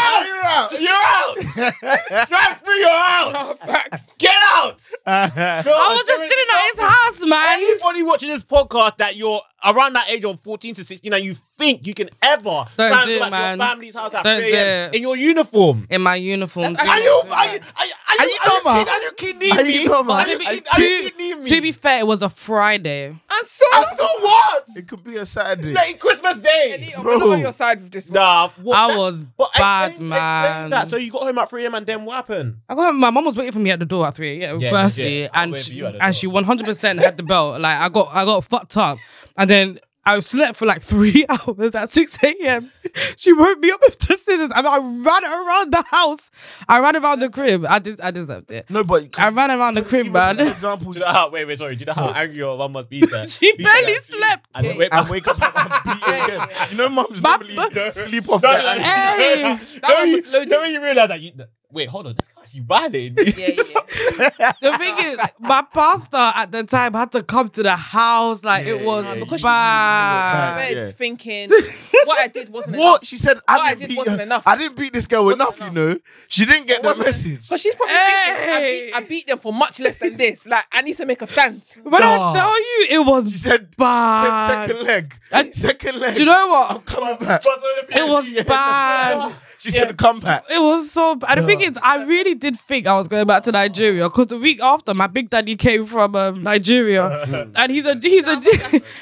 Speaker 2: (laughs) Oh, You're out. Free. You're out.
Speaker 5: No, facts.
Speaker 2: Get out. Uh-huh.
Speaker 1: You're out.
Speaker 3: I was just chilling at his house, man.
Speaker 2: Anybody watching this podcast that you're around that age of 14 to 16 and you think you can ever
Speaker 3: Don't do
Speaker 2: to
Speaker 3: it,
Speaker 2: like
Speaker 3: man.
Speaker 2: your family's house at
Speaker 3: Don't
Speaker 2: 3 a.m.
Speaker 3: do it.
Speaker 2: in your uniform.
Speaker 3: In my uniform.
Speaker 5: That's-
Speaker 2: Are
Speaker 3: too.
Speaker 2: you are you are
Speaker 1: Are
Speaker 2: you
Speaker 1: you
Speaker 2: are you
Speaker 1: normal?
Speaker 2: kid- are you kidding
Speaker 1: Are
Speaker 2: me?
Speaker 1: you normal?
Speaker 2: (laughs) Are you
Speaker 3: To be-
Speaker 2: kid- are you
Speaker 3: to-
Speaker 2: kidding me?
Speaker 3: To be fair, it was a Friday.
Speaker 5: And so,
Speaker 2: I don't what?
Speaker 1: It could be a Saturday.
Speaker 2: Like Christmas Day.
Speaker 5: Anita,
Speaker 1: Bro.
Speaker 5: we're not on your side with this one.
Speaker 2: Nah, what?
Speaker 3: I
Speaker 2: that-
Speaker 3: was
Speaker 2: but explain-
Speaker 3: bad,
Speaker 2: explain
Speaker 3: man.
Speaker 2: That. So you got home at 3 a.m. and then what happened?
Speaker 3: I got home, my mom was waiting for me at the door at three. Yeah,
Speaker 2: Yeah,
Speaker 3: firstly,
Speaker 2: legit. I'll
Speaker 3: and
Speaker 2: wait for
Speaker 3: she,
Speaker 2: you at the
Speaker 3: and
Speaker 2: door.
Speaker 3: she one hundred percent had the belt. Like I got I got fucked up, and then I slept for like three (laughs) hours at six a.m. She woke me up with the scissors, and I ran around the house. I ran around the crib. I just I deserved it.
Speaker 1: no, but
Speaker 3: I ran around the
Speaker 1: (laughs)
Speaker 3: crib,
Speaker 1: for
Speaker 3: man.
Speaker 1: example,
Speaker 2: Do you know how? Wait, wait, sorry. Do you know how angry your mum must be?
Speaker 5: (laughs)
Speaker 2: There?
Speaker 3: She barely slept.
Speaker 2: And then wait,
Speaker 1: I wake up and beat
Speaker 5: Yeah,
Speaker 1: again.
Speaker 5: yeah.
Speaker 1: You know, mums
Speaker 3: Bab-
Speaker 1: normally
Speaker 2: No.
Speaker 1: sleep off
Speaker 2: No,
Speaker 1: their
Speaker 2: no, no,
Speaker 1: ankles.
Speaker 3: Hey!
Speaker 2: no,
Speaker 5: That
Speaker 2: no,
Speaker 5: one
Speaker 2: you-
Speaker 5: was loaded.
Speaker 2: no, when you realize that you wait, hold on, you violated. me.
Speaker 5: Yeah, yeah.
Speaker 3: (laughs) The thing is, my pastor at the time had to come to the house. Like
Speaker 1: Yeah,
Speaker 3: it was
Speaker 1: yeah,
Speaker 5: because she-
Speaker 3: bad.
Speaker 1: Yeah.
Speaker 3: (laughs)
Speaker 5: Bed's thinking what I did wasn't
Speaker 1: What she said? I
Speaker 5: What I
Speaker 1: didn't
Speaker 5: did
Speaker 1: beat
Speaker 5: wasn't
Speaker 1: her.
Speaker 5: enough.
Speaker 1: I didn't beat this girl enough, You know, she didn't get the
Speaker 5: Wasn't-
Speaker 1: message.
Speaker 5: Because she's probably
Speaker 3: Hey.
Speaker 5: thinking I beat, I beat them for much less than this. Like I need to make
Speaker 3: (laughs)
Speaker 5: a stand.
Speaker 3: When
Speaker 1: Nah.
Speaker 3: I tell you, it
Speaker 1: She
Speaker 3: was
Speaker 1: said,
Speaker 3: bad.
Speaker 1: second leg,
Speaker 3: And-
Speaker 1: second leg.
Speaker 3: Do you know what?
Speaker 1: I'm coming back.
Speaker 3: It was
Speaker 1: (laughs)
Speaker 3: bad.
Speaker 1: She said, come back.
Speaker 3: It was so bad. And the thing
Speaker 1: Yeah.
Speaker 3: is, I really did think I was going back to Nigeria because the week after, my big daddy came from um, Nigeria, and he's a (laughs) he's a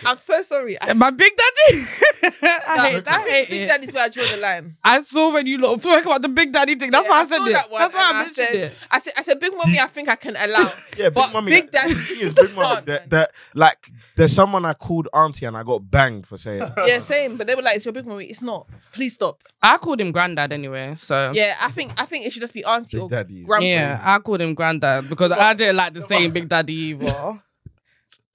Speaker 5: I'm so sorry. I,
Speaker 3: my big daddy. (laughs) I
Speaker 5: I,
Speaker 3: hate, I
Speaker 5: think
Speaker 3: hate
Speaker 5: Big
Speaker 3: it.
Speaker 5: Daddy's where I draw the line.
Speaker 3: I saw when you lot talk about the big daddy thing. That's
Speaker 5: Yeah,
Speaker 3: why I
Speaker 5: saw
Speaker 3: said it.
Speaker 5: that one
Speaker 3: That's why
Speaker 5: and
Speaker 3: I mentioned
Speaker 5: said,
Speaker 3: it.
Speaker 5: I said, I said, Big Mommy, I think I can allow.
Speaker 1: Yeah, big
Speaker 5: But
Speaker 1: mummy.
Speaker 5: Big
Speaker 1: that- (laughs)
Speaker 5: Daddy-
Speaker 1: the thing
Speaker 5: (laughs)
Speaker 1: is, big mummy.
Speaker 5: Can't, man.
Speaker 1: That, that like, there's someone I called auntie and I got banged for
Speaker 5: (laughs)
Speaker 1: saying. it.
Speaker 5: yeah, same. But they were like, it's your Big Mommy. It's not. Please stop.
Speaker 3: I called him granddad anyway. So
Speaker 5: Yeah, I think I think it should just be
Speaker 1: (laughs)
Speaker 5: Auntie
Speaker 1: Big
Speaker 5: or
Speaker 1: daddy.
Speaker 5: Grandma. (laughs)
Speaker 3: Yeah, I called him granddad because I didn't like the saying big daddy either.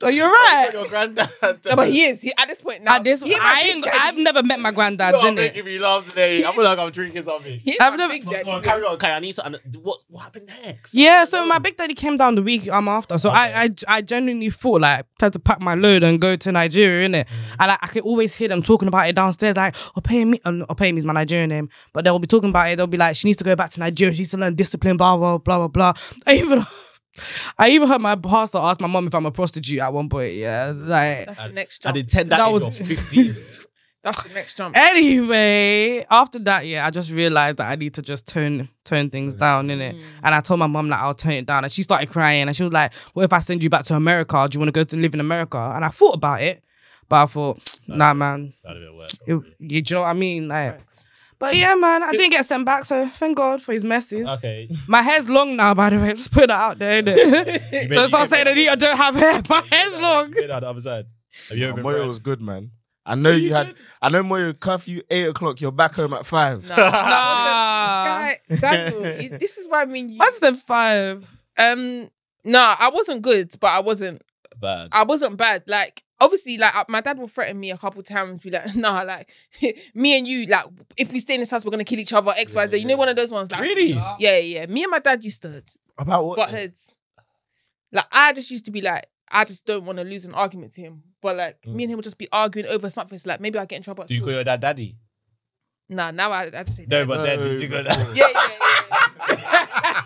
Speaker 3: So you're right.
Speaker 2: (laughs) Your granddad.
Speaker 5: No,
Speaker 2: (laughs)
Speaker 5: but he is. He, at this point now.
Speaker 3: At this,
Speaker 5: he is my
Speaker 3: I
Speaker 5: big
Speaker 3: ain't,
Speaker 5: daddy.
Speaker 3: I've never met my granddad,
Speaker 2: You're not
Speaker 3: in it.
Speaker 2: making me laugh today. I feel like I'm drinking something.
Speaker 5: He is
Speaker 3: I've
Speaker 5: my
Speaker 3: never-
Speaker 5: big
Speaker 2: Go on,
Speaker 5: daddy.
Speaker 2: go on, carry on, okay. I need to. Under- what what happened next?
Speaker 3: Yeah, so my big daddy came down the week I'm after. So I, I I genuinely thought like tried to pack my load and go to Nigeria, innit? And like I could always hear them talking about it downstairs, like Opayemi um, Opayemi is my Nigerian name. But they'll be talking about it, they'll be like, She needs to go back to Nigeria, she needs to learn discipline, blah blah blah blah blah. (laughs) I even I even heard my pastor ask my mom if I'm a prostitute at one point, yeah. Like
Speaker 5: That's the
Speaker 2: I
Speaker 5: next jump.
Speaker 2: did ten that, that
Speaker 3: That was-
Speaker 5: (laughs)
Speaker 2: was fifteen.
Speaker 5: That's the
Speaker 2: (laughs)
Speaker 5: next jump.
Speaker 3: Anyway, after that, yeah, I just realized that I need to just turn turn things
Speaker 5: Mm.
Speaker 3: down, innit? And I told my mum that I'll turn it down. And she started crying and she was like, What if I send you back to America? Do you want to go to live in America? And I thought about it, but I thought, nah, man.
Speaker 2: That'd have been worse.
Speaker 3: It, you, do you know what I mean? Like But yeah, man, I didn't get sent back, so thank God for his messes.
Speaker 5: (laughs)
Speaker 2: Okay.
Speaker 3: My hair's long now, by the way. Just put that out there, (laughs) innit?
Speaker 2: You made-
Speaker 3: Don't
Speaker 2: you
Speaker 3: start saying
Speaker 2: made-
Speaker 3: Anita don't have hair. (laughs) My hair's long.
Speaker 5: (laughs)
Speaker 2: You made that on the other side. Have you ever been
Speaker 1: Moyo
Speaker 2: bred?
Speaker 1: was good, man. I know you had. I know Moyo curfew eight o'clock. You're back home at five.
Speaker 5: No.
Speaker 3: Nah.
Speaker 5: This guy, Daniel, you- this is why I mean. You,
Speaker 3: I said five.
Speaker 5: um, no, I wasn't good, but I wasn't.
Speaker 2: bad?
Speaker 5: I wasn't bad. Like obviously, like uh, my dad will threaten me a couple times. Be like, (laughs) nah, like me and you, like if we stay in this house, we're gonna kill each other. X, Y, Z. You know, one of those ones. Like,
Speaker 2: Really?
Speaker 5: Yeah, yeah. Me and my dad used to
Speaker 1: About what?
Speaker 5: butt heads. Like I just used to be like, I just don't want to lose an argument to him. But like me and him would just be arguing over something. So like maybe I get in trouble. At
Speaker 2: Mm. Do you call
Speaker 5: school.
Speaker 2: your dad daddy?
Speaker 5: Nah, now I, I just say.
Speaker 2: No,
Speaker 5: dad.
Speaker 2: but then did you go that?
Speaker 5: Yeah,
Speaker 2: (laughs)
Speaker 5: yeah, yeah.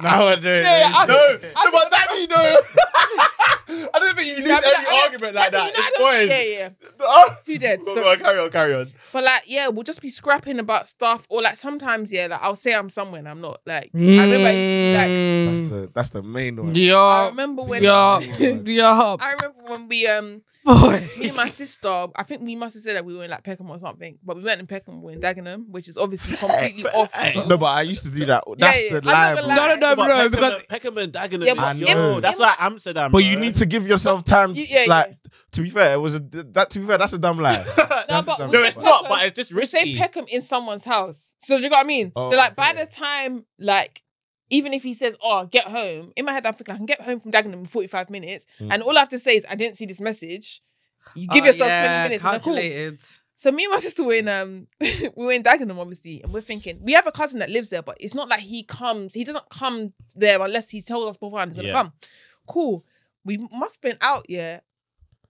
Speaker 1: Nowadays,
Speaker 5: Yeah, I-
Speaker 2: No,
Speaker 5: I-
Speaker 2: no, but daddy, no. (laughs) I don't think you lose
Speaker 5: Yeah, I'd be
Speaker 2: every
Speaker 5: like, oh,
Speaker 2: argument like
Speaker 5: Daddy,
Speaker 2: that.
Speaker 5: you know, I
Speaker 2: It's boys.
Speaker 5: don't- Yeah, yeah.
Speaker 2: (laughs) Oh,
Speaker 5: Too dead.
Speaker 2: go,
Speaker 5: So-
Speaker 2: go on, carry on, carry on.
Speaker 5: But like, yeah, we'll just be scrapping about stuff, or like sometimes, yeah, like I'll say I'm somewhere and I'm not. Like I remember, I used to be
Speaker 1: That's
Speaker 5: like
Speaker 1: the that's the main one.
Speaker 5: I
Speaker 2: Mm.
Speaker 3: Yo,
Speaker 5: remember when
Speaker 3: yo, yo,
Speaker 5: I remember when we um
Speaker 3: boy.
Speaker 5: me and my sister, I think we must have said that we were in like Peckham or something, but we weren't in Peckham, we were in Dagenham, which is
Speaker 2: (laughs)
Speaker 5: obviously completely off.
Speaker 1: No, but I used to do that. That's
Speaker 5: yeah, I'm
Speaker 1: the
Speaker 5: not
Speaker 1: lie. bro.
Speaker 5: gonna lie.
Speaker 3: No, no, no,
Speaker 2: But
Speaker 3: bro.
Speaker 2: Peckham-
Speaker 3: Because
Speaker 2: Peckham and Dagenham.
Speaker 5: Yeah,
Speaker 2: is-
Speaker 5: but
Speaker 1: I
Speaker 2: yo,
Speaker 1: know.
Speaker 2: that's like Amsterdam.
Speaker 1: But you need to give yourself time.
Speaker 5: You- yeah,
Speaker 1: like to be fair, it was a that. To be fair, that's a dumb
Speaker 5: (laughs)
Speaker 1: lie.
Speaker 5: No,
Speaker 1: That's
Speaker 5: but
Speaker 1: dumb.
Speaker 5: we-
Speaker 2: No, it's
Speaker 1: (laughs)
Speaker 2: not. But it's just
Speaker 5: We say
Speaker 2: risky.
Speaker 5: Peckham in someone's house. So do you know what I mean?
Speaker 1: Oh,
Speaker 5: so like by
Speaker 1: okay.
Speaker 5: the time like even if he says, "Oh, get home," in my head I'm thinking I can get home from Dagenham in 45 minutes,
Speaker 1: Mm.
Speaker 5: and all I have to say is I didn't see this message. You
Speaker 1: Oh,
Speaker 5: give
Speaker 3: Oh,
Speaker 5: yourself 20 minutes and they're cool. So me and my sister were in um (laughs) we were in Dagenham obviously and we're thinking we have a cousin that lives there but it's not like he comes he doesn't come there unless he told us beforehand he's gonna
Speaker 2: Yeah.
Speaker 5: come. Cool. We must have been out yeah,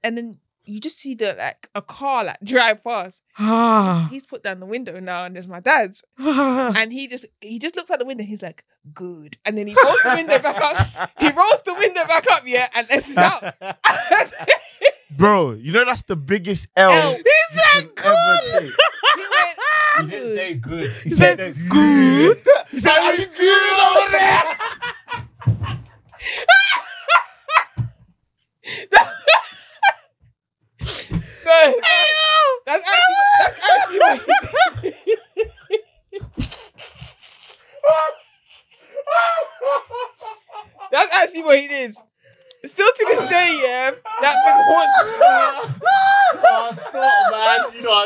Speaker 5: and then you just see the like a car like (laughs) drive past.
Speaker 3: Ah.
Speaker 5: He's put down the window now and there's my dad's and he just he just looks out the window he's like good and then he rolls the window back up. He rolls the window back up yeah and this is out. (laughs)
Speaker 1: bro, you know that's the biggest
Speaker 2: Oh.
Speaker 1: L.
Speaker 5: L.
Speaker 1: you
Speaker 2: (laughs)
Speaker 1: can ever take.
Speaker 5: he went
Speaker 2: You didn't say good.
Speaker 1: He said, "Good." He said, "Are you good over there?"
Speaker 5: no. That's actually that's actually what he (laughs) That's actually what he did. Still to this day, yeah, that thing haunts me.
Speaker 2: Oh, stop, man. You know,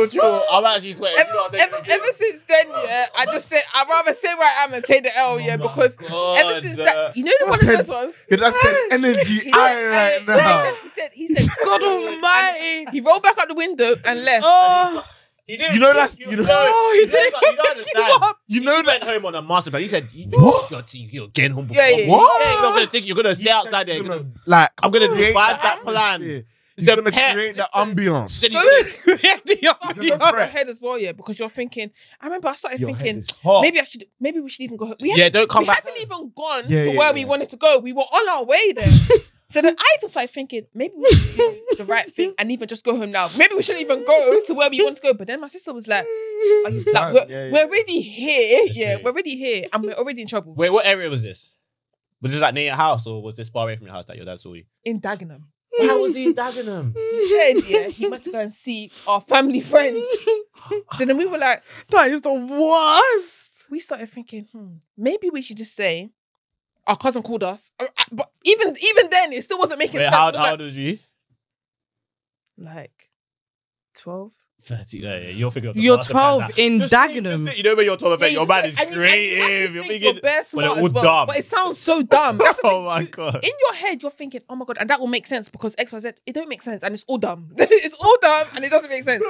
Speaker 2: you're chill, chill. I'm actually sweating.
Speaker 5: Ever, ever, ever since then, yeah, I just said I'd rather say where I am and take the
Speaker 2: Oh
Speaker 5: L, yeah, because ever since that, you know, the one of those ones.
Speaker 1: Yeah, that's an energy I right now.
Speaker 5: (laughs) He said, he said,
Speaker 3: God (laughs)
Speaker 5: And
Speaker 3: almighty.
Speaker 5: He rolled back out the window and left.
Speaker 3: Oh,
Speaker 2: He didn't,
Speaker 1: You know that's- you know-
Speaker 3: Oh, he
Speaker 2: you don't-
Speaker 3: didn't
Speaker 2: You don't understand. You know that home on a master plan. He said, you what? Your team, you're getting home before.
Speaker 5: Yeah, yeah.
Speaker 1: What?
Speaker 2: You're not gonna think you're gonna stay outside there.
Speaker 1: You're
Speaker 2: You're gonna-
Speaker 1: gonna, like
Speaker 2: I'm gonna
Speaker 1: create
Speaker 2: devise
Speaker 1: the
Speaker 2: that plan.
Speaker 1: atmosphere.
Speaker 2: The
Speaker 1: You're gonna
Speaker 2: pet-
Speaker 1: create the
Speaker 5: Listen.
Speaker 1: ambience.
Speaker 2: Then
Speaker 5: So-
Speaker 2: you're gonna-
Speaker 5: (laughs)
Speaker 1: You're
Speaker 5: You're
Speaker 1: fresh.
Speaker 5: head as well, yeah, because you're thinking. I remember I started
Speaker 1: Your head
Speaker 5: thinking
Speaker 1: is hot.
Speaker 5: maybe I should, maybe we should even go. We,
Speaker 2: Yeah, don't
Speaker 5: had, we
Speaker 2: come back.
Speaker 5: hadn't even gone
Speaker 1: Yeah,
Speaker 5: to
Speaker 1: yeah,
Speaker 5: where
Speaker 1: yeah.
Speaker 5: we wanted to go. We were on our way there. so then I even started thinking maybe we should do the right thing and even just go home now. Maybe we shouldn't even go to where we want to go. But then my sister was like, Are you, like
Speaker 1: Done.
Speaker 5: we're,
Speaker 1: Yeah, yeah.
Speaker 5: we're already here,
Speaker 2: That's
Speaker 5: yeah,
Speaker 2: it.
Speaker 5: we're already here, and we're already in trouble
Speaker 2: Wait, what area was this? Was this like near your house, or was this far away from your house that your dad saw you?
Speaker 5: in Dagenham."
Speaker 2: How was he
Speaker 5: (laughs)
Speaker 2: in Dagenham?
Speaker 5: He said, "Yeah, he went to go and see our family friends."
Speaker 2: (laughs)
Speaker 5: so then we were like.
Speaker 3: that is the worst.
Speaker 5: we started thinking, hmm, maybe we should just say our cousin called us. Uh, uh, But even even then, it still wasn't making
Speaker 2: Wait,
Speaker 5: sense.
Speaker 2: how
Speaker 5: We're
Speaker 2: how
Speaker 5: like-
Speaker 2: old was you?
Speaker 5: Like twelve.
Speaker 2: 30. Yeah, yeah, you'll figure out the
Speaker 3: You're
Speaker 2: master plan
Speaker 3: 12
Speaker 2: now.
Speaker 3: in
Speaker 2: Just think-
Speaker 3: Dagenham.
Speaker 2: just think, You know when you're 12 about,
Speaker 5: Yeah,
Speaker 2: your
Speaker 5: you
Speaker 2: man
Speaker 5: just-
Speaker 2: is
Speaker 5: and you- and you actually
Speaker 2: creative. You're
Speaker 5: think
Speaker 2: thinking,
Speaker 5: you're bare
Speaker 2: well, they're
Speaker 5: smart as
Speaker 2: all
Speaker 5: well,
Speaker 2: dumb.
Speaker 5: But it sounds so dumb. That's
Speaker 2: (laughs)
Speaker 5: the
Speaker 2: oh
Speaker 5: thing.
Speaker 2: my
Speaker 5: You-
Speaker 2: God.
Speaker 5: in your head, you're thinking, oh my god, and that will make sense because X, Y, Z. It don't make sense, and it's all dumb. (laughs) it's all dumb, and it doesn't make sense.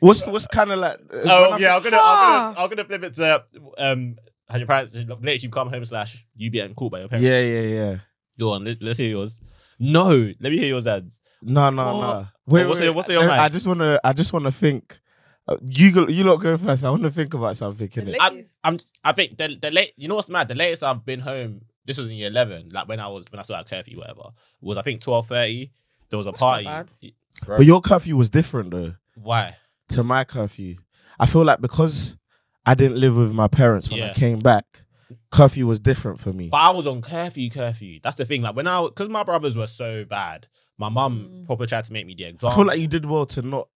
Speaker 1: What's what's kind of like? uh,
Speaker 2: Oh yeah, I'm gonna, I'm
Speaker 3: Ah.
Speaker 2: gonna, I'm gonna flip it to um, had your parents literally you come home slash you being caught by your parents.
Speaker 1: yeah, yeah, yeah.
Speaker 2: Go on, let, let's hear yours. No, let me hear yours, dad's.
Speaker 1: No, no,
Speaker 2: What? Oh,
Speaker 1: no.
Speaker 2: what's your- what's your
Speaker 1: No,
Speaker 2: mind?
Speaker 1: I just wanna, I just wanna think. Uh, You go, you lot go first. I wanna think about something.
Speaker 5: The
Speaker 1: Innit?
Speaker 2: I'm,
Speaker 5: ladies.
Speaker 2: I'm, I think the the late. You know what's mad? The latest I've been home. This was in year eleven, like when I was when I started curfew, whatever. Was I think twelve thirty. There was a
Speaker 5: not
Speaker 2: party. Bro,
Speaker 1: But your curfew was different though
Speaker 2: why?
Speaker 1: to my curfew. I feel like because I didn't live with my parents when
Speaker 2: Yeah.
Speaker 1: I came back, curfew was different for me.
Speaker 2: But I was on curfew, curfew. That's the thing. Like when I, because my brothers were so bad, my mum
Speaker 5: Mm.
Speaker 2: proper tried to make me the example.
Speaker 1: I feel like you did well to not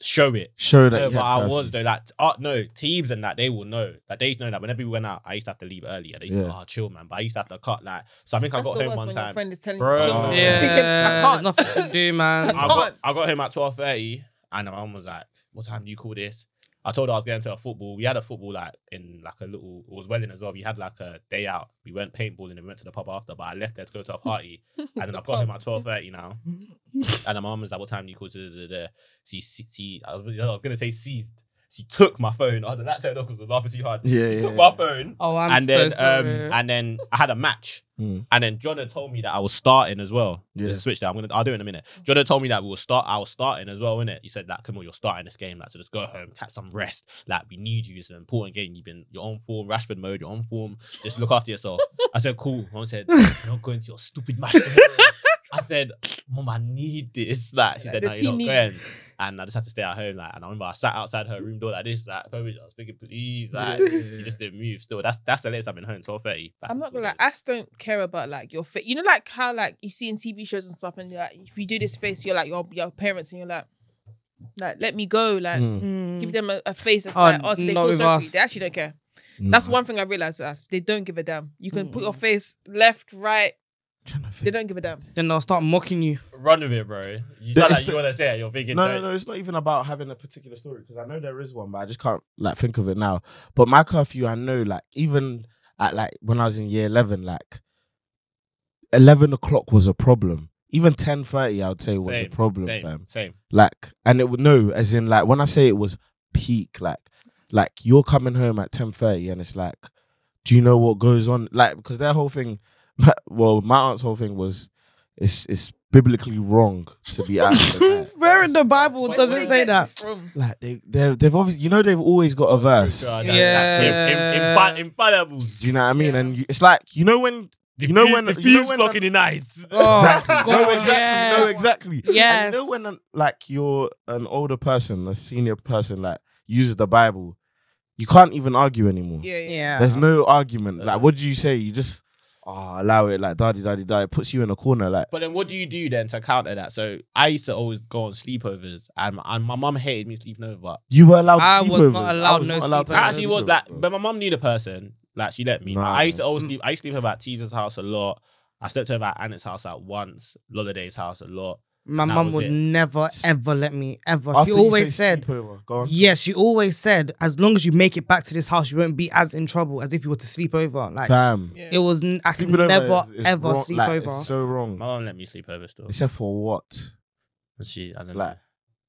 Speaker 2: show it.
Speaker 1: show that.
Speaker 2: No,
Speaker 1: you
Speaker 2: but
Speaker 1: had
Speaker 2: I
Speaker 1: curfew.
Speaker 2: was though. Like, uh, no, Teebs and that they will know. Like they used to know that whenever we went out, I used to have to leave early. And they used to,
Speaker 1: Yeah.
Speaker 2: oh, chill, man. But I used to have to cut. Like, so I think I
Speaker 5: That's
Speaker 2: got
Speaker 5: the
Speaker 2: home
Speaker 5: worst
Speaker 2: one
Speaker 5: when Your
Speaker 2: time.
Speaker 5: friend is telling
Speaker 2: Bro.
Speaker 5: you,
Speaker 2: Oh.
Speaker 5: Yeah,
Speaker 3: Yeah,
Speaker 5: I can't.
Speaker 3: nothing to do, man.
Speaker 2: I
Speaker 3: (laughs)
Speaker 5: That's
Speaker 2: got,
Speaker 5: on.
Speaker 2: I got home at twelve thirty, and my mum was like, "What time do you call this?" I told her I was going to a football. We had a football like in like a little. It was Welling as well. We had like a day out. We went paintballing and we went to the pub after. But I left there to go
Speaker 3: (laughs)
Speaker 2: to a party, and then I've got home at twelve thirty now. And my mum was like, "What time do you call?" this?" She, she, she I was, I was gonna say seized. She took my phone. Oh, that turned off because I was laughing too hard.
Speaker 1: Yeah,
Speaker 2: She
Speaker 1: yeah,
Speaker 2: took
Speaker 1: yeah.
Speaker 2: my phone
Speaker 3: Oh, I'm
Speaker 2: and then
Speaker 3: so sorry.
Speaker 2: um and then I had a match.
Speaker 1: Hmm.
Speaker 5: Mm.
Speaker 2: And then Jonah told me that I was starting as well. There's
Speaker 1: Yeah.
Speaker 2: a switch that I'm gonna I'll do it in a minute.
Speaker 5: Mm.
Speaker 2: Jonah told me that we will start I was starting as well, innit? He said that come on, you're starting this game, like so just go home, take some rest. Like we need you. It's an important game. You've been you're on form, Rashford mode, you're on form. Just look after yourself. I said, cool. Mom
Speaker 5: (laughs)
Speaker 2: said, You're not going to your stupid match. tomorrow." I said, Mom, I need this. (laughs) Like she
Speaker 5: Like,
Speaker 2: said,
Speaker 5: the
Speaker 2: No, you're
Speaker 5: team
Speaker 2: not
Speaker 5: need-
Speaker 2: going. And I just had to stay at home. Like, and I remember I sat outside her room door like this, like probably I was thinking, please,
Speaker 5: (laughs)
Speaker 2: like
Speaker 1: Yeah.
Speaker 2: she just didn't move. Still, that's that's the latest I've been home. Twelve thirty.
Speaker 5: I'm not gonna lie, I just don't care about like your face. You know, like how like you see in TV shows and stuff, and like if you do this face, you're like your your parents, and you're like, like let me go, like
Speaker 1: Mm.
Speaker 5: give them a, a face that's
Speaker 3: Oh,
Speaker 5: like us. They
Speaker 3: not
Speaker 5: feel
Speaker 3: with
Speaker 5: sorry.
Speaker 3: us.
Speaker 5: They actually don't care. That's
Speaker 1: Nah.
Speaker 5: one thing I realized. Like, they don't give a damn. You can put your
Speaker 3: Mm.
Speaker 5: face left, right.
Speaker 1: Trying to
Speaker 5: They
Speaker 1: think.
Speaker 5: don't give a damn.
Speaker 3: then they'll start mocking you.
Speaker 2: Run with it, bro. You
Speaker 1: Yeah,
Speaker 2: sound
Speaker 1: it's
Speaker 2: like you
Speaker 1: the-
Speaker 2: wanna say it. You're thinking.
Speaker 1: No,
Speaker 2: don't-
Speaker 1: no, no. It's not even about having a particular story because I know there is one, but I just can't like think of it now. But my curfew, I know, like even at like when I was in year eleven, like eleven o'clock was a problem. Even ten thirty, I would say, was a
Speaker 2: Same,
Speaker 1: problem,
Speaker 2: Same,
Speaker 1: fam.
Speaker 2: same.
Speaker 1: Like, and it would no, as in like when I say it was peak, like, like you're coming home at ten thirty, and it's like, do you know what goes on? Like, because their whole thing, (laughs) well, my aunt's whole thing was, it's it's biblically wrong to be out. at
Speaker 3: (laughs)
Speaker 1: night.
Speaker 3: Where in the Bible
Speaker 5: Where-
Speaker 3: does
Speaker 5: where
Speaker 3: it
Speaker 5: they
Speaker 3: say
Speaker 5: get
Speaker 3: that?
Speaker 5: this from?
Speaker 1: Like they, they, they've obviously, you know, they've always got a verse.
Speaker 2: God,
Speaker 1: Do
Speaker 2: that- that-
Speaker 3: Yeah.
Speaker 2: im- im- infallible.
Speaker 1: you know what I mean?
Speaker 5: Yeah.
Speaker 1: And you, it's like you know when,
Speaker 2: The
Speaker 1: You know
Speaker 2: fuse-
Speaker 1: when-
Speaker 2: the
Speaker 1: you know
Speaker 2: fuse
Speaker 1: when-
Speaker 2: blocking the night.
Speaker 1: (laughs)
Speaker 3: Oh,
Speaker 1: exactly,
Speaker 3: (laughs) God,
Speaker 1: no, exactly,
Speaker 3: yes.
Speaker 1: no, exactly. And
Speaker 3: Yes.
Speaker 1: You know when, um, like, you're an older person, a senior person, like uses the Bible, you can't even argue anymore.
Speaker 5: Yeah, yeah.
Speaker 1: There's no argument.
Speaker 2: Yeah.
Speaker 1: Like, what do you say? You just oh, allow it. Like, daddy, daddy, daddy. It puts you in a corner. Like,
Speaker 2: But then, what do you do then to counter that? So I used to always go on sleepovers, and, and my mum hated me sleeping over. But
Speaker 1: you were allowed.
Speaker 3: I was
Speaker 1: sleepovers.
Speaker 3: not allowed
Speaker 1: was
Speaker 3: no
Speaker 1: not to
Speaker 3: sleepovers.
Speaker 1: have
Speaker 2: I actually was
Speaker 1: sleepovers,
Speaker 2: like,
Speaker 1: bro.
Speaker 2: but my mum knew the person. Like she let me.
Speaker 1: Nah,
Speaker 2: I used to always
Speaker 1: man.
Speaker 2: sleep. I used to sleep over at Teeves' house a lot. I slept over at Annette's house at once. Lolladay's house a lot.
Speaker 4: My
Speaker 2: And that
Speaker 4: mum
Speaker 2: was
Speaker 4: would
Speaker 2: it.
Speaker 4: never ever let me ever.
Speaker 1: After
Speaker 4: she
Speaker 1: you say
Speaker 4: always said,
Speaker 1: sleepover, go on.
Speaker 4: "Yeah." She always said, "As long as you make it back to this house, you won't be as in trouble as if you were to sleep over." Like
Speaker 1: Fam.
Speaker 5: Yeah.
Speaker 4: it was. n- I could
Speaker 1: Sleeping over
Speaker 4: never
Speaker 1: is- is
Speaker 4: ever
Speaker 1: wrong-
Speaker 4: sleep
Speaker 1: like,
Speaker 4: over.
Speaker 1: It's so wrong.
Speaker 2: My
Speaker 3: Oh.
Speaker 2: mum let me sleep over still.
Speaker 1: Except for what?
Speaker 3: Mm.
Speaker 2: And She, I don't
Speaker 1: Like-
Speaker 2: know.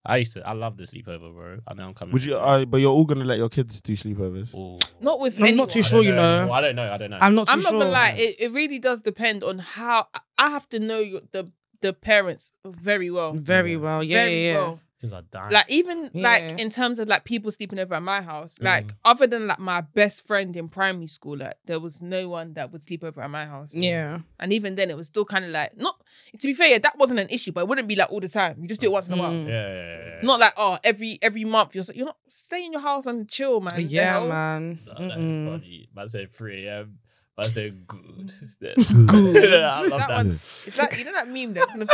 Speaker 2: I used to. I love the sleepover, bro. I know I'm coming.
Speaker 1: Would you?
Speaker 2: I,
Speaker 1: Uh, but you're all gonna let your kids do sleepovers.
Speaker 5: Not with
Speaker 3: I'm not
Speaker 5: anyone.
Speaker 3: too sure, you know.
Speaker 2: I don't know. I don't know.
Speaker 3: I'm not too
Speaker 5: I'm not
Speaker 3: sure.
Speaker 5: gonna lie. It, it really does depend on how I- I have to know your, the the parents very well.
Speaker 3: Very well. Yeah,
Speaker 5: very
Speaker 3: yeah, yeah.
Speaker 5: well.
Speaker 2: Because I died.
Speaker 5: Like even
Speaker 3: Yeah. Mm.
Speaker 5: like in terms of like people sleeping over at my house, like other than like my best friend in primary school, like there was no one that would sleep over at my house.
Speaker 3: Yeah.
Speaker 5: And even then, it was still kind of like not. To be fair, yeah, that wasn't an issue, but it wouldn't be like all the time. You just do it once in a while.
Speaker 2: yeah,
Speaker 4: Mm-hmm.
Speaker 3: Mm.
Speaker 2: yeah, yeah, yeah.
Speaker 5: Not like oh every every month you're s- you're not stay in your house and chill, man. The
Speaker 3: Uh, Yeah,
Speaker 5: hell?
Speaker 3: man.
Speaker 2: Nah, that is
Speaker 3: Mm-mm.
Speaker 2: funny. Man said 3 a.m. Man said good. (laughs)
Speaker 1: Good.
Speaker 2: I love
Speaker 5: That
Speaker 2: that.
Speaker 5: one- It's like you know that
Speaker 3: (laughs)
Speaker 5: meme that kind of-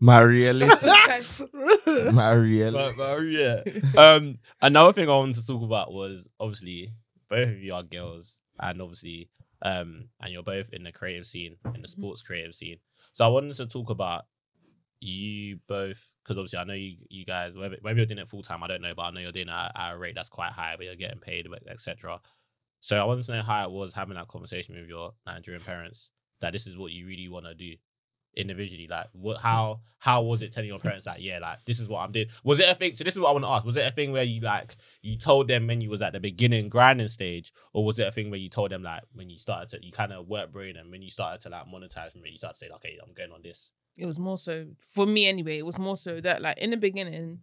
Speaker 1: Marielle,
Speaker 5: sometimes-
Speaker 1: Marielle.
Speaker 2: But, but, oh, yeah. Um, another thing I wanted to talk about was obviously both of you are girls, and obviously, um, and you're both in the creative scene, in the sports creative scene. So I wanted to talk about you both because obviously I know you you guys whether, whether you're doing it full time I don't know but I know you're doing it at, at a rate that's quite high but you're getting paid etc. So I wanted to know how it was having that conversation with your Nigerian parents that this is what you really want to do individually like what how how was it telling your parents that yeah like this is what i'm doing was it a thing so this is what i want to ask was it a thing where you like you told them when you was at the beginning grinding stage or was it a thing where you told them like when you started to you kind of work brain and when you started to like monetize from it you started to say okay i'm going on this
Speaker 5: it was more so for me anyway. It was more so that like in the beginning,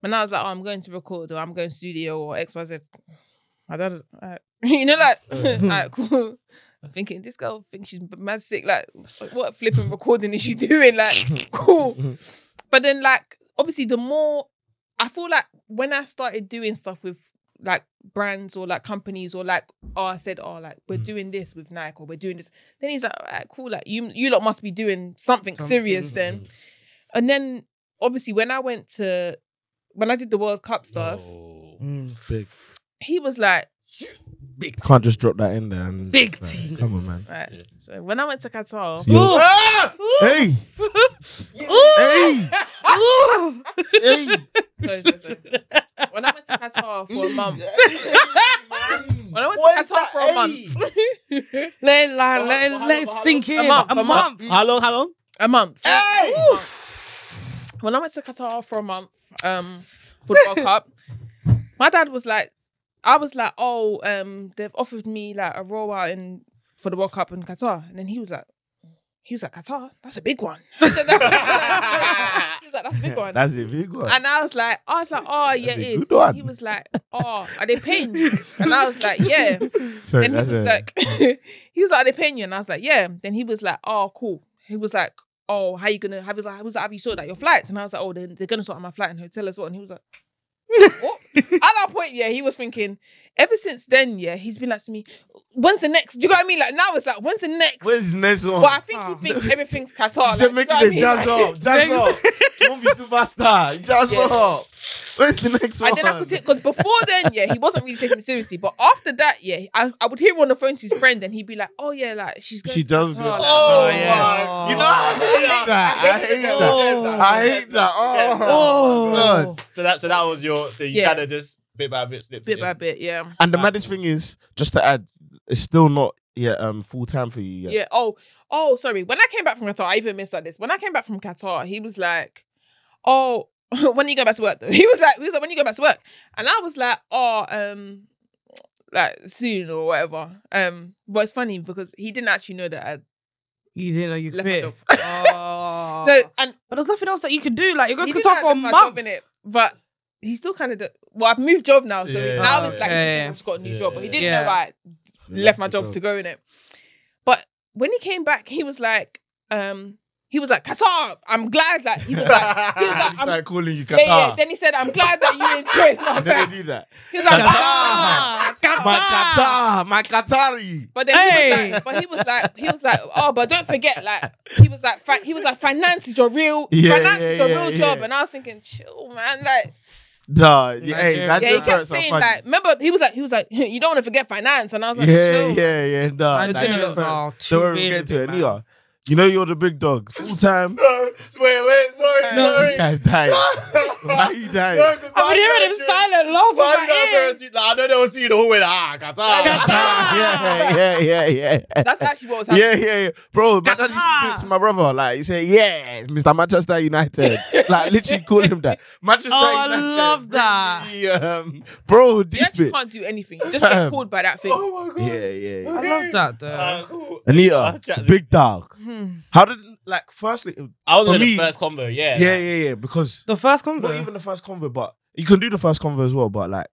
Speaker 5: when I was like, oh, I'm going to record or I'm going studio or X Y Z.
Speaker 3: Ah,
Speaker 5: My dad, was,
Speaker 3: uh,
Speaker 5: alright. (laughs) you know, (laughs) like,
Speaker 2: Uh-huh.
Speaker 5: alright, cool. I'm thinking this girl thinks she's mad sick. Like, what flipping recording is she (laughs) doing?
Speaker 2: (laughs)
Speaker 5: Like,
Speaker 1: Oh,
Speaker 5: cool. But then, like, obviously, the more I feel like when I started doing stuff with like brands or like companies or like oh I said oh like we're
Speaker 2: Mm.
Speaker 5: doing this with Nike or we're doing this then he's like alright, cool like you you lot must be doing something, serious
Speaker 2: Mm-hmm.
Speaker 5: then and then obviously when I went to when I did the World Cup stuff
Speaker 2: Oh.
Speaker 1: Big.
Speaker 5: he was like
Speaker 4: Big
Speaker 1: Can't just drop that in there. And
Speaker 4: Big
Speaker 1: like,
Speaker 4: tea.
Speaker 1: Come on, man.
Speaker 5: right
Speaker 2: Yeah.
Speaker 5: so when I went to Qatar
Speaker 1: So you're-
Speaker 5: Ah!
Speaker 1: hey, hey,
Speaker 3: Ah!
Speaker 1: hey.
Speaker 5: sorry, sorry, sorry. when I went to Qatar for
Speaker 2: (laughs)
Speaker 5: a month when I went
Speaker 2: What is
Speaker 5: to
Speaker 2: that?
Speaker 5: Qatar for a
Speaker 2: Hey.
Speaker 5: month
Speaker 3: Let, like,
Speaker 2: How
Speaker 3: let,
Speaker 2: long-
Speaker 3: let it
Speaker 2: how long-
Speaker 3: sink
Speaker 2: how
Speaker 3: in.
Speaker 5: long- A month, a month.
Speaker 2: how long how long
Speaker 5: a month
Speaker 2: hey
Speaker 5: when I went to Qatar for a month, um,
Speaker 2: (laughs)
Speaker 5: football cup, my dad was like, I was like, oh, um, they've offered me like a rollout in for the World Cup in Qatar, and then he was like, he was like, Qatar, that's a big one. (laughs) he was like, that's a big one.
Speaker 1: That's it. Big one.
Speaker 5: and I was like, I was like, oh yeah,
Speaker 1: That's a
Speaker 5: it is.
Speaker 1: good one.
Speaker 5: He was like, oh, are they paying? you? And I was
Speaker 2: (laughs)
Speaker 5: like, yeah.
Speaker 1: Sorry,
Speaker 5: Then
Speaker 1: that's
Speaker 5: he
Speaker 1: a,
Speaker 5: was
Speaker 1: (laughs)
Speaker 5: like, (laughs) he was like, they paying you, and I was like, yeah. Then he was like, oh, cool. He was like, oh, how you gonna? Have was like, how was like, have you sorted out your flights? And I was like, oh, they they're gonna sort out my flight and hotel as well. And he was like.
Speaker 1: (laughs)
Speaker 5: what? At that point, yeah, he was thinking. Ever since then, yeah, he's been like to me, "When's the next?" Do you know what I mean? Like now, it's like, "When's the next?"
Speaker 1: Where's the next one?
Speaker 5: but I think
Speaker 1: (laughs)
Speaker 5: he thinks everything's Qatar.
Speaker 1: He
Speaker 5: like, do
Speaker 1: said,
Speaker 5: you
Speaker 1: make
Speaker 5: know
Speaker 1: it
Speaker 5: what I
Speaker 1: a
Speaker 5: mean?
Speaker 1: jazz
Speaker 5: Like,
Speaker 1: up, jazz up. You
Speaker 5: (laughs)
Speaker 1: won't be superstar. Jazz
Speaker 5: Yeah.
Speaker 1: up. Where's the next one?
Speaker 5: (laughs) And then I could take because before then, yeah, he wasn't really taking me seriously. But after that, yeah, I, I would hear him on the phone to his friend, and he'd be like, "Oh yeah, like she's going
Speaker 1: She
Speaker 5: to
Speaker 1: does
Speaker 5: Qatar,
Speaker 1: go.
Speaker 5: like,
Speaker 1: Oh,
Speaker 5: blah,
Speaker 1: yeah.
Speaker 5: blah,
Speaker 1: You know, I hate that. I hate that. I hate that. Oh,
Speaker 3: Oh.
Speaker 1: God.
Speaker 2: so that so that was your so you
Speaker 5: Yeah.
Speaker 2: kind of just bit by bit slipped
Speaker 5: bit
Speaker 2: it
Speaker 5: by
Speaker 2: in.
Speaker 5: bit, yeah.
Speaker 1: And the maddest thing is, just to add, it's still not yet um full time for you
Speaker 5: yeah,
Speaker 1: yet.
Speaker 5: Oh, oh, sorry. When I came back from Qatar, I even missed out this. When I came back from Qatar, he was like, "Oh, (laughs) when you go back to work?" Though (laughs) he was like, "He was like, when you go back to work?" And I was like, "Oh, um, like soon or whatever." Um, but it's funny because he didn't actually know that I
Speaker 4: You didn't know you
Speaker 5: left my
Speaker 4: quit.
Speaker 5: job.
Speaker 4: (laughs) Oh.
Speaker 5: No, and
Speaker 3: But there's nothing else that you could do. Like, you're going
Speaker 5: he
Speaker 3: to
Speaker 5: did
Speaker 3: Qatar
Speaker 5: have
Speaker 3: for a
Speaker 5: my job
Speaker 3: month.
Speaker 5: in it, but he still kind of. Well, I've moved job now, so
Speaker 2: Yeah.
Speaker 5: now it's like
Speaker 4: Okay.
Speaker 5: I've just got a new
Speaker 2: Yeah.
Speaker 5: job, but he didn't
Speaker 4: Yeah.
Speaker 5: know I left my job to go in it. But when he came back, he was like, um, he was like Qatar. I'm glad
Speaker 1: (laughs)
Speaker 5: that he was like. He was like,
Speaker 1: He
Speaker 5: I'm,
Speaker 1: started calling you
Speaker 5: yeah, yeah.
Speaker 1: Qatar.
Speaker 5: Then he said, "I'm glad that you enjoyed
Speaker 1: (laughs)
Speaker 5: my
Speaker 1: I never
Speaker 5: fest."
Speaker 1: do that.
Speaker 5: He was like,
Speaker 1: Qatar.
Speaker 5: "Qatar,
Speaker 1: My
Speaker 5: Qatar."
Speaker 1: Qatar, my Qatari.
Speaker 5: But then he was like, but he was like, he was like, oh, but don't forget, like, he was like, fi- he was like, finance is your real,
Speaker 1: (laughs) Yeah,
Speaker 5: finance is
Speaker 1: yeah,
Speaker 5: your
Speaker 1: yeah,
Speaker 5: real job,
Speaker 1: yeah.
Speaker 5: and I was thinking, chill, man, like,
Speaker 1: Duh. Yeah, hey,
Speaker 4: Nigeria.
Speaker 1: that's your
Speaker 5: Yeah, he kept
Speaker 1: parents are
Speaker 5: saying
Speaker 1: funny.
Speaker 5: like, remember he was like, he was like, (laughs) you don't want to forget finance, and I was like,
Speaker 1: yeah,
Speaker 5: chill.
Speaker 1: yeah, yeah. Nah,
Speaker 4: I
Speaker 5: It's
Speaker 1: like,
Speaker 5: been a
Speaker 1: don't
Speaker 5: lot.
Speaker 4: Oh, too
Speaker 1: worry, we
Speaker 4: weird
Speaker 1: get to it.
Speaker 4: with it,
Speaker 1: Nia, you know you're the big dog. Full time.
Speaker 2: no, (laughs) wait, wait, sorry,
Speaker 1: This
Speaker 5: No.
Speaker 2: sorry.
Speaker 1: guy's dying. Why are you dying?
Speaker 5: (laughs)
Speaker 3: I would hear him silent laugh.
Speaker 2: Why
Speaker 3: I
Speaker 2: did I
Speaker 3: was
Speaker 2: embarrass you? Like, I know they will see you the whole way. Like, ah, Qatar.
Speaker 1: yeah, yeah, yeah, yeah.
Speaker 5: That's actually what was happening.
Speaker 1: (laughs) Yeah, yeah, yeah, bro. My dad used to do it to my brother. Like he said, "Yeah, Mr. Manchester
Speaker 5: (laughs)
Speaker 1: United." like literally call him that. (laughs) Manchester
Speaker 4: Oh, I
Speaker 1: United.
Speaker 4: love
Speaker 1: bring
Speaker 4: that.
Speaker 1: me, um, bro,
Speaker 5: You
Speaker 1: deep
Speaker 5: actually
Speaker 1: it.
Speaker 5: can't do anything. You just get called by that thing.
Speaker 2: (laughs) Oh my god.
Speaker 1: Yeah, yeah. yeah.
Speaker 4: I love that
Speaker 3: Uh,
Speaker 4: though.
Speaker 1: Uh,
Speaker 2: Ah, cool.
Speaker 1: Anita, big dog.
Speaker 4: Hmm.
Speaker 1: How did like? Firstly,
Speaker 2: I was
Speaker 1: For
Speaker 2: in the
Speaker 1: me-
Speaker 2: first combo. Yeah.
Speaker 1: yeah, yeah, yeah. Because
Speaker 3: The first
Speaker 1: not
Speaker 3: convo.
Speaker 1: even the first convo, but you can do the first convo as well. But like,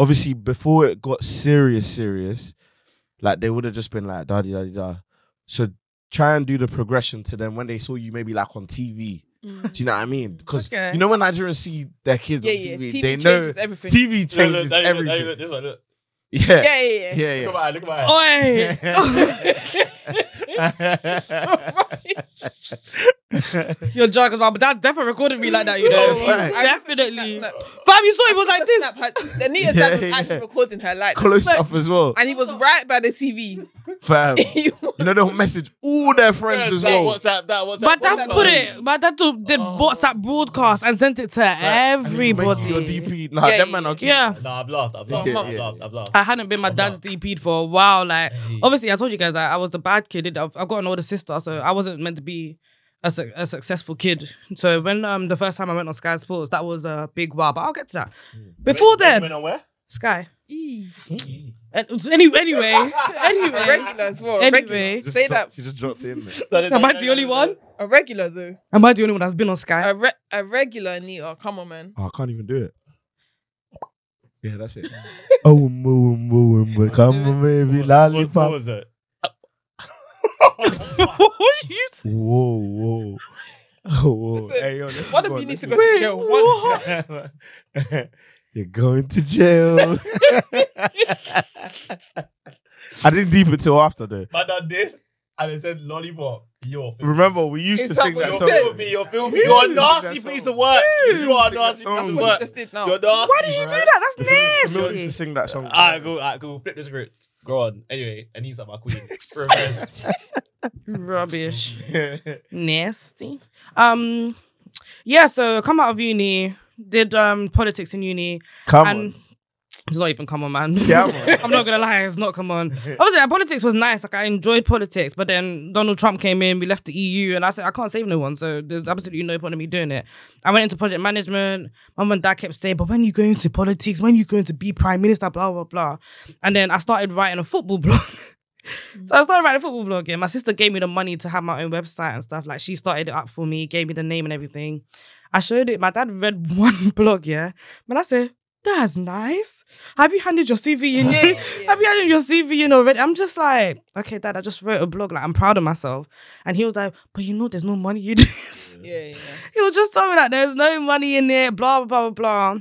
Speaker 1: obviously, before it got serious, serious, like they would have just been like, da da da. So try and do the progression to them when they saw you maybe like on TV. Do you know what I mean? Because
Speaker 4: Okay.
Speaker 1: you know when Nigerians see their kids
Speaker 5: Mm. Yeah,
Speaker 1: on
Speaker 5: yeah.
Speaker 1: TV,
Speaker 5: TV
Speaker 1: they
Speaker 5: changes
Speaker 1: know
Speaker 5: everything.
Speaker 1: TV
Speaker 2: Look, look,
Speaker 1: changes
Speaker 2: look, look,
Speaker 1: everything.
Speaker 2: look, this one, look.
Speaker 1: Yeah,
Speaker 5: yeah, yeah, yeah.
Speaker 1: yeah, yeah.
Speaker 2: Look at my eye, look at my eye.
Speaker 3: Oi!
Speaker 1: (laughs)
Speaker 3: You're joking, but dad definitely recorded me like that, you know.
Speaker 1: Oh, right.
Speaker 5: That
Speaker 3: Definitely.
Speaker 5: snap.
Speaker 3: Fam, you saw it was
Speaker 5: That
Speaker 3: like this.
Speaker 5: snap had- Anita's
Speaker 1: Yeah,
Speaker 5: dad was
Speaker 1: yeah.
Speaker 5: actually recording her like, (laughs)
Speaker 1: Close up as well.
Speaker 5: and (laughs) he was right by the TV.
Speaker 1: fam.
Speaker 5: You-
Speaker 1: You know they'll message all their friends as well.
Speaker 2: What's that? That what's
Speaker 3: But that
Speaker 2: what's
Speaker 3: put it. But that took- did
Speaker 1: Oh.
Speaker 3: WhatsApp broadcast and sent it to
Speaker 1: Make
Speaker 3: everybody.
Speaker 1: your DP. Nah,
Speaker 5: Yeah,
Speaker 1: them man.
Speaker 5: yeah,
Speaker 1: I'll keep.
Speaker 3: yeah.
Speaker 2: No, I've laughed. I've laughed.
Speaker 1: Okay,
Speaker 2: I've
Speaker 1: yeah,
Speaker 2: laughed.
Speaker 1: yeah.
Speaker 2: I've laughed.
Speaker 3: I hadn't been my dad's DP'd for a while. Like,
Speaker 2: Hey.
Speaker 3: obviously, I told you guys I, I was the bad kid. innit? I've, I've got an older sister, so I wasn't meant to be a, su- a successful kid. So when um the first time I went on Sky Sports, that was a big wow. But I'll get to that. Before then,
Speaker 2: Women are where?
Speaker 3: Sky.
Speaker 5: Eee.
Speaker 3: Uh, Any, anyway, anyway.
Speaker 5: regular as well.
Speaker 3: Anyway.
Speaker 5: regular.
Speaker 1: Just
Speaker 5: Say
Speaker 1: drop-
Speaker 5: that.
Speaker 1: She just dropped it in there.
Speaker 3: Am I the only one?
Speaker 5: A regular though.
Speaker 3: Am I the only one that's been on Sky? (laughs)
Speaker 5: A, re- a regular Anita. Come on, man.
Speaker 1: Oh, I can't even do it. Yeah, that's it. (laughs) oh, moo, moo, moo, oh, come on, baby,
Speaker 2: What- What, what
Speaker 1: lollipop.
Speaker 2: was
Speaker 3: (laughs)
Speaker 2: it?
Speaker 3: what you say?
Speaker 1: Whoa, whoa. (laughs) Oh, whoa.
Speaker 5: Listen,
Speaker 1: Hey, yo, listen,
Speaker 5: One of
Speaker 1: on,
Speaker 5: you needs to
Speaker 1: listen.
Speaker 5: go to jail. One-
Speaker 1: (laughs) You're going to jail. I didn't deep it till after, though.
Speaker 2: Man done this, and it said lollipop. You're filthy.
Speaker 1: Remember, we used
Speaker 5: Is
Speaker 1: to
Speaker 5: that
Speaker 1: sing
Speaker 5: what
Speaker 1: that
Speaker 5: you
Speaker 2: You're
Speaker 1: song.
Speaker 5: said?
Speaker 2: filthy. You're filthy. You're a nasty
Speaker 1: That's
Speaker 2: piece
Speaker 1: all.
Speaker 2: of work. You are a nasty
Speaker 1: That's
Speaker 2: piece of
Speaker 1: all.
Speaker 5: What you
Speaker 2: work.
Speaker 5: just did now.
Speaker 2: You're
Speaker 3: Why
Speaker 2: nasty.
Speaker 3: did you do
Speaker 1: (laughs)
Speaker 3: that? That's
Speaker 1: Remember, we used
Speaker 3: nasty.
Speaker 1: to sing that song.
Speaker 2: Alright, cool. Alright, cool. Flip the script. Go on. Anyway, Anita's my queen. Revenge.
Speaker 3: Rubbish.
Speaker 1: cool.
Speaker 3: Nasty. Um, yeah. So come out of uni, did um politics in uni,
Speaker 1: Come
Speaker 3: and
Speaker 1: on.
Speaker 3: it's not even come on, man.
Speaker 1: Yeah,
Speaker 3: (laughs)
Speaker 1: man.
Speaker 3: I'm not gonna lie, it's not come on. Obviously, like, politics was nice. Like I enjoyed politics, but then Donald Trump came in, we left the EU, and I said I can't save no one, so there's absolutely no point in me doing it. I went into project management. Mum and dad kept saying, "But when you go into politics, when you going to be prime minister, blah blah blah," and then I started writing a football (laughs) blog. So I started writing a football blog. Yeah, my sister gave me the money to have my own website and stuff. Like she started it up for me, gave me the name and everything. I showed it. My dad read (laughs) one blog. Yeah, but I said, "That's nice. Have you handed your CV in?
Speaker 5: Yeah,
Speaker 3: yet?" (laughs)
Speaker 5: yeah, yeah.
Speaker 3: Have you had your CV in already? I'm just like, okay, dad, I just wrote a blog. Like, I'm proud of myself. And he was like, but you know, there's no money in (laughs) this.
Speaker 5: Yeah, yeah.
Speaker 3: He was just telling me like, there's no money in it, blah, blah, blah, blah.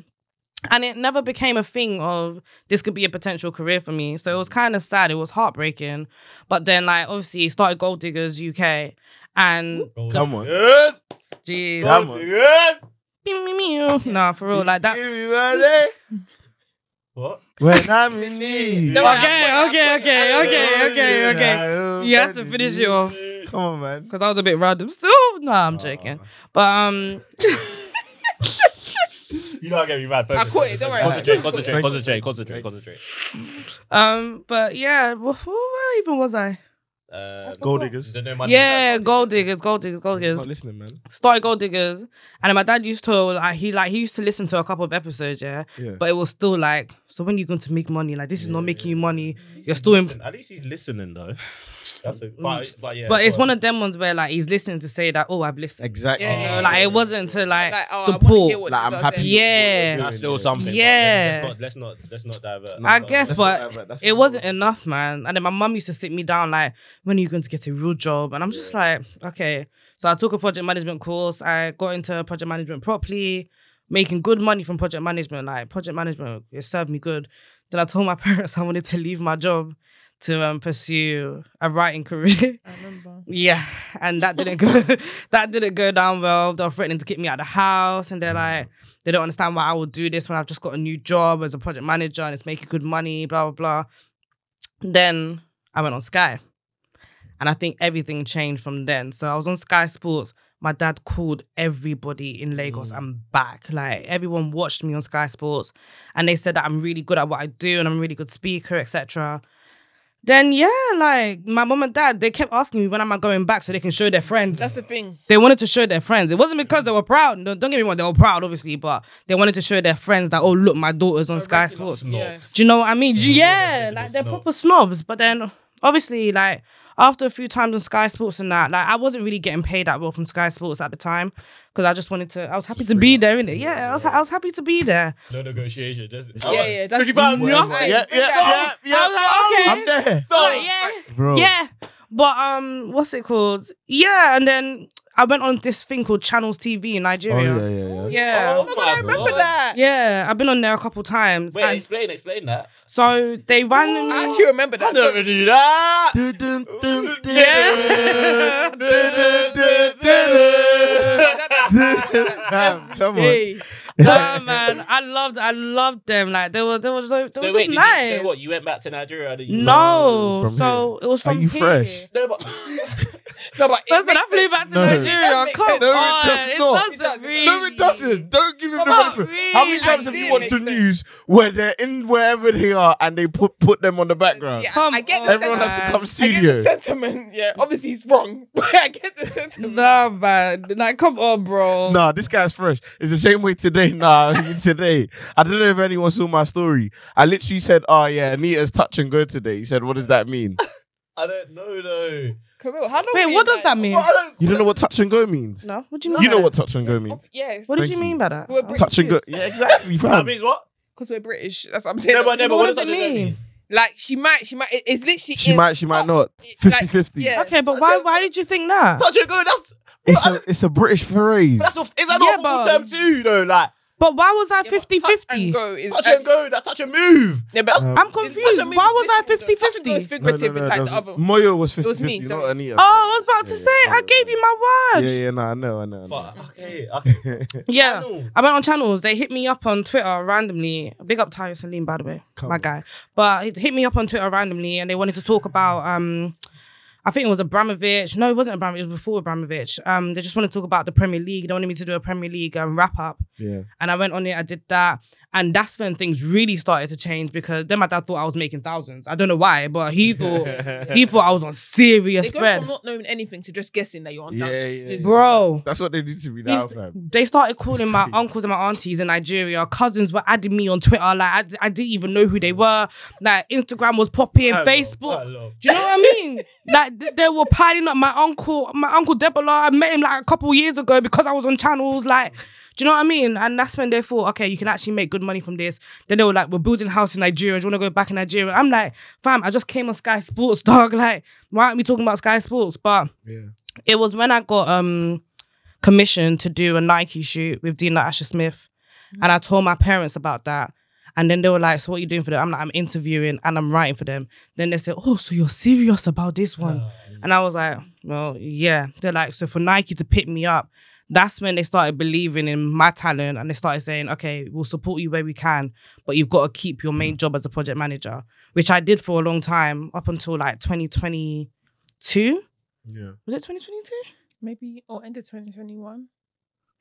Speaker 3: And it never became a thing of this could be a potential career for me. So it
Speaker 5: Mm.
Speaker 3: was kind of sad. It was heartbreaking. But then, like, obviously, he started Gold Diggers UK. And
Speaker 1: Come on.
Speaker 2: Yes.
Speaker 3: jeez,
Speaker 1: That- Come on.
Speaker 2: Yes.
Speaker 3: Meow, meow, meow. nah, for real, like that.
Speaker 1: Everybody,
Speaker 2: What?
Speaker 1: when I'm in need.
Speaker 5: Don't worry,
Speaker 3: Okay,
Speaker 5: I'm-
Speaker 3: okay, okay, okay, okay, okay.
Speaker 1: okay.
Speaker 3: You have to finish it off.
Speaker 1: Come on, man.
Speaker 3: Because I was a bit random still. (laughs) Nah, I'm
Speaker 2: Oh.
Speaker 3: joking. But um,
Speaker 2: You know I get me mad.
Speaker 5: I quit it, don't worry.
Speaker 2: Concentrate, concentrate,
Speaker 1: Thank you.
Speaker 2: concentrate, concentrate, concentrate.
Speaker 3: Um, but yeah, wh- wh- where even was I?
Speaker 2: Uh,
Speaker 1: Gold diggers.
Speaker 2: there's no money.
Speaker 3: yeah, gold diggers, gold diggers, gold diggers.
Speaker 1: Not listening, man.
Speaker 3: Started gold diggers, and my dad used to like he like he used to listen to a couple of episodes, yeah.
Speaker 1: Yeah.
Speaker 3: But it was still like, so when you going to make money? Like this is not
Speaker 2: Yeah.
Speaker 3: making you money.
Speaker 2: At least
Speaker 3: You're
Speaker 2: he's
Speaker 3: still in-
Speaker 2: listening. At least he's listening though. That's a, but, but yeah.
Speaker 3: but it's
Speaker 2: go on.
Speaker 3: one of them ones where like he's listening to say that, oh, I've listened.
Speaker 1: exactly.
Speaker 5: Yeah, yeah,
Speaker 3: You know,
Speaker 5: yeah.
Speaker 3: like it wasn't to like,
Speaker 5: Like, oh, I want to hear
Speaker 3: support.
Speaker 5: what
Speaker 1: Like,
Speaker 5: this
Speaker 1: I'm
Speaker 5: guy's
Speaker 1: happy.
Speaker 5: saying.
Speaker 3: Yeah.
Speaker 2: That's still something. but
Speaker 3: Yeah.
Speaker 2: Let's not. Let's not. Let's not divert.
Speaker 3: I guess,
Speaker 1: That's
Speaker 3: but
Speaker 1: not bad, that's
Speaker 3: it
Speaker 1: not
Speaker 3: wasn't
Speaker 1: bad.
Speaker 3: enough, man. And then my mum used to sit me down like, when are you going to get a real job? And I'm just like, okay. So I took a project management course. I got into project management properly, making good money from project management. Like project management, it served me good. Then I told my (laughs) parents I wanted to leave my job to um, pursue a writing career.
Speaker 5: I remember.
Speaker 3: Yeah, and that didn't go. (laughs) that didn't go down well. They're threatening to kick me out of the house, and they're like, they don't understand why I would do this when I've just got a new job as a project manager and it's making good money. Blah blah blah. Then I went on Sky, and I think everything changed from then. So I was on Sky Sports. My dad called everybody in Lagos. I'm back. Like everyone watched me on Sky Sports, and they said that I'm really good at what I do and I'm a really good speaker, etc then yeah, like my mom and dad, they kept asking me when am I going back so they can show their friends.
Speaker 5: That's the thing.
Speaker 3: they wanted to show their friends. It wasn't because they were proud. No, don't get me wrong, they were proud, obviously, but they wanted to show their friends that oh look, my daughter's on Sky Sports.
Speaker 5: Yeah.
Speaker 3: Do you know what I mean? Do you- Yeah,
Speaker 2: they're
Speaker 3: like
Speaker 2: visual
Speaker 3: they're
Speaker 2: snob.
Speaker 3: proper snobs. But then obviously, like after a few times on Sky Sports and that, like I wasn't really getting paid that well from Sky Sports at the time because I just wanted to. I was happy to be there, innit? Yeah, I was. I was happy to be there.
Speaker 2: No negotiation. Just
Speaker 5: Yeah, yeah. That's
Speaker 2: Fifty pounds.
Speaker 5: Nothing.
Speaker 1: Yeah,
Speaker 5: Bring
Speaker 1: yeah,
Speaker 5: that
Speaker 1: yeah,
Speaker 5: up.
Speaker 1: yeah.
Speaker 3: I was like, okay.
Speaker 1: I'm there.
Speaker 3: Like, yeah.
Speaker 1: Bro.
Speaker 3: Yeah. But um what's it called? Yeah, and then I went on this thing called Channels TV in
Speaker 1: Oh,
Speaker 3: Nigeria.
Speaker 1: yeah, yeah, yeah.
Speaker 3: yeah.
Speaker 5: Oh my god, I remember that.
Speaker 3: Yeah, I've been on there a couple times.
Speaker 2: Wait,
Speaker 3: and
Speaker 2: explain. Explain that.
Speaker 3: so they randomly
Speaker 5: I actually remember that. So,
Speaker 2: knew that.
Speaker 1: Dun, dun, dun, dun,
Speaker 3: Yeah.
Speaker 1: dun, dun, dun, dun.
Speaker 5: that- that- that-
Speaker 1: Damn, come on.
Speaker 3: Hey,
Speaker 1: (laughs)
Speaker 3: nah, man, I loved, I loved them. Like they were, they were so, they
Speaker 2: So
Speaker 3: were
Speaker 2: wait,
Speaker 3: just
Speaker 2: did
Speaker 3: nice.
Speaker 2: you, so what? You went back to Nigeria? Or did you
Speaker 1: No,
Speaker 3: no,
Speaker 1: from
Speaker 3: so it was
Speaker 1: Are
Speaker 3: from
Speaker 1: you
Speaker 3: here.
Speaker 1: fresh?
Speaker 2: No, but (laughs)
Speaker 5: No, but it
Speaker 3: Listen, I
Speaker 5: makes
Speaker 3: flew
Speaker 5: sense.
Speaker 3: back to
Speaker 1: No.
Speaker 5: It
Speaker 3: Nigeria.
Speaker 5: makes
Speaker 3: Come
Speaker 5: sense.
Speaker 1: No, it
Speaker 3: on,
Speaker 1: does not.
Speaker 3: it doesn't really.
Speaker 1: No, it doesn't. Don't give him the
Speaker 5: Come on,
Speaker 1: benefit. How many
Speaker 3: really.
Speaker 1: times have
Speaker 5: It
Speaker 1: you
Speaker 5: did
Speaker 1: watched the
Speaker 5: make sense.
Speaker 1: news where they're in wherever they are and they put put them on the background?
Speaker 5: Yeah,
Speaker 3: Come
Speaker 5: I get the
Speaker 3: on.
Speaker 1: Everyone has to
Speaker 5: sentiment.
Speaker 1: come
Speaker 5: I get the
Speaker 1: studio.
Speaker 5: sentiment. Yeah, obviously he's wrong, (laughs) but I get the sentiment.
Speaker 3: Nah, man. Like, come on, bro.
Speaker 1: Nah, this guy's fresh. It's the same way today. Nah, (laughs) today. I don't know if anyone saw my story. I literally said, "Oh yeah, Anita's touch and go today." He said, "What does that mean?"
Speaker 2: I don't know though.
Speaker 5: Camille, how long
Speaker 3: Wait,
Speaker 5: were you
Speaker 3: what does
Speaker 5: in
Speaker 3: that
Speaker 5: Ni-
Speaker 3: mean?
Speaker 5: Oh, I don't-
Speaker 1: You don't know what touch and go means?
Speaker 3: No, what do you mean?
Speaker 1: You
Speaker 3: by
Speaker 1: know
Speaker 3: that?
Speaker 1: what touch and go means?
Speaker 5: Yes,
Speaker 3: What did
Speaker 1: Thank
Speaker 3: you
Speaker 1: you.
Speaker 3: mean by that?
Speaker 5: We're
Speaker 3: Oh.
Speaker 5: British.
Speaker 1: Touch and go. Yeah,
Speaker 5: (laughs)
Speaker 1: exactly,
Speaker 2: That
Speaker 1: fam.
Speaker 2: means what?
Speaker 5: because we're British. That's what I'm saying.
Speaker 2: No, but no, but
Speaker 3: What
Speaker 2: what
Speaker 3: does
Speaker 2: does
Speaker 3: it
Speaker 2: it mean?
Speaker 3: mean?
Speaker 5: Like she might, she might. it- It's literally.
Speaker 1: She
Speaker 5: in-
Speaker 1: might, she might not.
Speaker 5: Like,
Speaker 1: 50-50.
Speaker 5: yeah.
Speaker 3: Okay, but why? Why did you think that?
Speaker 2: Touch and go. That's
Speaker 1: It's a it's a British phrase.
Speaker 2: that's a, is that
Speaker 3: Yeah,
Speaker 2: not a
Speaker 3: but-
Speaker 2: full term too though? Like
Speaker 3: But why was I
Speaker 5: Yeah, but Touch and
Speaker 3: 50-50?
Speaker 5: go is.
Speaker 2: touch and go. That's touch and move.
Speaker 5: Yeah, but
Speaker 1: Um,
Speaker 3: I'm
Speaker 5: it's touch
Speaker 3: confused. Why
Speaker 5: and move
Speaker 3: was I
Speaker 5: is different. Touch and go
Speaker 3: 50-50?
Speaker 5: is figurative, in fact, the
Speaker 1: that was-
Speaker 5: other.
Speaker 1: Moyo was 50
Speaker 5: It was me,
Speaker 1: 50,
Speaker 5: sorry.
Speaker 1: not Anita.
Speaker 3: Oh, I was about
Speaker 1: Yeah,
Speaker 3: to say.
Speaker 1: yeah,
Speaker 3: I gave you my word.
Speaker 1: Yeah, yeah, no, I know, I know. I know.
Speaker 2: But okay, okay.
Speaker 3: Yeah.
Speaker 2: Channels.
Speaker 3: I went on channels. They hit me up on Twitter randomly. Big up Tyus Salim, by the way,
Speaker 1: Come
Speaker 3: my
Speaker 1: on.
Speaker 3: guy. But it hit me up on Twitter randomly, and they wanted to talk about. um I think it was Abramovich. No, it wasn't Abramovich. It was before Abramovich. Um, they just wanted to talk about the Premier League. They wanted me to do a Premier League um, wrap up,
Speaker 1: Yeah.
Speaker 3: and I went on it. I did that, and that's when things really started to change because then my dad thought I was making thousands. I don't know why, but he thought he thought I was on serious
Speaker 5: They go
Speaker 3: bread,
Speaker 5: from not knowing anything to just guessing that you're on.
Speaker 1: Yeah,
Speaker 5: thousands.
Speaker 1: yeah, yeah.
Speaker 3: bro.
Speaker 1: That's what they do to me now,
Speaker 3: He's-
Speaker 1: fam.
Speaker 3: they started calling
Speaker 1: It's
Speaker 3: my
Speaker 1: crazy.
Speaker 3: uncles and my aunties in Nigeria. Cousins were adding me on Twitter. Like I, I didn't even know who they
Speaker 1: Mm.
Speaker 3: were. Like Instagram was popping,
Speaker 2: Hello,
Speaker 3: Facebook.
Speaker 2: hello.
Speaker 3: Do you know what I
Speaker 1: (laughs)
Speaker 3: mean? like th- they were piling up my uncle, my uncle Debola. I met him like a couple years ago because I was on channels. Like,
Speaker 1: Mm.
Speaker 3: do you know what I mean? And that's when they thought, okay, you can actually make good money from this. Then they were like, we're building a house in Nigeria. Do you want to go back in Nigeria? I'm like, fam, I just came on Sky Sports, (laughs) dog. Like, why aren't we talking about Sky Sports? But
Speaker 1: Yeah.
Speaker 3: it was when I got um commissioned to do a Nike shoot with Dina Asher Smith, and I told my parents about that. And then they were like, "So what are you doing for them?" I'm like, "I'm interviewing and I'm writing for them." Then they said, "Oh, so you're serious about this one?" And I was like, "Well, yeah." They're like, "So for Nike to pick me up, that's when they started believing in my talent and they started saying, "Okay, we'll support you where we can, but you've got to keep your main job as a project manager," which I did for a long time up until like 2022.
Speaker 1: Yeah.
Speaker 3: Was it 2022?
Speaker 5: Maybe or end of 2021.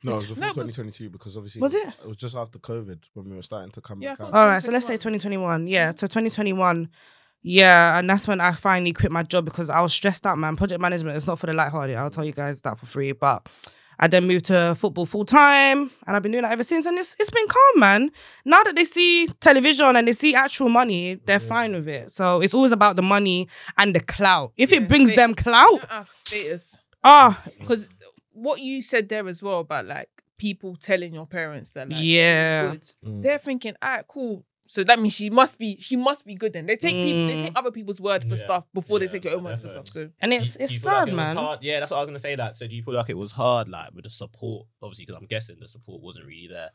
Speaker 1: No, it was before
Speaker 5: No, it was-
Speaker 1: 2022 because obviously
Speaker 3: Was
Speaker 1: It was just after COVID when we were starting to come
Speaker 5: Yeah, I
Speaker 1: back.
Speaker 5: thought
Speaker 1: out.
Speaker 3: All right, so let's say 2021. Yeah, so 2021. Yeah, and that's when I finally quit my job because I was stressed out, man. Project management is not for the lighthearted. I'll tell you guys that for free. But I then moved to football full time, and I've been doing that ever since. And it's it's been calm, man. Now that they see television and they see actual money, they're fine with it. So it's always about the money and the clout. If
Speaker 5: Yeah,
Speaker 3: it brings
Speaker 5: they-
Speaker 3: them
Speaker 5: Don't (laughs)
Speaker 3: clout,
Speaker 5: have status.
Speaker 3: ah,
Speaker 5: because what you said there as well about like people telling your parents that like
Speaker 3: yeah,
Speaker 5: good,
Speaker 2: Mm.
Speaker 5: they're thinking, all right, cool. So that means she must be she must be good. Then they take people, they
Speaker 3: Mm.
Speaker 5: take other people's word for
Speaker 2: Yeah.
Speaker 5: stuff before they
Speaker 2: Yeah,
Speaker 5: take your own word for
Speaker 2: definitely.
Speaker 5: stuff. So
Speaker 3: and it's
Speaker 2: Do you- do
Speaker 3: it's
Speaker 2: you feel like
Speaker 3: sad,
Speaker 2: it was
Speaker 3: man.
Speaker 2: hard? Yeah, that's what I was gonna say. That. So do you feel like it was hard, like with the support? Obviously, because I'm guessing the support wasn't really there.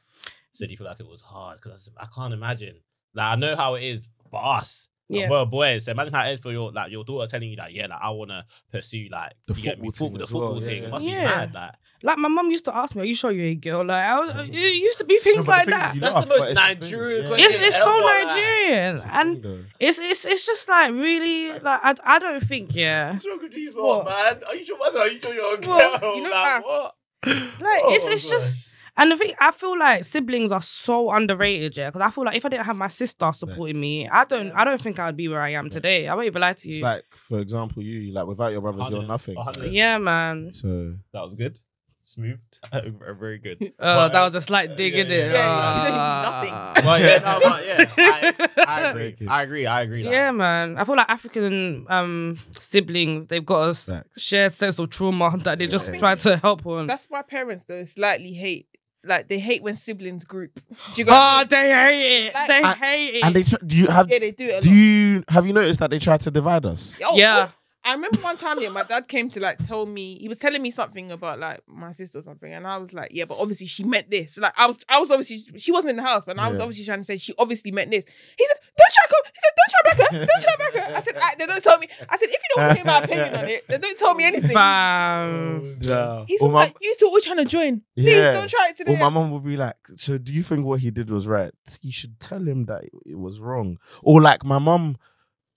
Speaker 2: So do you feel like it was hard? Because I can't imagine. Like I know how it is for us. like,
Speaker 3: Yeah.
Speaker 2: we're boys. So imagine how it is for your like your daughter telling you like, yeah, like I wanna pursue like
Speaker 1: The
Speaker 2: you get me,
Speaker 1: football
Speaker 2: football-
Speaker 1: thing
Speaker 2: the
Speaker 1: as well,
Speaker 2: football
Speaker 1: yeah,
Speaker 2: thing.
Speaker 1: yeah.
Speaker 2: It must
Speaker 3: Yeah.
Speaker 2: be mad. Like
Speaker 3: Like my mum used to ask me, "Are you sure you're a girl?" Like I was, it used to be things like that.
Speaker 2: That's the most Nigerian question
Speaker 3: It's it's so
Speaker 2: Elbow, like.
Speaker 3: Nigerian, and it's it's it's just like really like I, I don't think yeah.
Speaker 2: What's wrong with these lot,
Speaker 3: What?
Speaker 2: man? Are you sure? Are you sure you're a
Speaker 3: Well,
Speaker 2: girl?
Speaker 5: you know,
Speaker 2: like,
Speaker 5: I-
Speaker 2: what?
Speaker 3: (laughs) Like
Speaker 2: Oh
Speaker 3: it's
Speaker 2: my
Speaker 3: it's
Speaker 2: God.
Speaker 3: just and the thing I feel like siblings are so underrated yeah because I feel like if I didn't have my sister supporting me I don't I don't think I'd be where I am today. I won't even lie to
Speaker 1: It's
Speaker 3: you.
Speaker 1: like, for example, you like without your brothers, you're
Speaker 2: 100,
Speaker 1: nothing.
Speaker 5: Oh,
Speaker 2: 100.
Speaker 3: yeah, man.
Speaker 1: So
Speaker 2: That was good. Smooth. (laughs) Very good.
Speaker 3: (laughs) Oh,
Speaker 2: But-
Speaker 3: that was a slight dig, Ah.
Speaker 2: yeah,
Speaker 3: in it?
Speaker 2: yeah, yeah.
Speaker 5: (laughs)
Speaker 2: Well, yeah,
Speaker 3: (laughs)
Speaker 2: no, but yeah, I, I agree. I agree. I agree.
Speaker 3: Yeah, man. I feel like African um siblings, they've got a s-
Speaker 1: Facts.
Speaker 3: shared sense of trauma that they just
Speaker 1: Yeah.
Speaker 3: try to help on.
Speaker 5: that's why parents though slightly hate like they hate when siblings group. Do you what I
Speaker 3: Oh,
Speaker 5: mean?
Speaker 3: they hate it.
Speaker 5: Like-
Speaker 3: they
Speaker 1: And-
Speaker 3: hate it.
Speaker 1: and they tr- do you have
Speaker 5: yeah, they do it a
Speaker 1: do
Speaker 5: lot.
Speaker 1: you have you noticed that they tried to divide us?
Speaker 5: Oh,
Speaker 3: yeah,
Speaker 5: I remember one time, yeah, my dad came to like tell me he was telling me something about like my sister or something, and I was like, yeah, but obviously she meant this. Like I was, I was obviously she wasn't in the house, but I was
Speaker 1: Yeah.
Speaker 5: obviously trying to say she obviously meant this. He said, don't try, co- he said, don't try back her, don't try back her. I said, I, they don't tell me. I said, if you don't want to hear my opinion on it, then don't tell me anything.
Speaker 4: Bam.
Speaker 1: Yeah.
Speaker 5: He's
Speaker 1: Or my-
Speaker 5: like, you two were trying to join. Please
Speaker 1: Yeah.
Speaker 5: don't try it today.
Speaker 1: Well, my mom would be like, "So, do you think what he did was right? You should tell him that it- it was wrong." Or like, my mom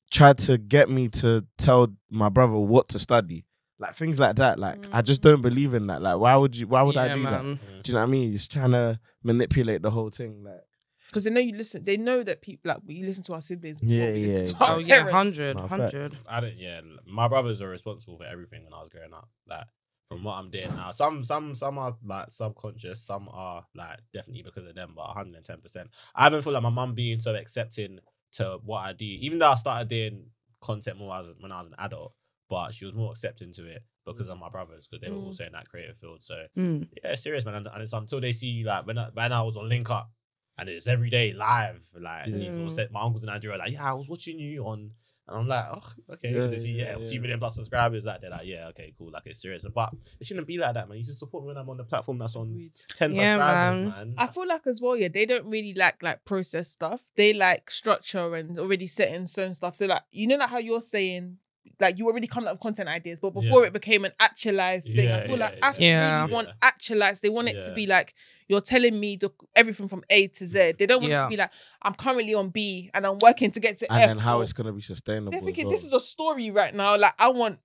Speaker 1: tried to get me to tell my brother what to study, like things like that. Like, I just don't believe in that. Like, why would you? Why would I do that? Do you know what I mean? He's trying to manipulate the whole thing. Like,
Speaker 5: Because they know you listen. They know that people like we listen to our siblings. before
Speaker 1: Yeah,
Speaker 5: we
Speaker 1: yeah.
Speaker 5: listen to our
Speaker 4: Oh yeah,
Speaker 5: parents.
Speaker 4: 100,
Speaker 1: Nah,
Speaker 4: 100.
Speaker 2: I don't. Yeah, my brothers are responsible for everything when I was growing up. Like from what I'm doing now, some some some are like subconscious, some are like definitely because of them, but 110. percent I even feel like my mum being so accepting to what I do, even though I started doing content more as when I was an adult, but she was more accepting to it because of my brothers because they were
Speaker 5: Mm.
Speaker 2: also in that creative field. So
Speaker 3: Mm.
Speaker 2: yeah, it's serious man, and, and it's until they see you like when I, when I was on Link Up, and it's every day live. Like and even
Speaker 1: Mm.
Speaker 4: Yeah.
Speaker 2: said, my uncles in Nigeria, are like yeah, I was watching you on, and I'm like, oh, okay,
Speaker 1: Yeah,
Speaker 2: yeah, see,
Speaker 1: yeah,
Speaker 2: yeah,
Speaker 1: yeah.
Speaker 2: two million plus subscribers. Like they're like, yeah, okay, cool, like it's serious, but it shouldn't be like that, man. You should support me when I'm on the platform that's on
Speaker 5: Agreed.
Speaker 2: ten
Speaker 3: Yeah,
Speaker 2: subscribers,
Speaker 3: man.
Speaker 2: man.
Speaker 5: I feel like as well, yeah, they don't really like like process stuff. They like structure and already set in certain stuff. So like you know like how you're saying, like you already come up with content ideas, but before
Speaker 2: Yeah.
Speaker 5: it became an actualized thing,
Speaker 2: Yeah,
Speaker 5: I feel
Speaker 2: yeah,
Speaker 5: like
Speaker 2: yeah.
Speaker 5: us
Speaker 4: Yeah.
Speaker 5: really want
Speaker 2: Yeah.
Speaker 5: actualized. They want it to
Speaker 2: Yeah.
Speaker 5: be like you're telling me the everything from A to Z. They don't want it
Speaker 4: Yeah.
Speaker 5: to be like I'm currently on B and I'm working to get to
Speaker 1: and
Speaker 5: F.
Speaker 1: then how
Speaker 5: or-
Speaker 1: it's gonna be sustainable?
Speaker 5: They're
Speaker 1: as
Speaker 5: thinking
Speaker 1: well.
Speaker 5: this is a story right now. Like I want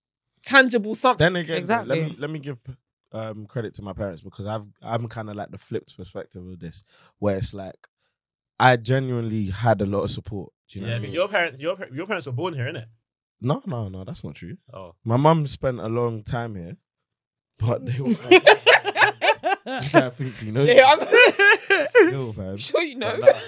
Speaker 5: tangible something.
Speaker 1: Then again, though,
Speaker 4: Exactly.
Speaker 1: let me let me give um, credit to my parents because I've I'm kind of like the flipped perspective of this, where it's like I genuinely had a lot of support. Do you know
Speaker 2: yeah,
Speaker 1: what I mean?
Speaker 2: your parents, your par- your parents were born here, innit?
Speaker 1: No, no, no, that's not true.
Speaker 2: Oh,
Speaker 1: My mum spent a long time here, but
Speaker 2: (laughs)
Speaker 1: they were. I think you know.
Speaker 5: (laughs) Yeah, I'm
Speaker 1: Still, fam.
Speaker 5: sure you know.
Speaker 1: But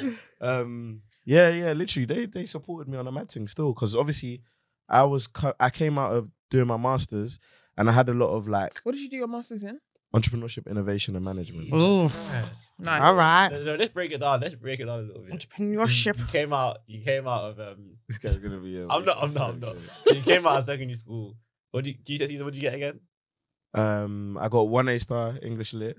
Speaker 1: nah. Um, yeah, yeah, literally, they they supported me on a mad thing still because obviously, I was cu- I came out of doing my masters and I had a lot of like
Speaker 5: What did you do your masters in?
Speaker 1: entrepreneurship, innovation, and management.
Speaker 4: Oof.
Speaker 2: Christ.
Speaker 5: Nice.
Speaker 4: All right.
Speaker 2: No, no, let's break it down. Let's break it down a little bit.
Speaker 4: Entrepreneurship.
Speaker 2: You came out. You came out of um.
Speaker 1: This guy's gonna be. A
Speaker 2: I'm not- I'm not- I'm not. you came out of secondary school. What do you, GCSEs? What did you get again?
Speaker 1: Um, I got one A star English lit,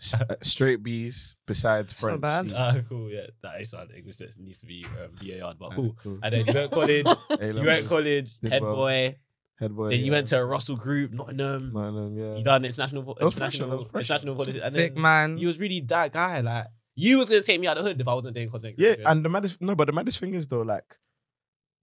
Speaker 1: s- uh, straight B's besides
Speaker 4: It's
Speaker 1: French.
Speaker 4: not bad.
Speaker 1: C.
Speaker 2: Ah, (laughs) cool. Yeah, that is on English. That needs to be um, VAR, but cool.
Speaker 1: uh, Cool.
Speaker 2: And then you
Speaker 1: (laughs)
Speaker 2: went college. you went
Speaker 1: A-levels,
Speaker 2: college.
Speaker 1: Did
Speaker 2: Head
Speaker 1: well.
Speaker 2: boy.
Speaker 1: Head boy.
Speaker 2: Then you
Speaker 1: yeah.
Speaker 2: went to Russell Group, Nottingham.
Speaker 1: Nottingham,
Speaker 2: You
Speaker 1: um, yeah.
Speaker 2: done international, po-
Speaker 1: That was pressure,
Speaker 2: international,
Speaker 1: that was pressure.
Speaker 2: international politics. And
Speaker 4: Sick
Speaker 2: then
Speaker 4: man.
Speaker 2: you
Speaker 3: (laughs)
Speaker 2: was really that guy. Like you was gonna take me out of the hood if I wasn't doing content
Speaker 1: Yeah,
Speaker 2: creation.
Speaker 1: and the maddest no, but the maddest thing is though, like,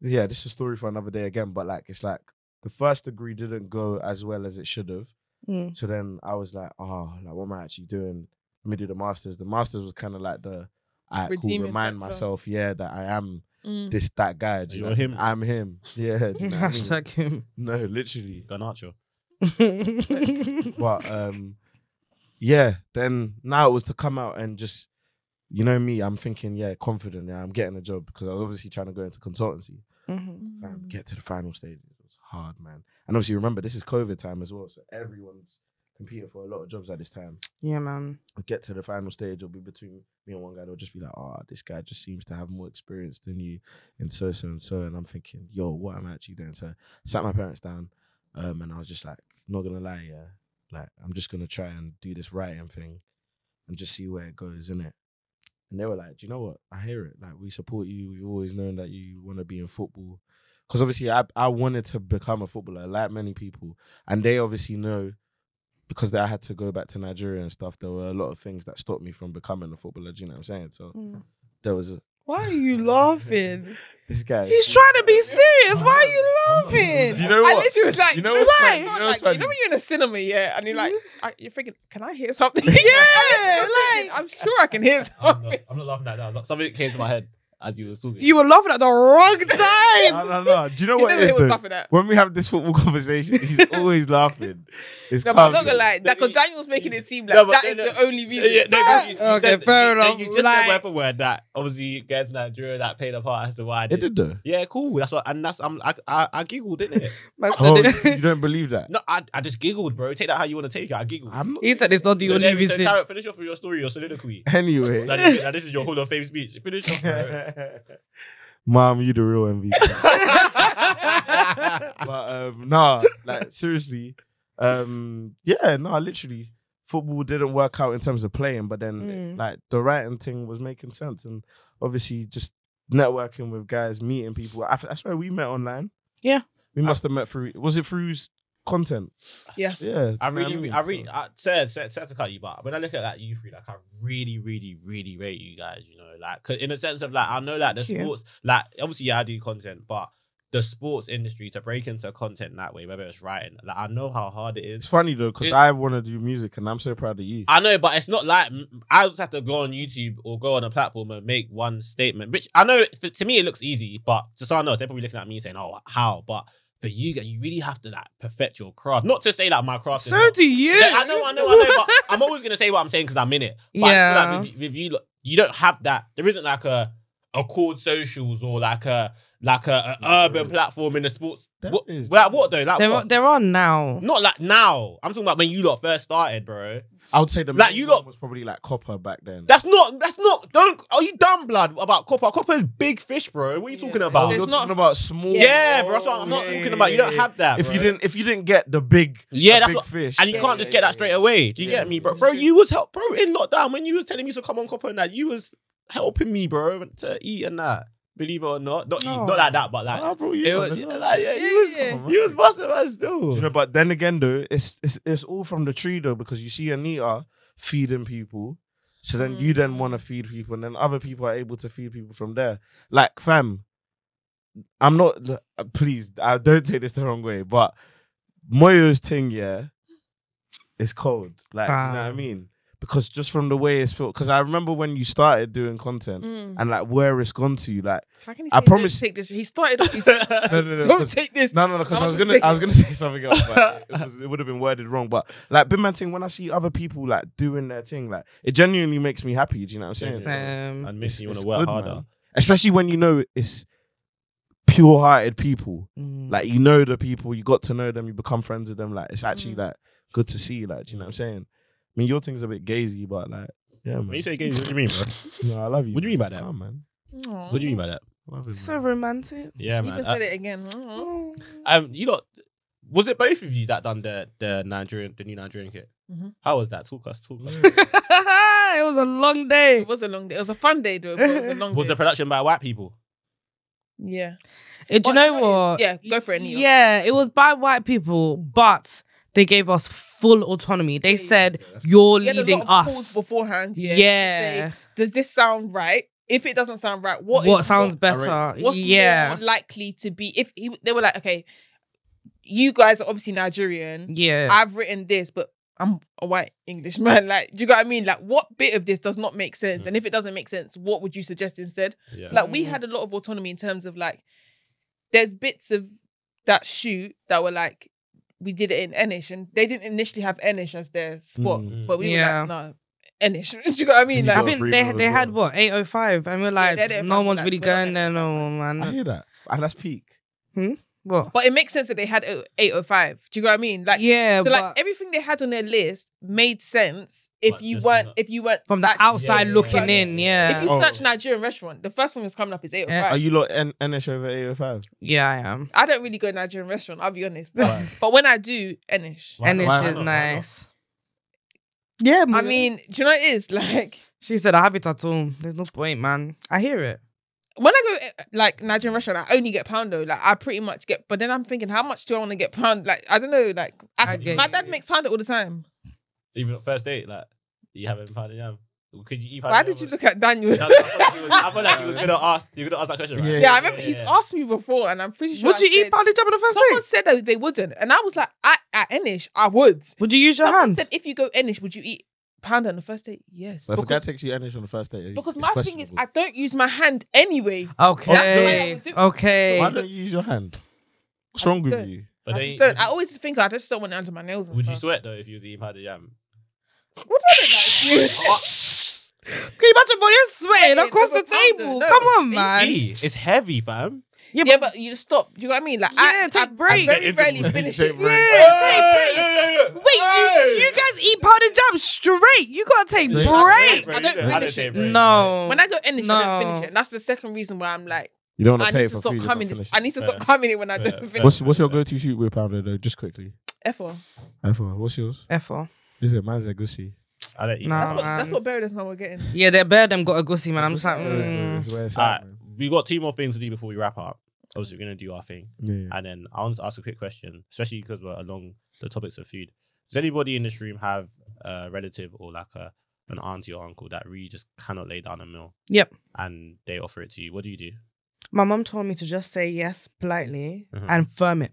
Speaker 1: yeah, this is a story for another day again. But like, it's like the first degree didn't go as well as it should have.
Speaker 3: Mm.
Speaker 1: So then I was like, oh, like what am I actually doing? Let me do the masters. The masters was kind of like the I cool,
Speaker 5: Redeeming
Speaker 1: remind
Speaker 5: factor.
Speaker 1: myself, yeah, that I am
Speaker 5: Mm.
Speaker 1: this that guy. Do you
Speaker 2: You're
Speaker 1: know what I
Speaker 2: him.
Speaker 1: mean? I'm him. (laughs) Yeah. do you know what I mean?
Speaker 4: Hashtag him.
Speaker 1: No, literally.
Speaker 2: Garnacho.
Speaker 1: But um, yeah. Then now it was to come out and just, you know me. I'm thinking, yeah, confident. Yeah, I'm getting a job because I was obviously trying to go into consultancy.
Speaker 3: Mhm.
Speaker 1: Fam,
Speaker 5: Mm.
Speaker 1: get to the final stage. It was hard, man. And obviously, remember this is COVID time as well, so everyone's competing for a lot of jobs at this time.
Speaker 4: Yeah, man.
Speaker 1: I get to the final stage, it'll be between me and one guy. They'll just be like, "Oh, this guy just seems to have more experience than you," and so so and so. And I'm thinking, "Yo, what am I actually doing?" So I sat my parents down, um, and I was just like, "Not gonna lie, yeah, like I'm just gonna try and do this writing thing, and just see where it goes, innit?" And they were like, "Do you know what? I hear it. Like we support you. We've always known that you want to be in football." Because obviously, I, I wanted to become a footballer, like many people, and they obviously know because I had to go back to Nigeria and stuff, there were a lot of things that stopped me from becoming a footballer. Do you know what I'm saying? So
Speaker 3: Mm.
Speaker 1: there was a,
Speaker 3: Why are you laughing?
Speaker 1: this guy.
Speaker 3: (laughs) He's trying to be serious. Why are you laughing?
Speaker 1: You know
Speaker 5: I
Speaker 1: what?
Speaker 5: literally was like,
Speaker 1: You
Speaker 5: you
Speaker 1: know
Speaker 5: know,
Speaker 1: what's
Speaker 5: like,
Speaker 1: funny? You
Speaker 5: you,
Speaker 1: know
Speaker 5: know
Speaker 1: what's
Speaker 5: like, you
Speaker 1: funny? Mm-hmm.
Speaker 5: know when you're in a cinema, yeah, and you're like, I, you're thinking, can I
Speaker 1: (laughs)
Speaker 5: hear something? (laughs) yeah,
Speaker 3: like-
Speaker 5: like I'm sure I can hear
Speaker 2: (laughs)
Speaker 1: Oh,
Speaker 2: I'm
Speaker 5: something.
Speaker 2: (laughs) not, I'm not laughing at that. Like, Something came to my head as you were talking.
Speaker 4: You were laughing at the wrong
Speaker 1: (laughs)
Speaker 4: time.
Speaker 1: No, no, no. Do you know
Speaker 5: You
Speaker 1: what
Speaker 5: know
Speaker 1: it is
Speaker 5: they was
Speaker 1: though?
Speaker 5: laughing at.
Speaker 1: When we have this football (laughs) conversation,
Speaker 5: (laughs)
Speaker 1: he's always laughing. It's
Speaker 5: No, but
Speaker 1: calm,
Speaker 5: I'm not gonna
Speaker 1: though.
Speaker 5: lie,
Speaker 1: (laughs)
Speaker 5: that because
Speaker 2: he-
Speaker 5: Daniel's making it seem like
Speaker 2: No, but
Speaker 5: that
Speaker 2: no,
Speaker 5: is
Speaker 2: no.
Speaker 5: the only
Speaker 2: Yeah,
Speaker 5: reason.
Speaker 2: yeah, no, 'cause you- you
Speaker 4: Okay,
Speaker 2: said-
Speaker 4: fair
Speaker 2: you- no,
Speaker 4: enough.
Speaker 2: You just
Speaker 4: Like-
Speaker 2: said word for word that obviously you guys in Nigeria that played a part as to why I
Speaker 1: It
Speaker 2: did.
Speaker 1: did
Speaker 5: (laughs)
Speaker 1: though.
Speaker 2: Yeah, cool. That's what, and that's I'm, I, I I giggled, didn't it?
Speaker 4: Man said
Speaker 1: Oh,
Speaker 4: it.
Speaker 1: (laughs)
Speaker 3: (laughs)
Speaker 1: you don't believe
Speaker 5: (laughs)
Speaker 1: that?
Speaker 2: no, I, I just giggled, bro. Take that how you want to take it. I giggled.
Speaker 1: I'm not.
Speaker 4: he said it's not the
Speaker 2: So
Speaker 4: only
Speaker 2: then- so
Speaker 4: reason.
Speaker 2: Tarek, finish off with your story, your
Speaker 3: (laughs)
Speaker 2: soliloquy.
Speaker 1: (laughs) Anyway,
Speaker 2: Like, this- like, this is your Hall of Fame speech. Finish off, bro.
Speaker 5: (laughs)
Speaker 1: mom, you the real MVP. (laughs) but um, nah, like seriously, um, yeah, nah, literally, football didn't work out in terms of playing, but then
Speaker 3: Mm.
Speaker 1: like the writing thing was making sense, and obviously just networking with guys, meeting people. I, I swear we met online.
Speaker 3: Yeah.
Speaker 1: we must have met through. Was it through content?
Speaker 5: Yeah.
Speaker 1: yeah.
Speaker 2: I
Speaker 1: do you know what
Speaker 2: really,
Speaker 1: mean?
Speaker 2: I really,
Speaker 1: So-
Speaker 2: I said, said, said to cut you, but when I look at that you three, like I really, really, really rate you guys. You know, like 'cause in the sense of like I know like the
Speaker 3: Thank you.
Speaker 2: sports, like obviously yeah, I do content, but the sports industry to break into content that way, whether it's writing, like I know how hard it
Speaker 1: It's
Speaker 2: is.
Speaker 1: funny though because
Speaker 2: It-
Speaker 1: I want to do music, and I'm so proud of you.
Speaker 2: I know, but it's not like mm, I just have to go on YouTube or go on a platform and make one statement. Which I know f- to me it looks easy, but to someone else they're probably looking at me saying, "Oh, how?" But for you, guys, you really have to like perfect your craft. Not to say like my craft. is
Speaker 4: So
Speaker 2: not-
Speaker 4: do you.
Speaker 2: Yeah, I know, I know, I know. But I'm always gonna say what I'm saying because I'm in it. But I feel
Speaker 3: Yeah.
Speaker 2: like with, with you, lot, you don't have that. There isn't like a a chord socials or like a like a, a
Speaker 1: Yeah, there
Speaker 2: urban
Speaker 1: is.
Speaker 2: platform in the sports.
Speaker 1: There
Speaker 2: What,
Speaker 1: is.
Speaker 2: like what though? Like
Speaker 3: There are
Speaker 2: what?
Speaker 3: there are now.
Speaker 2: Not like now. I'm talking about when you lot first started, bro.
Speaker 1: I would say the
Speaker 2: Like,
Speaker 1: main
Speaker 2: you
Speaker 1: one
Speaker 2: got-
Speaker 1: was probably like copper back then.
Speaker 2: That's not. That's not. Don't. Are you dumb, blood? About copper. Copper is big fish, bro. What are you talking
Speaker 5: Yeah.
Speaker 1: Oh,
Speaker 2: about?
Speaker 5: There's
Speaker 1: you're
Speaker 5: not-
Speaker 1: talking about small.
Speaker 2: Yeah,
Speaker 5: Yeah.
Speaker 2: bro. That's what I'm not
Speaker 1: Yeah,
Speaker 2: talking
Speaker 1: yeah,
Speaker 2: about. You
Speaker 1: yeah,
Speaker 2: don't
Speaker 1: yeah.
Speaker 2: have that.
Speaker 1: If you
Speaker 2: bro.
Speaker 1: didn't, if you didn't get the big,
Speaker 2: yeah,
Speaker 1: the
Speaker 2: that's
Speaker 1: big
Speaker 2: what.
Speaker 1: fish.
Speaker 2: And you
Speaker 5: Yeah,
Speaker 2: can't
Speaker 5: yeah,
Speaker 2: just get
Speaker 5: yeah,
Speaker 2: that straight
Speaker 5: yeah.
Speaker 2: away. Do you
Speaker 1: Yeah,
Speaker 2: get me? But
Speaker 1: yeah.
Speaker 2: bro, you was help bro in lockdown when you was telling me to come on copper and that you was helping me, bro, to eat and that. Believe it or not, not eat,
Speaker 3: No.
Speaker 2: not like that, but like
Speaker 1: Ah, bro, you
Speaker 2: it
Speaker 1: know,
Speaker 2: was,
Speaker 1: that's
Speaker 2: yeah,
Speaker 1: not-
Speaker 2: like, yeah,
Speaker 5: Yeah,
Speaker 2: you was
Speaker 5: yeah.
Speaker 2: you was busting man still. (laughs)
Speaker 1: Do you know, but then again though, it's it's it's all from the tree though because you see Anita feeding people, so then you then
Speaker 2: Mm.
Speaker 1: want to feed people, and then other people are able to feed people from there. Like fam, I'm not. l- uh, Please, I don't take this the wrong way, but Moyo's thing, yeah, is cold. Like, do you know what I
Speaker 4: Fam.
Speaker 1: mean? Because just from the way it's felt, because I remember when you started doing content
Speaker 5: Mm.
Speaker 1: and like where it's gone to, like
Speaker 5: How can he
Speaker 1: I
Speaker 5: say don't
Speaker 1: promise-
Speaker 5: Take this. He started off. He said,
Speaker 1: (laughs) no,
Speaker 2: But
Speaker 1: no, no,
Speaker 5: "Don't
Speaker 1: 'cause-
Speaker 5: take this."
Speaker 1: no, no, no. Because I was gonna, I was gonna say something else. But it, was, it would have been worded wrong. But like Big Man thing, when I see other people like doing their thing, like it genuinely makes me happy. Do you know what I'm saying?
Speaker 2: Yeah.
Speaker 4: Same.
Speaker 2: and
Speaker 1: It's-
Speaker 2: missing you want
Speaker 1: it's
Speaker 2: to work
Speaker 1: good,
Speaker 2: harder.
Speaker 1: man. especially when you know it's pure-hearted people.
Speaker 3: Hmm.
Speaker 4: Mm.
Speaker 1: Like you know the people, you got to know them, you become friends with them. Like it's actually
Speaker 5: Mm.
Speaker 1: like good to see. Like do you know what I'm saying? I mean, your thing's a bit gazy, but like yeah, man.
Speaker 2: When you say games, what do you mean, bro?
Speaker 1: no, I love you.
Speaker 2: What do you mean by that?
Speaker 1: Calm, man?
Speaker 5: Aw.
Speaker 2: What do you mean by that?
Speaker 1: I love you,
Speaker 3: So
Speaker 1: man.
Speaker 3: romantic. (laughs)
Speaker 2: Yeah,
Speaker 5: You
Speaker 2: man.
Speaker 5: even
Speaker 2: Uh,
Speaker 5: Mm. said it again. Mm.
Speaker 1: (laughs)
Speaker 5: Aw.
Speaker 2: um, you lot, was it both of you that done the the Nigerian the new Nigerian kit?
Speaker 3: Mm-hmm.
Speaker 5: Mhm.
Speaker 2: How was that? Talk us, talk us.
Speaker 5: Mm-hmm.
Speaker 3: it was a long day.
Speaker 5: It was a long day. It was a fun day though. But it was
Speaker 1: (laughs)
Speaker 5: a
Speaker 2: (laughs)
Speaker 5: long
Speaker 2: Was
Speaker 5: day.
Speaker 2: the production by white people?
Speaker 3: Uh,
Speaker 5: yeah.
Speaker 3: Do you
Speaker 5: But
Speaker 3: know
Speaker 5: it
Speaker 3: what?
Speaker 5: was- Yeah. Go for it. Neil.
Speaker 3: Yeah, it was by white people, but they gave us full autonomy. They
Speaker 5: Yeah, yeah,
Speaker 3: said,
Speaker 1: yeah, that's-
Speaker 3: You're
Speaker 5: We had a lot
Speaker 3: leading
Speaker 5: of calls
Speaker 3: us.
Speaker 5: beforehand. Yeah.
Speaker 3: Yeah.
Speaker 5: to say, Does this sound right? If it doesn't sound right,
Speaker 3: What,
Speaker 5: what is-
Speaker 3: sounds better?
Speaker 5: what's
Speaker 3: yeah.
Speaker 5: more likely to be if he, they were like, okay, you guys are obviously Nigerian.
Speaker 3: yeah.
Speaker 5: I've written this, but I'm a white Englishman. (laughs) Like, do you get what I mean? Like, what bit of this does not make sense? And if it doesn't make sense, what would you suggest instead?
Speaker 2: Yeah.
Speaker 5: So, like, we had a lot of autonomy in terms of like, there's bits of that shoot that were like, we did it in Enish, and they didn't initially have Enish as their spot,
Speaker 1: Mm.
Speaker 5: but we
Speaker 3: Yeah.
Speaker 5: were like, no, Enish. (laughs) do you get what I mean?
Speaker 1: And you
Speaker 5: Like,
Speaker 1: got
Speaker 3: I
Speaker 1: a
Speaker 3: think
Speaker 1: free
Speaker 3: they
Speaker 1: meal as
Speaker 3: they had
Speaker 1: well.
Speaker 3: what 805 and we're like
Speaker 5: they're there
Speaker 3: no
Speaker 5: from,
Speaker 3: one's
Speaker 5: like,
Speaker 3: really
Speaker 5: we're not
Speaker 3: going there
Speaker 5: there.
Speaker 3: no more,
Speaker 1: I
Speaker 3: man.
Speaker 1: hear that, and that's peak.
Speaker 3: What?
Speaker 5: but it makes sense that they had a- 805. Do you get what I mean? Like,
Speaker 3: yeah,
Speaker 5: so
Speaker 3: but
Speaker 5: like everything they had on their list made sense if
Speaker 2: But
Speaker 5: you
Speaker 2: just
Speaker 5: weren't
Speaker 2: not-
Speaker 5: if you weren't
Speaker 3: from the
Speaker 5: actually-
Speaker 3: outside
Speaker 2: yeah,
Speaker 3: looking
Speaker 5: yeah,
Speaker 3: in,
Speaker 2: yeah.
Speaker 3: yeah.
Speaker 5: If you
Speaker 1: Oh.
Speaker 5: search Nigerian restaurant, the first one that's coming up is 805.
Speaker 1: Are you lot N- NH over 805?
Speaker 3: yeah, I am.
Speaker 5: I don't really go to Nigerian restaurant, I'll be honest.
Speaker 3: (laughs)
Speaker 2: Right.
Speaker 5: (laughs) but when I do, Enish.
Speaker 2: Why
Speaker 3: and
Speaker 2: not?
Speaker 3: it's
Speaker 1: Why
Speaker 3: just
Speaker 2: not? Why not?
Speaker 3: nice. Yeah,
Speaker 5: I
Speaker 3: man.
Speaker 5: mean, do you know what it is? (laughs) Like
Speaker 3: she said I have it at home. There's no point, man. I hear it.
Speaker 5: when I go eh, like Nigerian restaurant, I only get poundo. Like I pretty much get but then I'm thinking, how much do I want to get pound? Like I don't know, like I,
Speaker 3: I get
Speaker 5: my
Speaker 3: you.
Speaker 5: dad makes poundo all the time.
Speaker 2: even on first date, like you haven't had it yam. Could you eat?
Speaker 5: Why did you look at Daniel?
Speaker 2: (laughs)
Speaker 5: (laughs)
Speaker 2: I thought like he was, I thought like
Speaker 3: (laughs)
Speaker 2: he was gonna ask. You were gonna ask that question, right?
Speaker 1: Yeah,
Speaker 5: yeah, I remember he's
Speaker 2: yeah.
Speaker 5: asked me before, and I'm pretty sure.
Speaker 3: Would
Speaker 5: I
Speaker 3: you eat
Speaker 5: said-
Speaker 3: pounded jam on the first
Speaker 5: Someone
Speaker 3: date?
Speaker 5: said that they wouldn't, and I was like, I, at Enish, I would.
Speaker 3: Would you use your
Speaker 5: Someone
Speaker 3: hand?
Speaker 5: said, if you go Enish, would you eat pounder on the first date? Yes.
Speaker 1: So if a guy
Speaker 5: because
Speaker 1: takes you NH on the first date,
Speaker 5: because
Speaker 1: it's
Speaker 5: my thing is,
Speaker 1: questionable.
Speaker 5: I don't use my hand anyway.
Speaker 3: Okay.
Speaker 5: That's the way I would do it.
Speaker 3: Okay.
Speaker 1: Why don't you use your hand? What's
Speaker 5: I
Speaker 1: wrong
Speaker 5: just
Speaker 1: with
Speaker 5: don't.
Speaker 1: you?
Speaker 2: But
Speaker 5: I
Speaker 2: then
Speaker 5: just don't. I always think I just don't want it under my nails. And
Speaker 2: would you
Speaker 5: stuff.
Speaker 2: sweat though if you was eating pad yam?
Speaker 5: What do I look (laughs) like?
Speaker 3: Can you imagine boy you're sweating
Speaker 5: Yeah,
Speaker 3: across
Speaker 5: no,
Speaker 3: the
Speaker 5: but powder,
Speaker 3: table?
Speaker 5: no.
Speaker 3: Come on,
Speaker 5: It's
Speaker 3: man.
Speaker 2: Hey, it's heavy, fam.
Speaker 5: yeah, but you just stop. Do you know what I mean? Like,
Speaker 3: Yeah,
Speaker 5: I,
Speaker 3: take
Speaker 5: I,
Speaker 3: breaks.
Speaker 5: I very
Speaker 2: It's-
Speaker 5: rarely finish it.
Speaker 1: Take
Speaker 3: Yeah,
Speaker 1: breaks.
Speaker 3: take breaks.
Speaker 2: Wait,
Speaker 3: Wait, you, you guys eat powdered jam straight. You gotta take
Speaker 1: Yeah.
Speaker 3: breaks.
Speaker 5: I don't finish it.
Speaker 3: No.
Speaker 5: When I go Enish, I
Speaker 3: No.
Speaker 5: don't finish it. And that's the second reason why I'm like,
Speaker 1: You don't
Speaker 5: I
Speaker 1: want to pay
Speaker 5: need
Speaker 1: for
Speaker 5: to stop
Speaker 1: food. you're not
Speaker 5: coming. This,
Speaker 1: finishing.
Speaker 5: I need to stop (laughs)
Speaker 2: Fair.
Speaker 5: coming it when I
Speaker 2: Fair,
Speaker 5: don't
Speaker 2: fair.
Speaker 5: finish.
Speaker 1: What's what's your go-to shoot with pounder though? Just quickly.
Speaker 5: F1.
Speaker 1: Alpha, what's yours?
Speaker 3: F4.
Speaker 1: This is mine's a goosey.
Speaker 2: I don't eat.
Speaker 3: Nah.
Speaker 5: That's
Speaker 3: Oh,
Speaker 5: what that's
Speaker 3: man.
Speaker 5: what Barry man were getting.
Speaker 3: Yeah, they're bare them got a gussy, man. I'm just like,
Speaker 1: It's- it's
Speaker 3: mm.
Speaker 1: where it's
Speaker 2: Alright,
Speaker 1: at, man.
Speaker 2: we got two more things to do before we wrap up. Obviously, we're gonna do our thing,
Speaker 1: Yeah.
Speaker 2: and then I want to ask a quick question, especially because we're along the topics of food. Does anybody in this room have a relative or like a an auntie or uncle that really just cannot lay down a meal?
Speaker 3: Yep.
Speaker 2: And they offer it to you. What do you do?
Speaker 3: my mom told me to just say yes politely
Speaker 2: Mhm.
Speaker 3: and firm it.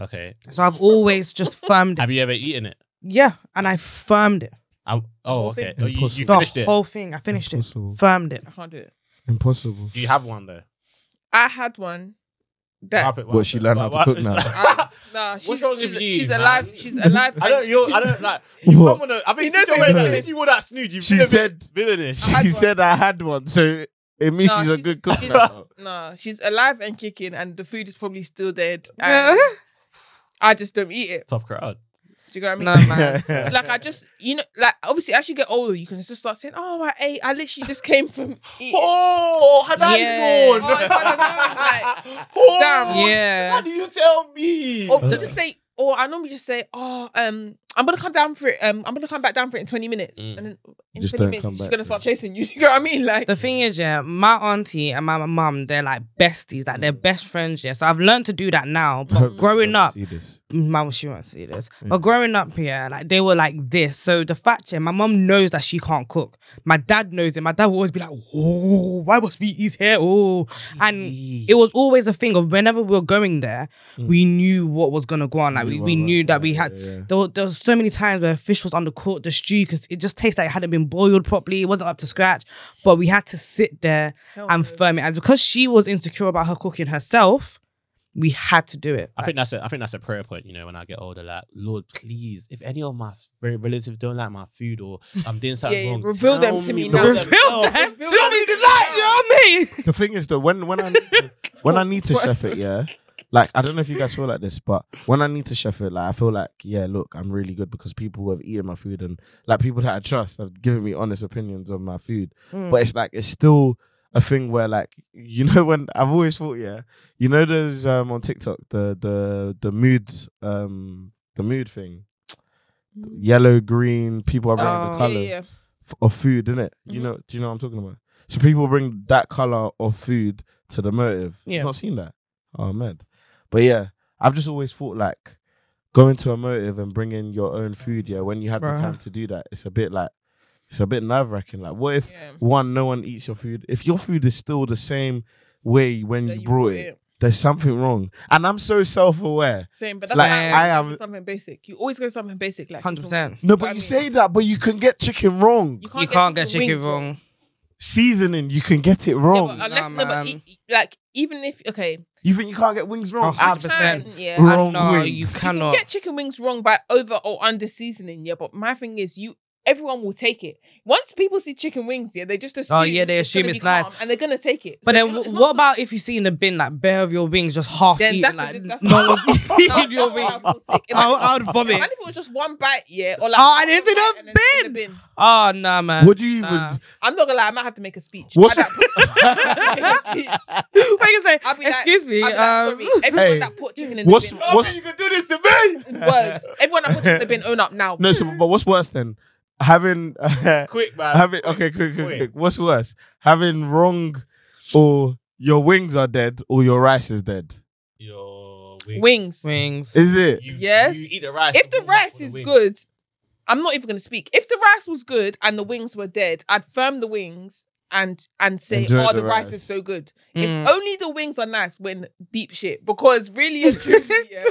Speaker 2: Okay.
Speaker 3: So I've always
Speaker 5: (laughs)
Speaker 3: just firmed it.
Speaker 2: Have you ever eaten it?
Speaker 3: Yeah, and I firmed it.
Speaker 2: I, oh,
Speaker 5: whole
Speaker 2: okay.
Speaker 5: thing.
Speaker 2: Oh, you, you
Speaker 1: Impossible.
Speaker 2: finished
Speaker 3: the
Speaker 2: it.
Speaker 3: whole thing. I finished it.
Speaker 1: Impossible.
Speaker 3: Firmed it.
Speaker 5: I can't do it.
Speaker 1: Impossible.
Speaker 2: Do you have one though?
Speaker 5: I had one.
Speaker 2: What
Speaker 5: That
Speaker 2: happened-
Speaker 1: What, she learned how to cook
Speaker 2: (laughs)
Speaker 1: now?
Speaker 5: (laughs) I, nah, she's,
Speaker 2: wrong with
Speaker 5: she's,
Speaker 2: you,
Speaker 5: she's
Speaker 2: man?
Speaker 5: alive. She's alive.
Speaker 2: I don't. You're, I don't like. You
Speaker 1: What?
Speaker 2: come on a, I think
Speaker 5: knows
Speaker 2: you're
Speaker 5: what
Speaker 1: he
Speaker 2: that.
Speaker 1: knows.
Speaker 2: If you were that snood, you
Speaker 1: She
Speaker 2: would have
Speaker 1: said-
Speaker 2: been villainish.
Speaker 5: I had
Speaker 1: She
Speaker 5: one.
Speaker 1: said I had one, so it means
Speaker 5: No,
Speaker 1: she's a
Speaker 5: she's-
Speaker 1: good cook
Speaker 5: she's-
Speaker 1: now. (laughs)
Speaker 5: Nah, she's alive and kicking, and the food is probably still dead. and
Speaker 3: (laughs)
Speaker 5: I just don't eat it.
Speaker 2: Tough crowd.
Speaker 5: Do you know what I mean?
Speaker 3: no, man.
Speaker 5: So, like I just, you know, like obviously as you get older, you can just start saying, "Oh, I ate. I literally just came from eating."
Speaker 2: Oh, had I
Speaker 3: Yeah.
Speaker 2: known?
Speaker 5: Oh, if I'd have known, like,
Speaker 2: oh, (laughs)
Speaker 5: damn.
Speaker 2: Why
Speaker 3: Yeah.
Speaker 2: do you tell me?
Speaker 5: Or you just say, or I normally just say, "Oh, um, I'm gonna come down for it. Um, I'm gonna come back down for it in 20 minutes."
Speaker 2: Mm.
Speaker 5: And then in
Speaker 1: Just
Speaker 5: 20
Speaker 1: don't
Speaker 5: minutes,
Speaker 1: come
Speaker 5: she's
Speaker 1: back,
Speaker 5: gonna
Speaker 1: yeah.
Speaker 5: start chasing you. (laughs) Do you know what I mean? Like,
Speaker 3: The thing is, yeah, my auntie and my mum, they're like besties, like they're best friends, yeah. So I've learned to do that now. But
Speaker 5: Mm.
Speaker 3: growing up,
Speaker 1: See this.
Speaker 3: mum, she won't see this.
Speaker 1: Yeah.
Speaker 3: But growing up, yeah, like they were like this. So the fact, yeah, my mum knows that she can't cook. My dad knows it. My dad will always be like, oh, why must we eat here? Oh, and it was always a thing of whenever we were going there,
Speaker 1: Mm.
Speaker 3: we knew what was gonna go on. Like we, we knew that we had.
Speaker 1: Yeah, yeah.
Speaker 3: There, were, there was so many times where fish was undercooked, the stew, because it just tastes like it hadn't been boiled properly. It wasn't up to scratch. But we had to sit there and firm it. And because she was insecure about her cooking herself, we had to do it.
Speaker 2: I think that's a I think that's a prayer point, you know, when I get older. Like, Lord, please, if any of my f- re- relatives don't like my food
Speaker 5: (laughs)
Speaker 2: or I'm doing something
Speaker 5: Yeah,
Speaker 2: wrong,
Speaker 5: reveal them
Speaker 2: tell
Speaker 5: to me
Speaker 2: bro.
Speaker 5: now.
Speaker 2: Reveal
Speaker 3: Reveal
Speaker 2: them.
Speaker 3: them
Speaker 5: Reveal
Speaker 3: to
Speaker 5: them
Speaker 3: me.
Speaker 5: to me.
Speaker 3: Show me.
Speaker 1: The thing is though, when when I need to, when I need to chef it, yeah. Like I don't know if you guys feel like this, but when I need to chef it, like I feel like yeah, look, I'm really good because people have eaten my food and like people that I trust have given me honest opinions of my food.
Speaker 5: Hmm.
Speaker 3: Mm.
Speaker 1: But it's like it's still a thing where like you (laughs) know when I've always thought yeah, you know those um on TikTok the the the mood um the mood thing, yellow green people are bringing the
Speaker 3: Oh.
Speaker 5: Yeah,
Speaker 1: colors
Speaker 5: yeah, yeah.
Speaker 1: f- of food, innit? You
Speaker 5: Mhm.
Speaker 1: know, do you know what I'm talking about? So people bring that color of food to the motive.
Speaker 3: Yeah.
Speaker 1: I've not seen that. Oh man, but yeah, I've just always thought like going to a motive and bringing your own food. Yeah, when you have
Speaker 3: Bruh.
Speaker 1: the time to do that, it's a bit like it's a bit nerve wracking. Like, what if
Speaker 5: Yeah.
Speaker 1: one, no one eats your food? If your food is still the same way when
Speaker 5: That
Speaker 1: you brought it, there's something wrong. And I'm so self aware.
Speaker 5: Same, but that's
Speaker 1: Like,
Speaker 5: why
Speaker 1: I
Speaker 5: I
Speaker 1: am-
Speaker 5: am something basic. You always go something basic, like
Speaker 3: Hundred
Speaker 5: chicken
Speaker 3: percent.
Speaker 5: wings.
Speaker 1: No,
Speaker 5: You know what
Speaker 1: but
Speaker 5: I
Speaker 1: you
Speaker 5: mean?
Speaker 1: say that, but you can get chicken wrong.
Speaker 5: You can't,
Speaker 3: You can't get chicken
Speaker 5: wings wrong.
Speaker 3: wrong.
Speaker 1: Seasoning, you can get it
Speaker 5: Yeah,
Speaker 1: wrong.
Speaker 5: but
Speaker 3: Nah,
Speaker 5: unless no, but
Speaker 3: man.
Speaker 5: e- like even if okay,
Speaker 1: you think you can't get wings wrong?
Speaker 3: Oh,
Speaker 5: you
Speaker 3: 100%.
Speaker 1: Absolutely.
Speaker 5: can, yeah,
Speaker 1: Wrong
Speaker 5: you
Speaker 3: And no,
Speaker 1: wings.
Speaker 3: you
Speaker 1: You
Speaker 5: can
Speaker 3: cannot.
Speaker 5: get chicken wings wrong by over or under seasoning. Yeah, but my thing is, you everyone will take it. Once people see chicken wings, yeah, they just assume.
Speaker 3: Oh, yeah, they
Speaker 5: gonna
Speaker 3: assume
Speaker 5: be
Speaker 3: it's nice.
Speaker 5: calm and they're gonna take it.
Speaker 3: But
Speaker 5: So
Speaker 3: then,
Speaker 5: you're
Speaker 3: wh-
Speaker 5: not- it's
Speaker 3: what
Speaker 5: not-
Speaker 3: about if you see in the bin like bare of your wings just half
Speaker 5: Then
Speaker 3: eaten,
Speaker 5: that's a-
Speaker 3: like
Speaker 5: that's-
Speaker 3: no one's (laughs)
Speaker 5: No,
Speaker 3: eating your
Speaker 5: that's when
Speaker 3: wings?
Speaker 5: (laughs) I feel sick. If I-
Speaker 3: I, I would vomit.
Speaker 5: Imagine if it was just one bite, yeah, or like
Speaker 3: Oh, and it's in a
Speaker 5: one bite and then it's in the bin.
Speaker 3: Oh no, man. (laughs)
Speaker 1: Would you even?
Speaker 3: Nah.
Speaker 5: I'm not gonna lie, I might have to make a speech.
Speaker 1: What's-
Speaker 5: I might have to (laughs) make a speech.
Speaker 3: What you say?
Speaker 5: I'll
Speaker 3: (laughs)
Speaker 5: be like-
Speaker 3: Excuse me.
Speaker 5: I'll be like,
Speaker 3: um,
Speaker 1: (laughs)
Speaker 5: sorry, everyone
Speaker 1: Hey,
Speaker 5: that put chicken in
Speaker 1: What's
Speaker 5: the bin.
Speaker 1: what's
Speaker 2: You can do this to me.
Speaker 1: (laughs)
Speaker 5: words. Everyone that puts it in the bin, own up now.
Speaker 1: no? So, but what's worse then? Having
Speaker 2: (laughs)
Speaker 1: (laughs)
Speaker 2: Quick, man.
Speaker 1: having okay, quick, quick, quick. What's worse? Having wrong, or your wings are dead, or your rice is dead.
Speaker 2: Your
Speaker 5: (laughs) Wings.
Speaker 3: (laughs) wings.
Speaker 1: Is it?
Speaker 2: You,
Speaker 5: Yes.
Speaker 2: You eat the rice.
Speaker 5: If the
Speaker 2: warm up
Speaker 5: rice
Speaker 2: with the
Speaker 5: is
Speaker 2: wings.
Speaker 5: good, I'm not even gonna speak. If the rice was good and the wings were dead, I'd firm the wings and and say,
Speaker 1: Enjoy
Speaker 5: "Oh,
Speaker 1: the
Speaker 5: the rice.
Speaker 1: rice." Hmm.
Speaker 5: is so good."
Speaker 3: Mm.
Speaker 5: If only the wings are nice, when deep shit. Because really and
Speaker 1: (laughs)
Speaker 5: truly, yeah,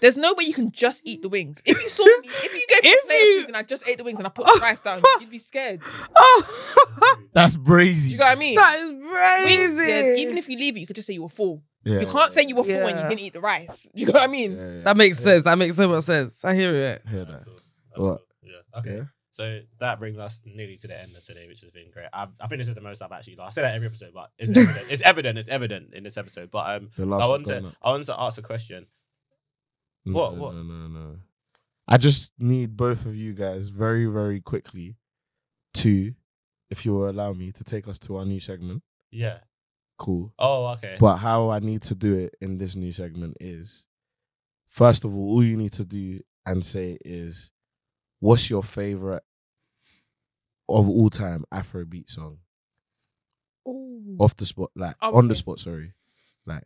Speaker 5: there's no way you can just eat the wings. If you saw me, if you gave me
Speaker 3: If
Speaker 5: a plate of
Speaker 3: you-
Speaker 5: wings and I just ate the wings and
Speaker 1: (laughs)
Speaker 5: I put the rice down, you'd be scared. Do (laughs)
Speaker 3: Oh,
Speaker 1: That's
Speaker 5: you
Speaker 1: brazy.
Speaker 5: know what I
Speaker 3: (laughs)
Speaker 5: mean?
Speaker 3: that is
Speaker 5: Wings,
Speaker 3: crazy.
Speaker 5: yeah, even if you leave it, you could just say you were full.
Speaker 1: Yeah.
Speaker 5: You can't say you were full and
Speaker 3: Yeah.
Speaker 5: you didn't eat the rice. (laughs) Do you know what I mean?
Speaker 1: Yeah, yeah.
Speaker 3: that makes sense. That makes so much sense. I hear it.
Speaker 1: Hear that. What?
Speaker 2: What? Yeah. Okay.
Speaker 1: Yeah.
Speaker 2: So that brings us nearly to the end of today, which has been great. I, I think this is the most I've actually. I say that every episode, but it's evident. it's evident. It's evident in this episode. But um,
Speaker 1: The
Speaker 2: I
Speaker 1: last
Speaker 2: want
Speaker 1: one,
Speaker 2: to.
Speaker 1: no,
Speaker 2: I want to ask a question.
Speaker 1: no,
Speaker 2: what-
Speaker 1: no,
Speaker 2: what?
Speaker 1: No, no, no. I just need both of you guys very, very quickly to, if you will allow me, to take us to our new segment
Speaker 2: Yeah.
Speaker 1: cool.
Speaker 2: Oh, okay.
Speaker 1: But how I need to do it in this new segment is first of all, all you need to do and say is what's your favorite of all time Afrobeat song? Off the spot, like on the
Speaker 5: Okay.
Speaker 1: spot, sorry. Like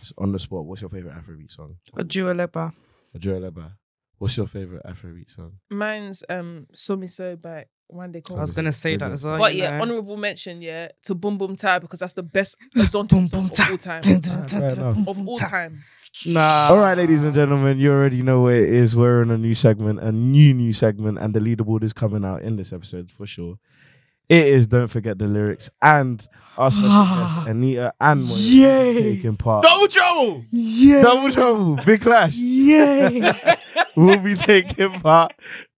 Speaker 1: just on the spot, what's your favorite Afrobeat song?
Speaker 3: A Dua Lipa.
Speaker 1: Adria Leba, what's your favorite Afrobeat song?
Speaker 5: Mine's um so me so by one day
Speaker 1: I
Speaker 4: I
Speaker 5: call.
Speaker 4: was gonna say that as well.
Speaker 5: But
Speaker 4: you
Speaker 5: yeah,
Speaker 4: know.
Speaker 3: (laughs)
Speaker 5: honorable mention, yeah, to Boom Boom Tai because that's
Speaker 2: (laughs)
Speaker 5: the best horizontal
Speaker 3: Boom
Speaker 5: song
Speaker 3: Boom
Speaker 5: of
Speaker 3: Tai.
Speaker 5: all time.
Speaker 1: fair enough.
Speaker 5: Of all time.
Speaker 4: Nah.
Speaker 1: All right, ladies and gentlemen, you already know where it is. We're in a new segment, a new new segment, and the leaderboard is coming out in this episode for sure. It is don't forget the lyrics and our special guest Anita and Moyo taking part.
Speaker 2: Double trouble.
Speaker 1: yeah, double trouble, big clash. Yeah, (laughs) we'll be taking part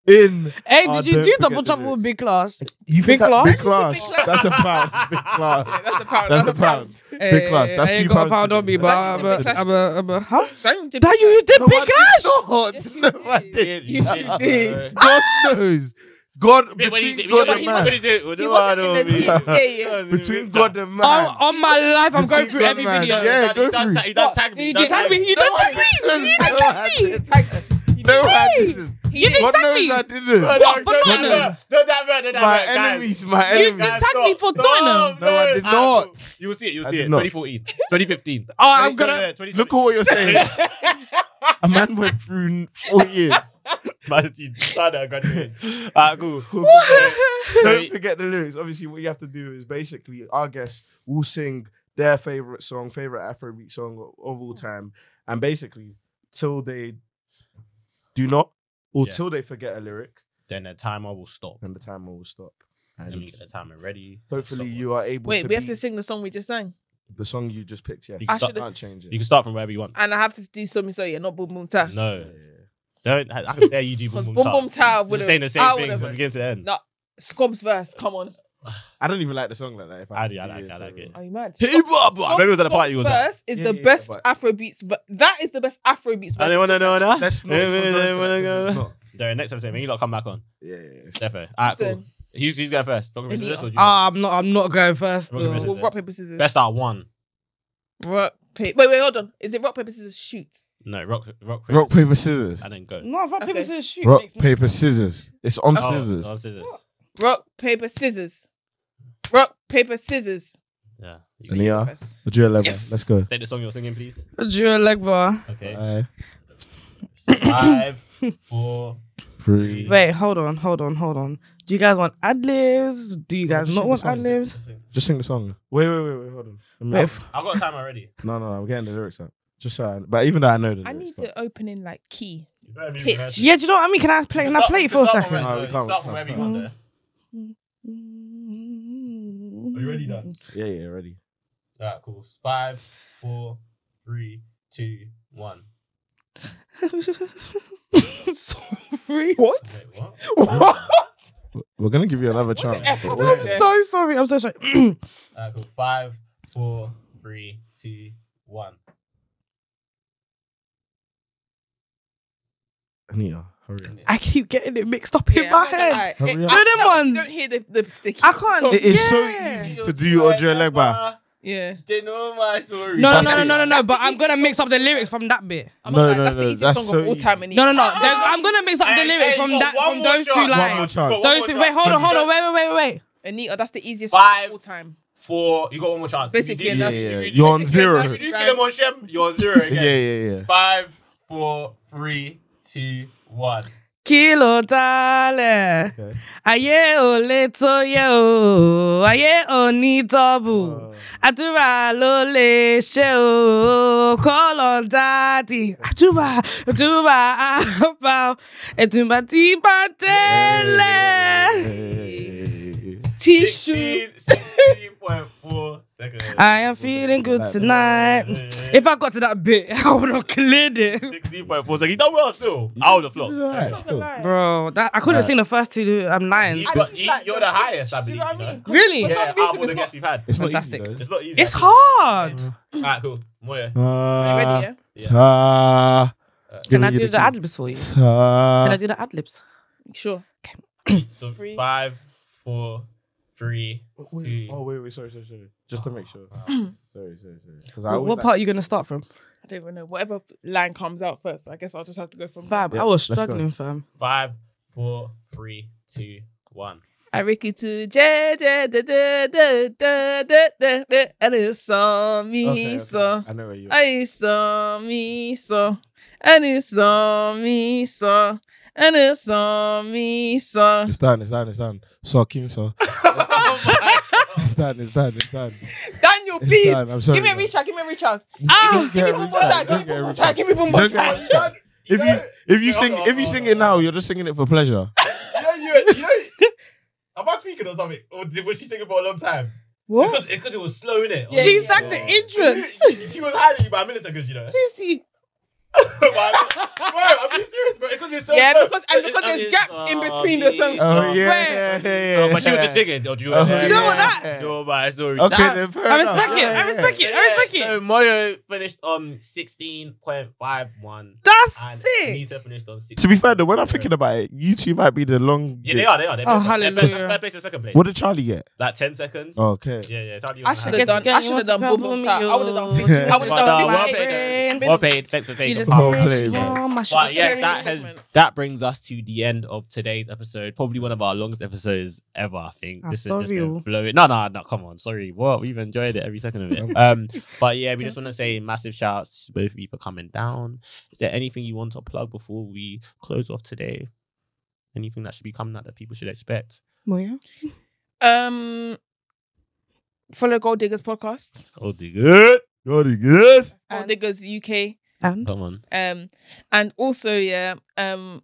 Speaker 1: in.
Speaker 3: Hey,
Speaker 1: Oh,
Speaker 3: did you
Speaker 1: don't
Speaker 3: do
Speaker 1: forget the
Speaker 3: double trouble with Big Class?
Speaker 1: You
Speaker 3: Big
Speaker 1: that-
Speaker 3: clash?
Speaker 1: Big clash.
Speaker 5: Big clash.
Speaker 1: That's a pound. Big
Speaker 5: Yeah,
Speaker 1: clash.
Speaker 2: (laughs)
Speaker 5: (laughs) that's a pound.
Speaker 1: That's a pound. Big class. That's
Speaker 4: I ain't
Speaker 1: two
Speaker 4: Eh, got a
Speaker 1: pounds.
Speaker 4: pound on me, but
Speaker 5: That's
Speaker 4: I'm a, I'm
Speaker 5: the big clash.
Speaker 4: a, I'm a, huh?
Speaker 5: Don't dip-
Speaker 3: That you,
Speaker 1: (laughs)
Speaker 3: you did
Speaker 1: No,
Speaker 3: Big
Speaker 1: I
Speaker 3: Clash?
Speaker 2: (laughs)
Speaker 1: did not. No, I didn't.
Speaker 5: You did.
Speaker 1: God knows. God,
Speaker 2: Wait, when he
Speaker 1: between
Speaker 2: did-
Speaker 1: God
Speaker 2: when
Speaker 1: and
Speaker 2: he-
Speaker 1: man.
Speaker 2: when he did-
Speaker 5: He wasn't in the
Speaker 2: when he
Speaker 5: team.
Speaker 2: did-
Speaker 5: Yeah,
Speaker 2: (laughs)
Speaker 5: yeah.
Speaker 1: between God and man.
Speaker 3: Oh,
Speaker 4: On, on my life, I'm going
Speaker 1: Between
Speaker 4: through
Speaker 1: God
Speaker 4: every
Speaker 1: and
Speaker 4: video.
Speaker 1: man. Yeah, go
Speaker 2: he done
Speaker 1: through.
Speaker 2: ta- He done tag me.
Speaker 4: You
Speaker 2: done
Speaker 4: did tag me. You did
Speaker 1: No,
Speaker 4: tag me.
Speaker 1: (laughs) I didn't. No, I didn't.
Speaker 5: He did.
Speaker 4: did
Speaker 1: God
Speaker 4: tag
Speaker 1: knows
Speaker 4: me.
Speaker 3: Oh,
Speaker 1: I didn't.
Speaker 2: No,
Speaker 4: What,
Speaker 2: no,
Speaker 4: for
Speaker 2: no, no,
Speaker 4: Tottenham?
Speaker 2: no, that man, no, that
Speaker 1: My
Speaker 2: man, guys.
Speaker 1: enemies, my
Speaker 4: You
Speaker 1: enemies.
Speaker 2: Guys,
Speaker 4: tag
Speaker 2: stop,
Speaker 4: me for
Speaker 2: stop,
Speaker 4: Tottenham.
Speaker 1: No, I did
Speaker 2: Ah,
Speaker 1: not.
Speaker 2: cool. You will see it. You will
Speaker 1: I
Speaker 2: see
Speaker 1: did
Speaker 2: it.
Speaker 1: not.
Speaker 2: 2014, 2015.
Speaker 4: Oh, I'm gonna-
Speaker 1: Look at what you're
Speaker 2: (laughs)
Speaker 1: saying. A man went through four years.
Speaker 2: Man, you started at graduate. Ah, cool.
Speaker 1: Don't forget the lyrics. Obviously, what you have to do is basically our guests will sing their favorite song, favorite Afrobeat song of of all time, and basically till they do not or
Speaker 2: Yeah.
Speaker 1: till they forget a lyric,
Speaker 2: Then the timer will stop.
Speaker 1: then the timer will stop.
Speaker 2: Let me
Speaker 1: And
Speaker 2: get the timer ready.
Speaker 1: hopefully,
Speaker 2: Stop.
Speaker 1: you are able.
Speaker 5: Wait,
Speaker 1: to
Speaker 5: we have
Speaker 1: beat
Speaker 5: to sing the song we just sang.
Speaker 1: the song you just picked. Yes,
Speaker 2: You
Speaker 5: I
Speaker 2: can, start,
Speaker 5: should've-
Speaker 1: can't change it.
Speaker 2: you can start from wherever you want.
Speaker 5: And I have to do so me so yeah, not Boom Boom Ta.
Speaker 1: Yeah,
Speaker 2: No,
Speaker 1: yeah, yeah.
Speaker 2: don't. I, I can dare you do
Speaker 5: Because
Speaker 2: boom
Speaker 5: Boom Boom Ta
Speaker 2: You're
Speaker 5: would
Speaker 2: saying the same thing from
Speaker 5: have.
Speaker 2: beginning to end.
Speaker 5: No. Scob's verse, come on.
Speaker 1: I don't even like the song like that. If
Speaker 2: I do, I like
Speaker 1: yeah,
Speaker 2: it, I like it.
Speaker 5: Are you mad?
Speaker 2: Hey, blah, blah. I remember it was at a party, it was like-
Speaker 5: verse is
Speaker 1: Yeah,
Speaker 5: the
Speaker 1: yeah, yeah,
Speaker 5: best
Speaker 1: but-
Speaker 5: Afrobeats, but that is the best Afrobeats
Speaker 2: I
Speaker 5: verse.
Speaker 2: don't want to know that.
Speaker 1: Let's not.
Speaker 2: Yeah,
Speaker 1: even go
Speaker 2: yeah,
Speaker 1: into that
Speaker 2: yeah, yeah,
Speaker 1: 'cause
Speaker 2: yeah.
Speaker 1: it's not-
Speaker 2: There, next episode, when you lot come back on.
Speaker 1: Yeah, yeah, yeah.
Speaker 2: Defo. Alright, cool.
Speaker 5: Listen.
Speaker 2: Who's, who's going first? Rock, paper,
Speaker 5: Any-
Speaker 2: scissors, or do you
Speaker 3: oh,
Speaker 2: want-
Speaker 4: Ah, I'm not, I'm not going first.
Speaker 2: We're gonna
Speaker 4: though.
Speaker 2: miss it.
Speaker 5: Well, rock, paper,
Speaker 1: Um,
Speaker 5: scissors.
Speaker 2: Best out of one.
Speaker 5: Rock, paper. Wait, wait, hold on. Is it rock, paper, scissors, shoot?
Speaker 2: No, rock, rock,
Speaker 1: Rock paper scissors.
Speaker 2: I didn't go.
Speaker 3: No, I thought people
Speaker 5: Okay.
Speaker 3: said shoot.
Speaker 1: Rock
Speaker 3: makes me-
Speaker 1: paper scissors. It's on
Speaker 2: Oh,
Speaker 1: scissors.
Speaker 2: oh, scissors.
Speaker 5: Rock, paper, scissors. Rock, paper, scissors.
Speaker 2: Yeah.
Speaker 1: And yeah,
Speaker 5: Verse.
Speaker 1: the drill level.
Speaker 5: Yes.
Speaker 1: Let's go.
Speaker 2: State the song you're singing, please.
Speaker 4: Dua Lipa.
Speaker 2: Okay.
Speaker 1: Five,
Speaker 2: (clears throat) Five,
Speaker 3: (laughs)
Speaker 2: four.
Speaker 1: three.
Speaker 3: Wait, hold on, hold on, hold on. Do you guys want ad libs? Do you guys
Speaker 1: just
Speaker 3: not
Speaker 1: sing
Speaker 3: want
Speaker 1: the
Speaker 3: ad
Speaker 1: songs.
Speaker 3: libs?
Speaker 1: Just sing the song. Wait, wait, wait, wait. Hold on. Let me-
Speaker 3: Wait, f-
Speaker 2: I've got a time already.
Speaker 1: no, no, no. I'm getting the lyrics up. Just so I, but even though I know the lyrics.
Speaker 5: I need
Speaker 1: but-
Speaker 5: the opening like key.
Speaker 2: You better be
Speaker 5: Pitch.
Speaker 3: (laughs)
Speaker 2: rehearsing.
Speaker 3: yeah, do you know what I mean? Can I play?
Speaker 2: You
Speaker 3: Can I
Speaker 2: start-
Speaker 3: play
Speaker 2: you
Speaker 3: it for a
Speaker 2: start from
Speaker 3: second?
Speaker 1: No,
Speaker 2: wherever-
Speaker 1: we
Speaker 2: you
Speaker 1: can't,
Speaker 2: Start
Speaker 1: we
Speaker 2: from wherever you
Speaker 1: can't.
Speaker 2: want there.
Speaker 3: Are
Speaker 2: Are you ready then?
Speaker 1: Yeah, yeah, ready.
Speaker 2: Alright, cool. Five, four, three, two, one.
Speaker 4: (laughs)
Speaker 3: sorry.
Speaker 2: Wait,
Speaker 3: What?
Speaker 2: what?
Speaker 3: What?
Speaker 1: We're gonna give you another chance. but
Speaker 2: F-
Speaker 1: wait.
Speaker 3: I'm so sorry. I'm so sorry. (clears throat)
Speaker 2: Alright, cool. Five, four, three, two, one.
Speaker 1: Anita, hurry. up.
Speaker 3: I keep getting it mixed up in
Speaker 5: Yeah,
Speaker 3: my
Speaker 5: I'm not gonna
Speaker 3: head.
Speaker 5: lie.
Speaker 1: Hurry
Speaker 5: It-
Speaker 1: up.
Speaker 3: Do them
Speaker 5: I-
Speaker 3: ones.
Speaker 5: Don't hear the the, the key.
Speaker 3: I can't.
Speaker 1: It is so
Speaker 3: Yeah.
Speaker 1: easy to do Audrey Legba.
Speaker 5: Yeah.
Speaker 2: They know my story.
Speaker 4: No, no,
Speaker 1: That's
Speaker 4: no, no,
Speaker 1: it.
Speaker 4: no, no, no. But I'm gonna mix up the lyrics from that bit.
Speaker 5: I'm
Speaker 1: No,
Speaker 5: not gonna
Speaker 1: no,
Speaker 5: lie, that's
Speaker 1: no,
Speaker 5: the easiest
Speaker 1: that's
Speaker 5: song
Speaker 1: so
Speaker 5: of all
Speaker 1: easy.
Speaker 5: time. Anita. Ah!
Speaker 4: No, no, no. There's- I'm gonna mix up the lyrics from that, from those two
Speaker 1: One more
Speaker 4: lines.
Speaker 1: chance.
Speaker 4: Those two. Wait, hold on, hold on. Wait, wait, wait, wait.
Speaker 5: Anita, that's the easiest
Speaker 2: Five.
Speaker 5: song of all time.
Speaker 2: Four. You got one more chance.
Speaker 5: Basically,
Speaker 2: If you do-
Speaker 1: Yeah,
Speaker 5: that's-
Speaker 2: if
Speaker 1: yeah.
Speaker 2: you do-
Speaker 1: You're on
Speaker 5: that's-
Speaker 1: zero.
Speaker 2: If you do kill him on Shem, you're on zero (laughs)
Speaker 1: Yeah,
Speaker 2: again.
Speaker 1: yeah, yeah.
Speaker 2: Five, four, three, two, one.
Speaker 3: Kilo dale.
Speaker 1: Okay.
Speaker 3: Aye o leto ye o. Aye o ni double.
Speaker 1: Uh,
Speaker 3: Àdúrà ló lè ṣe o, call on daddy. Àdúrà, àdúrà àbá o, ẹ̀dùnbà tí bá
Speaker 1: yeah,
Speaker 3: délẹ̀.
Speaker 1: yeah, yeah, yeah, yeah.
Speaker 5: Tissue.
Speaker 2: 16, 16.4 seconds.
Speaker 4: Uh,
Speaker 3: I am feeling good tonight.
Speaker 2: If
Speaker 3: If I got to that bit, (laughs) I would have cleared it.
Speaker 2: 16.4 seconds. He done well still. Out of the
Speaker 1: It's alright,
Speaker 2: flops.
Speaker 1: still.
Speaker 3: Bro, that I couldn't
Speaker 1: Right.
Speaker 3: sing the first two um, lines.
Speaker 2: He- but he- you're the highest, I believe.
Speaker 5: You know what
Speaker 2: you
Speaker 5: I
Speaker 2: know?
Speaker 5: mean?
Speaker 3: Really?
Speaker 5: For some
Speaker 2: Yeah,
Speaker 5: reason,
Speaker 2: out of all the
Speaker 5: it's not-
Speaker 2: guests we've had.
Speaker 1: It's not
Speaker 4: Fantastic.
Speaker 1: Easy,
Speaker 2: It's not easy.
Speaker 3: It's hard.
Speaker 2: Alright, cool.
Speaker 4: (laughs)
Speaker 2: Moya.
Speaker 1: though.
Speaker 5: Are you
Speaker 1: Uh,
Speaker 5: ready, yeah?
Speaker 2: Yeah.
Speaker 1: ta-
Speaker 3: Can I
Speaker 1: Giving
Speaker 3: do
Speaker 1: you
Speaker 3: the
Speaker 1: key.
Speaker 3: ad libs for you?
Speaker 1: Ta-
Speaker 3: Can I do the ad libs?
Speaker 5: Sure.
Speaker 2: So
Speaker 5: Three.
Speaker 2: five, four, three,
Speaker 1: Wait,
Speaker 2: two.
Speaker 1: oh wait, wait, sorry, sorry, sorry. Just to make sure. sorry, sorry, sorry. 'Cause I
Speaker 3: What,
Speaker 1: always
Speaker 3: what
Speaker 1: like-
Speaker 3: part are you gonna start from?
Speaker 5: I don't even know. Whatever line comes out first, I guess I'll just have to go from
Speaker 3: Fam,
Speaker 1: Yeah,
Speaker 3: I was
Speaker 1: let's go.
Speaker 3: struggling, fam.
Speaker 2: Five, four, three, two, one.
Speaker 5: I Ricky to J da da da da da da da da and it saw me
Speaker 1: Okay, okay.
Speaker 5: so
Speaker 1: I know where you.
Speaker 5: I saw me so and it saw me so and it saw me so
Speaker 1: It's done. It's done. It's done. So Kim, so it's done. It's done. It's done. It's (laughs)
Speaker 5: Daniel, please
Speaker 1: done. I'm sorry.
Speaker 5: give me a
Speaker 1: man.
Speaker 5: reach out, give me a reach out.
Speaker 1: You
Speaker 5: Ah,
Speaker 1: don't
Speaker 5: give me
Speaker 1: get
Speaker 5: one
Speaker 1: reach
Speaker 5: more
Speaker 1: out,
Speaker 5: time,
Speaker 1: don't
Speaker 5: give me
Speaker 1: get
Speaker 5: one more
Speaker 1: reach
Speaker 5: time,
Speaker 1: out.
Speaker 5: give me one
Speaker 1: You don't
Speaker 2: Oh,
Speaker 5: more
Speaker 1: get
Speaker 5: time.
Speaker 1: reach out. If you if you
Speaker 2: Hold
Speaker 1: sing
Speaker 2: on,
Speaker 1: if you
Speaker 2: hold
Speaker 1: sing
Speaker 2: on,
Speaker 1: it now,
Speaker 2: hold
Speaker 1: you're just singing it for pleasure.
Speaker 2: You know, you, you know, am I tweaking or something? Or did, was she singing for a long time?
Speaker 3: What?
Speaker 2: It's because it was slow, innit?
Speaker 5: Yeah,
Speaker 3: she
Speaker 5: yeah,
Speaker 3: sang
Speaker 5: yeah.
Speaker 3: the entrance.
Speaker 2: She, she was hiding you by a minute seconds, you know. (laughs)
Speaker 5: Please, you-
Speaker 2: bro, I'm being serious, bro. Because it's so
Speaker 5: Yeah,
Speaker 2: slow.
Speaker 5: because and
Speaker 2: It-
Speaker 5: because there's
Speaker 2: it-
Speaker 5: gaps in between the
Speaker 1: (laughs)
Speaker 5: songs.
Speaker 1: Oh yeah, yeah,
Speaker 5: Fair.
Speaker 1: yeah,
Speaker 2: Oh, but she was just singing. Oh, do you,
Speaker 1: Oh,
Speaker 2: do
Speaker 3: you know what
Speaker 1: yeah.
Speaker 3: that-
Speaker 2: No, my story.
Speaker 1: Okay,
Speaker 2: That-
Speaker 1: then fair
Speaker 3: I
Speaker 1: enough.
Speaker 3: respect it.
Speaker 1: Yeah,
Speaker 3: I
Speaker 1: yeah.
Speaker 3: respect it. I respect it.
Speaker 2: So Moyo finished on sixteen point five one, and
Speaker 3: That's it.
Speaker 2: Nita finished on six.
Speaker 1: To be fair, though, when I'm thinking about it, you two might be the long.
Speaker 2: yeah, they are, they are. They're
Speaker 3: Oh,
Speaker 2: best- they're best-
Speaker 3: hallelujah.
Speaker 2: Third place and second place.
Speaker 1: What did Charlie get?
Speaker 2: Like ten seconds.
Speaker 1: Oh, Okay.
Speaker 2: Yeah, yeah. Charlie
Speaker 5: I
Speaker 2: was
Speaker 5: should
Speaker 2: high.
Speaker 5: have done.
Speaker 3: Get
Speaker 5: I
Speaker 3: together,
Speaker 5: should
Speaker 3: you
Speaker 5: have done
Speaker 3: want to
Speaker 5: bubble
Speaker 3: come
Speaker 5: tap. I would have done. 50. I would have
Speaker 2: Well done,
Speaker 5: done.
Speaker 2: well
Speaker 5: 50.
Speaker 2: played.
Speaker 5: Been-
Speaker 2: Well played. Thanks for
Speaker 3: She
Speaker 2: taking
Speaker 3: just
Speaker 1: Well
Speaker 2: part.
Speaker 1: played,
Speaker 3: finished.
Speaker 1: bro.
Speaker 3: Oh, my
Speaker 2: But
Speaker 3: shit.
Speaker 2: yeah,
Speaker 5: Very
Speaker 2: that
Speaker 5: good
Speaker 2: has
Speaker 5: segment.
Speaker 2: that brings us to the end of today's episode. Probably one of our longest episodes ever. I think
Speaker 3: Ah,
Speaker 2: this is just
Speaker 3: sorry,
Speaker 2: been
Speaker 3: oh.
Speaker 2: flowing. No, no, no. Come on, sorry. What we've enjoyed it every second of it. Um, but yeah, we just want to say massive shouts to both of you for coming down. Is there anything you want to plug before we close off today? Anything that should be coming out that people should expect?
Speaker 3: Moya?
Speaker 5: Um, follow Gold Diggers podcast.
Speaker 2: It's called the good.
Speaker 1: Charlie, yes.
Speaker 5: Gold
Speaker 3: And-
Speaker 5: Diggers UK.
Speaker 3: And
Speaker 2: Come on.
Speaker 5: Um, and also, yeah, um,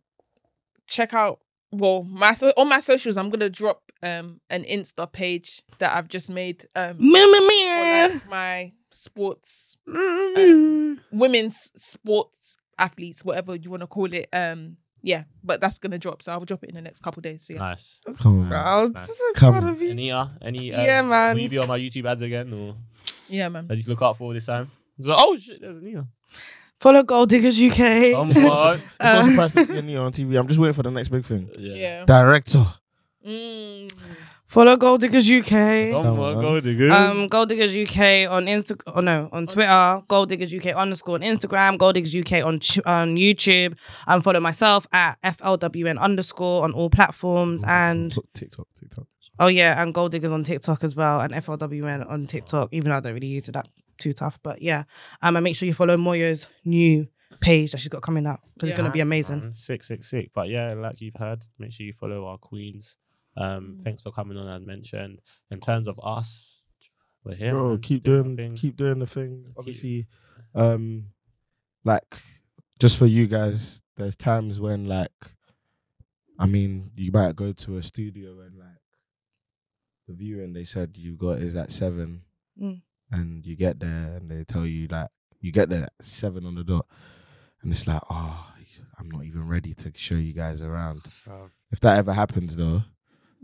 Speaker 5: check out well my so- on my socials. I'm gonna drop um an Insta page that I've just made um
Speaker 3: me me
Speaker 5: for
Speaker 3: me.
Speaker 5: like, my sports
Speaker 3: Mm.
Speaker 5: women's sports athletes, whatever you want to call it. Um, yeah, but that's gonna drop. So I'll drop it in the next couple days. So yeah.
Speaker 2: Nice.
Speaker 1: Come on. man.
Speaker 3: Proud.
Speaker 2: Nice.
Speaker 3: So
Speaker 1: Come
Speaker 3: proud
Speaker 1: on.
Speaker 3: of you.
Speaker 2: Any, uh, any, um,
Speaker 3: Yeah, man.
Speaker 2: Will you be on my YouTube ads again, or
Speaker 5: Yeah, man.
Speaker 2: I just look out for this time? So, oh shit, there's an ear.
Speaker 3: Follow Gold Diggers UK.
Speaker 2: Come
Speaker 1: It's
Speaker 2: on.
Speaker 1: It's not
Speaker 3: Uh,
Speaker 1: surprised to see any on TV. I'm just waiting for the next big thing.
Speaker 5: Yeah.
Speaker 1: Director.
Speaker 5: Mm.
Speaker 3: (laughs) Follow Gold Diggers UK.
Speaker 2: Come on, go diggers.
Speaker 3: Um, Gold Diggers UK on Insta. Oh no, on Twitter. Gold Diggers UK underscore on Instagram. Gold Diggers UK on ch- on YouTube. And follow myself at flwn underscore on all platforms. And
Speaker 1: TikTok, TikTok.
Speaker 3: oh yeah, and Gold Diggers on TikTok as well, and flwn on TikTok. Even though I don't really use it that too tough, but yeah. Um, and make sure you follow Moyo's new page that she's got coming out because it's
Speaker 5: Yeah.
Speaker 3: gonna be amazing.
Speaker 2: Six, six, six. But yeah, like you've heard, make sure you follow our queens. Um,
Speaker 5: Mm.
Speaker 2: thanks for coming on. As mentioned, in terms of us, we're here.
Speaker 1: Bro,
Speaker 2: man,
Speaker 1: keep
Speaker 2: doing our
Speaker 1: doing,
Speaker 2: thing.
Speaker 1: keep doing the thing. Obviously, um, like just for you guys, there's times when like, I mean, you might go to a studio and like the viewing they said you got is at seven,
Speaker 3: Mm.
Speaker 1: and you get there and they tell you like you get there at seven on the dot, and it's like, oh, I'm not even ready to show you guys around. If that ever happens though,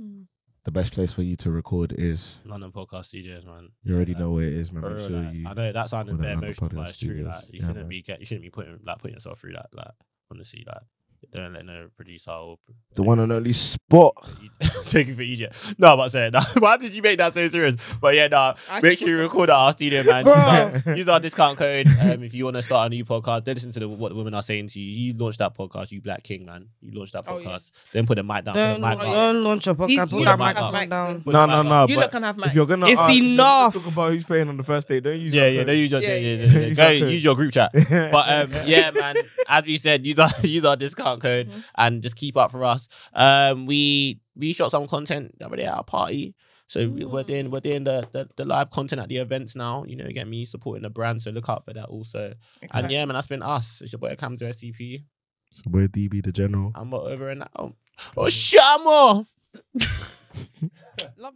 Speaker 5: Mm.
Speaker 1: the best place for you to record is
Speaker 2: London Podcast Studios, man.
Speaker 1: you already
Speaker 2: Like,
Speaker 1: know where it is, man.
Speaker 2: for
Speaker 1: Make
Speaker 2: real,
Speaker 1: sure
Speaker 2: like,
Speaker 1: you.
Speaker 2: I know that sounded
Speaker 1: Put it
Speaker 2: very
Speaker 1: on the
Speaker 2: emotional,
Speaker 1: podcast
Speaker 2: but it's true. Like,
Speaker 1: studios.
Speaker 2: you
Speaker 1: Yeah,
Speaker 2: shouldn't
Speaker 1: man.
Speaker 2: be get, you shouldn't be putting like putting yourself through that. Like honestly, like don't let no producer or
Speaker 1: the
Speaker 2: (laughs)
Speaker 1: one and only spot.
Speaker 2: Taking for Egypt. No, I'm not saying that. (laughs) Why did you make that so serious? But yeah, nah.
Speaker 5: I
Speaker 2: Make
Speaker 5: see
Speaker 2: sure you
Speaker 5: what's
Speaker 2: record at our studio, man.
Speaker 3: Bro.
Speaker 2: Use our- Use our discount code um, if you want to start a new podcast. Then listen to the, what the women are saying to you. You launched that podcast, you Black King, man. You launched that
Speaker 5: Oh,
Speaker 2: podcast.
Speaker 5: yeah.
Speaker 2: Then put the mic down.
Speaker 3: Don't,
Speaker 2: put the mic
Speaker 5: yeah.
Speaker 2: up.
Speaker 3: don't launch a
Speaker 5: These-
Speaker 3: podcast.
Speaker 5: you
Speaker 3: Put
Speaker 2: lot
Speaker 3: that mic
Speaker 2: have
Speaker 5: mics, man.
Speaker 3: down.
Speaker 2: Put
Speaker 1: No,
Speaker 2: the
Speaker 1: no,
Speaker 2: mic
Speaker 1: no.
Speaker 2: up.
Speaker 5: You
Speaker 1: but
Speaker 5: lot can have mine.
Speaker 1: If you're gonna,
Speaker 3: It's
Speaker 1: if you're gonna
Speaker 3: enough.
Speaker 1: Talk about who's paying on the first date. Don't use.
Speaker 2: Yeah,
Speaker 1: our
Speaker 2: yeah.
Speaker 1: code.
Speaker 2: Don't use your,
Speaker 5: Yeah,
Speaker 2: yeah, yeah,
Speaker 5: yeah.
Speaker 1: (laughs)
Speaker 2: yeah, yeah.
Speaker 1: Use
Speaker 2: Go
Speaker 1: our code.
Speaker 2: use your group chat.
Speaker 1: (laughs)
Speaker 2: But um, yeah, man. As we said, use our (laughs) use our discount code
Speaker 5: Mhm.
Speaker 2: and just keep up for us. Um, we we shot some content already at our party, so we- we're
Speaker 5: Mm.
Speaker 2: doing we're doing the, the the live content at the events now. You know, you get me supporting the brand, so look out for that also. And
Speaker 5: Exactly.
Speaker 2: yeah, man, that's been us. It's your boy Camzo SCP.
Speaker 1: So we're DB the general.
Speaker 2: I'm over and out. Oh, Shamo.
Speaker 5: Love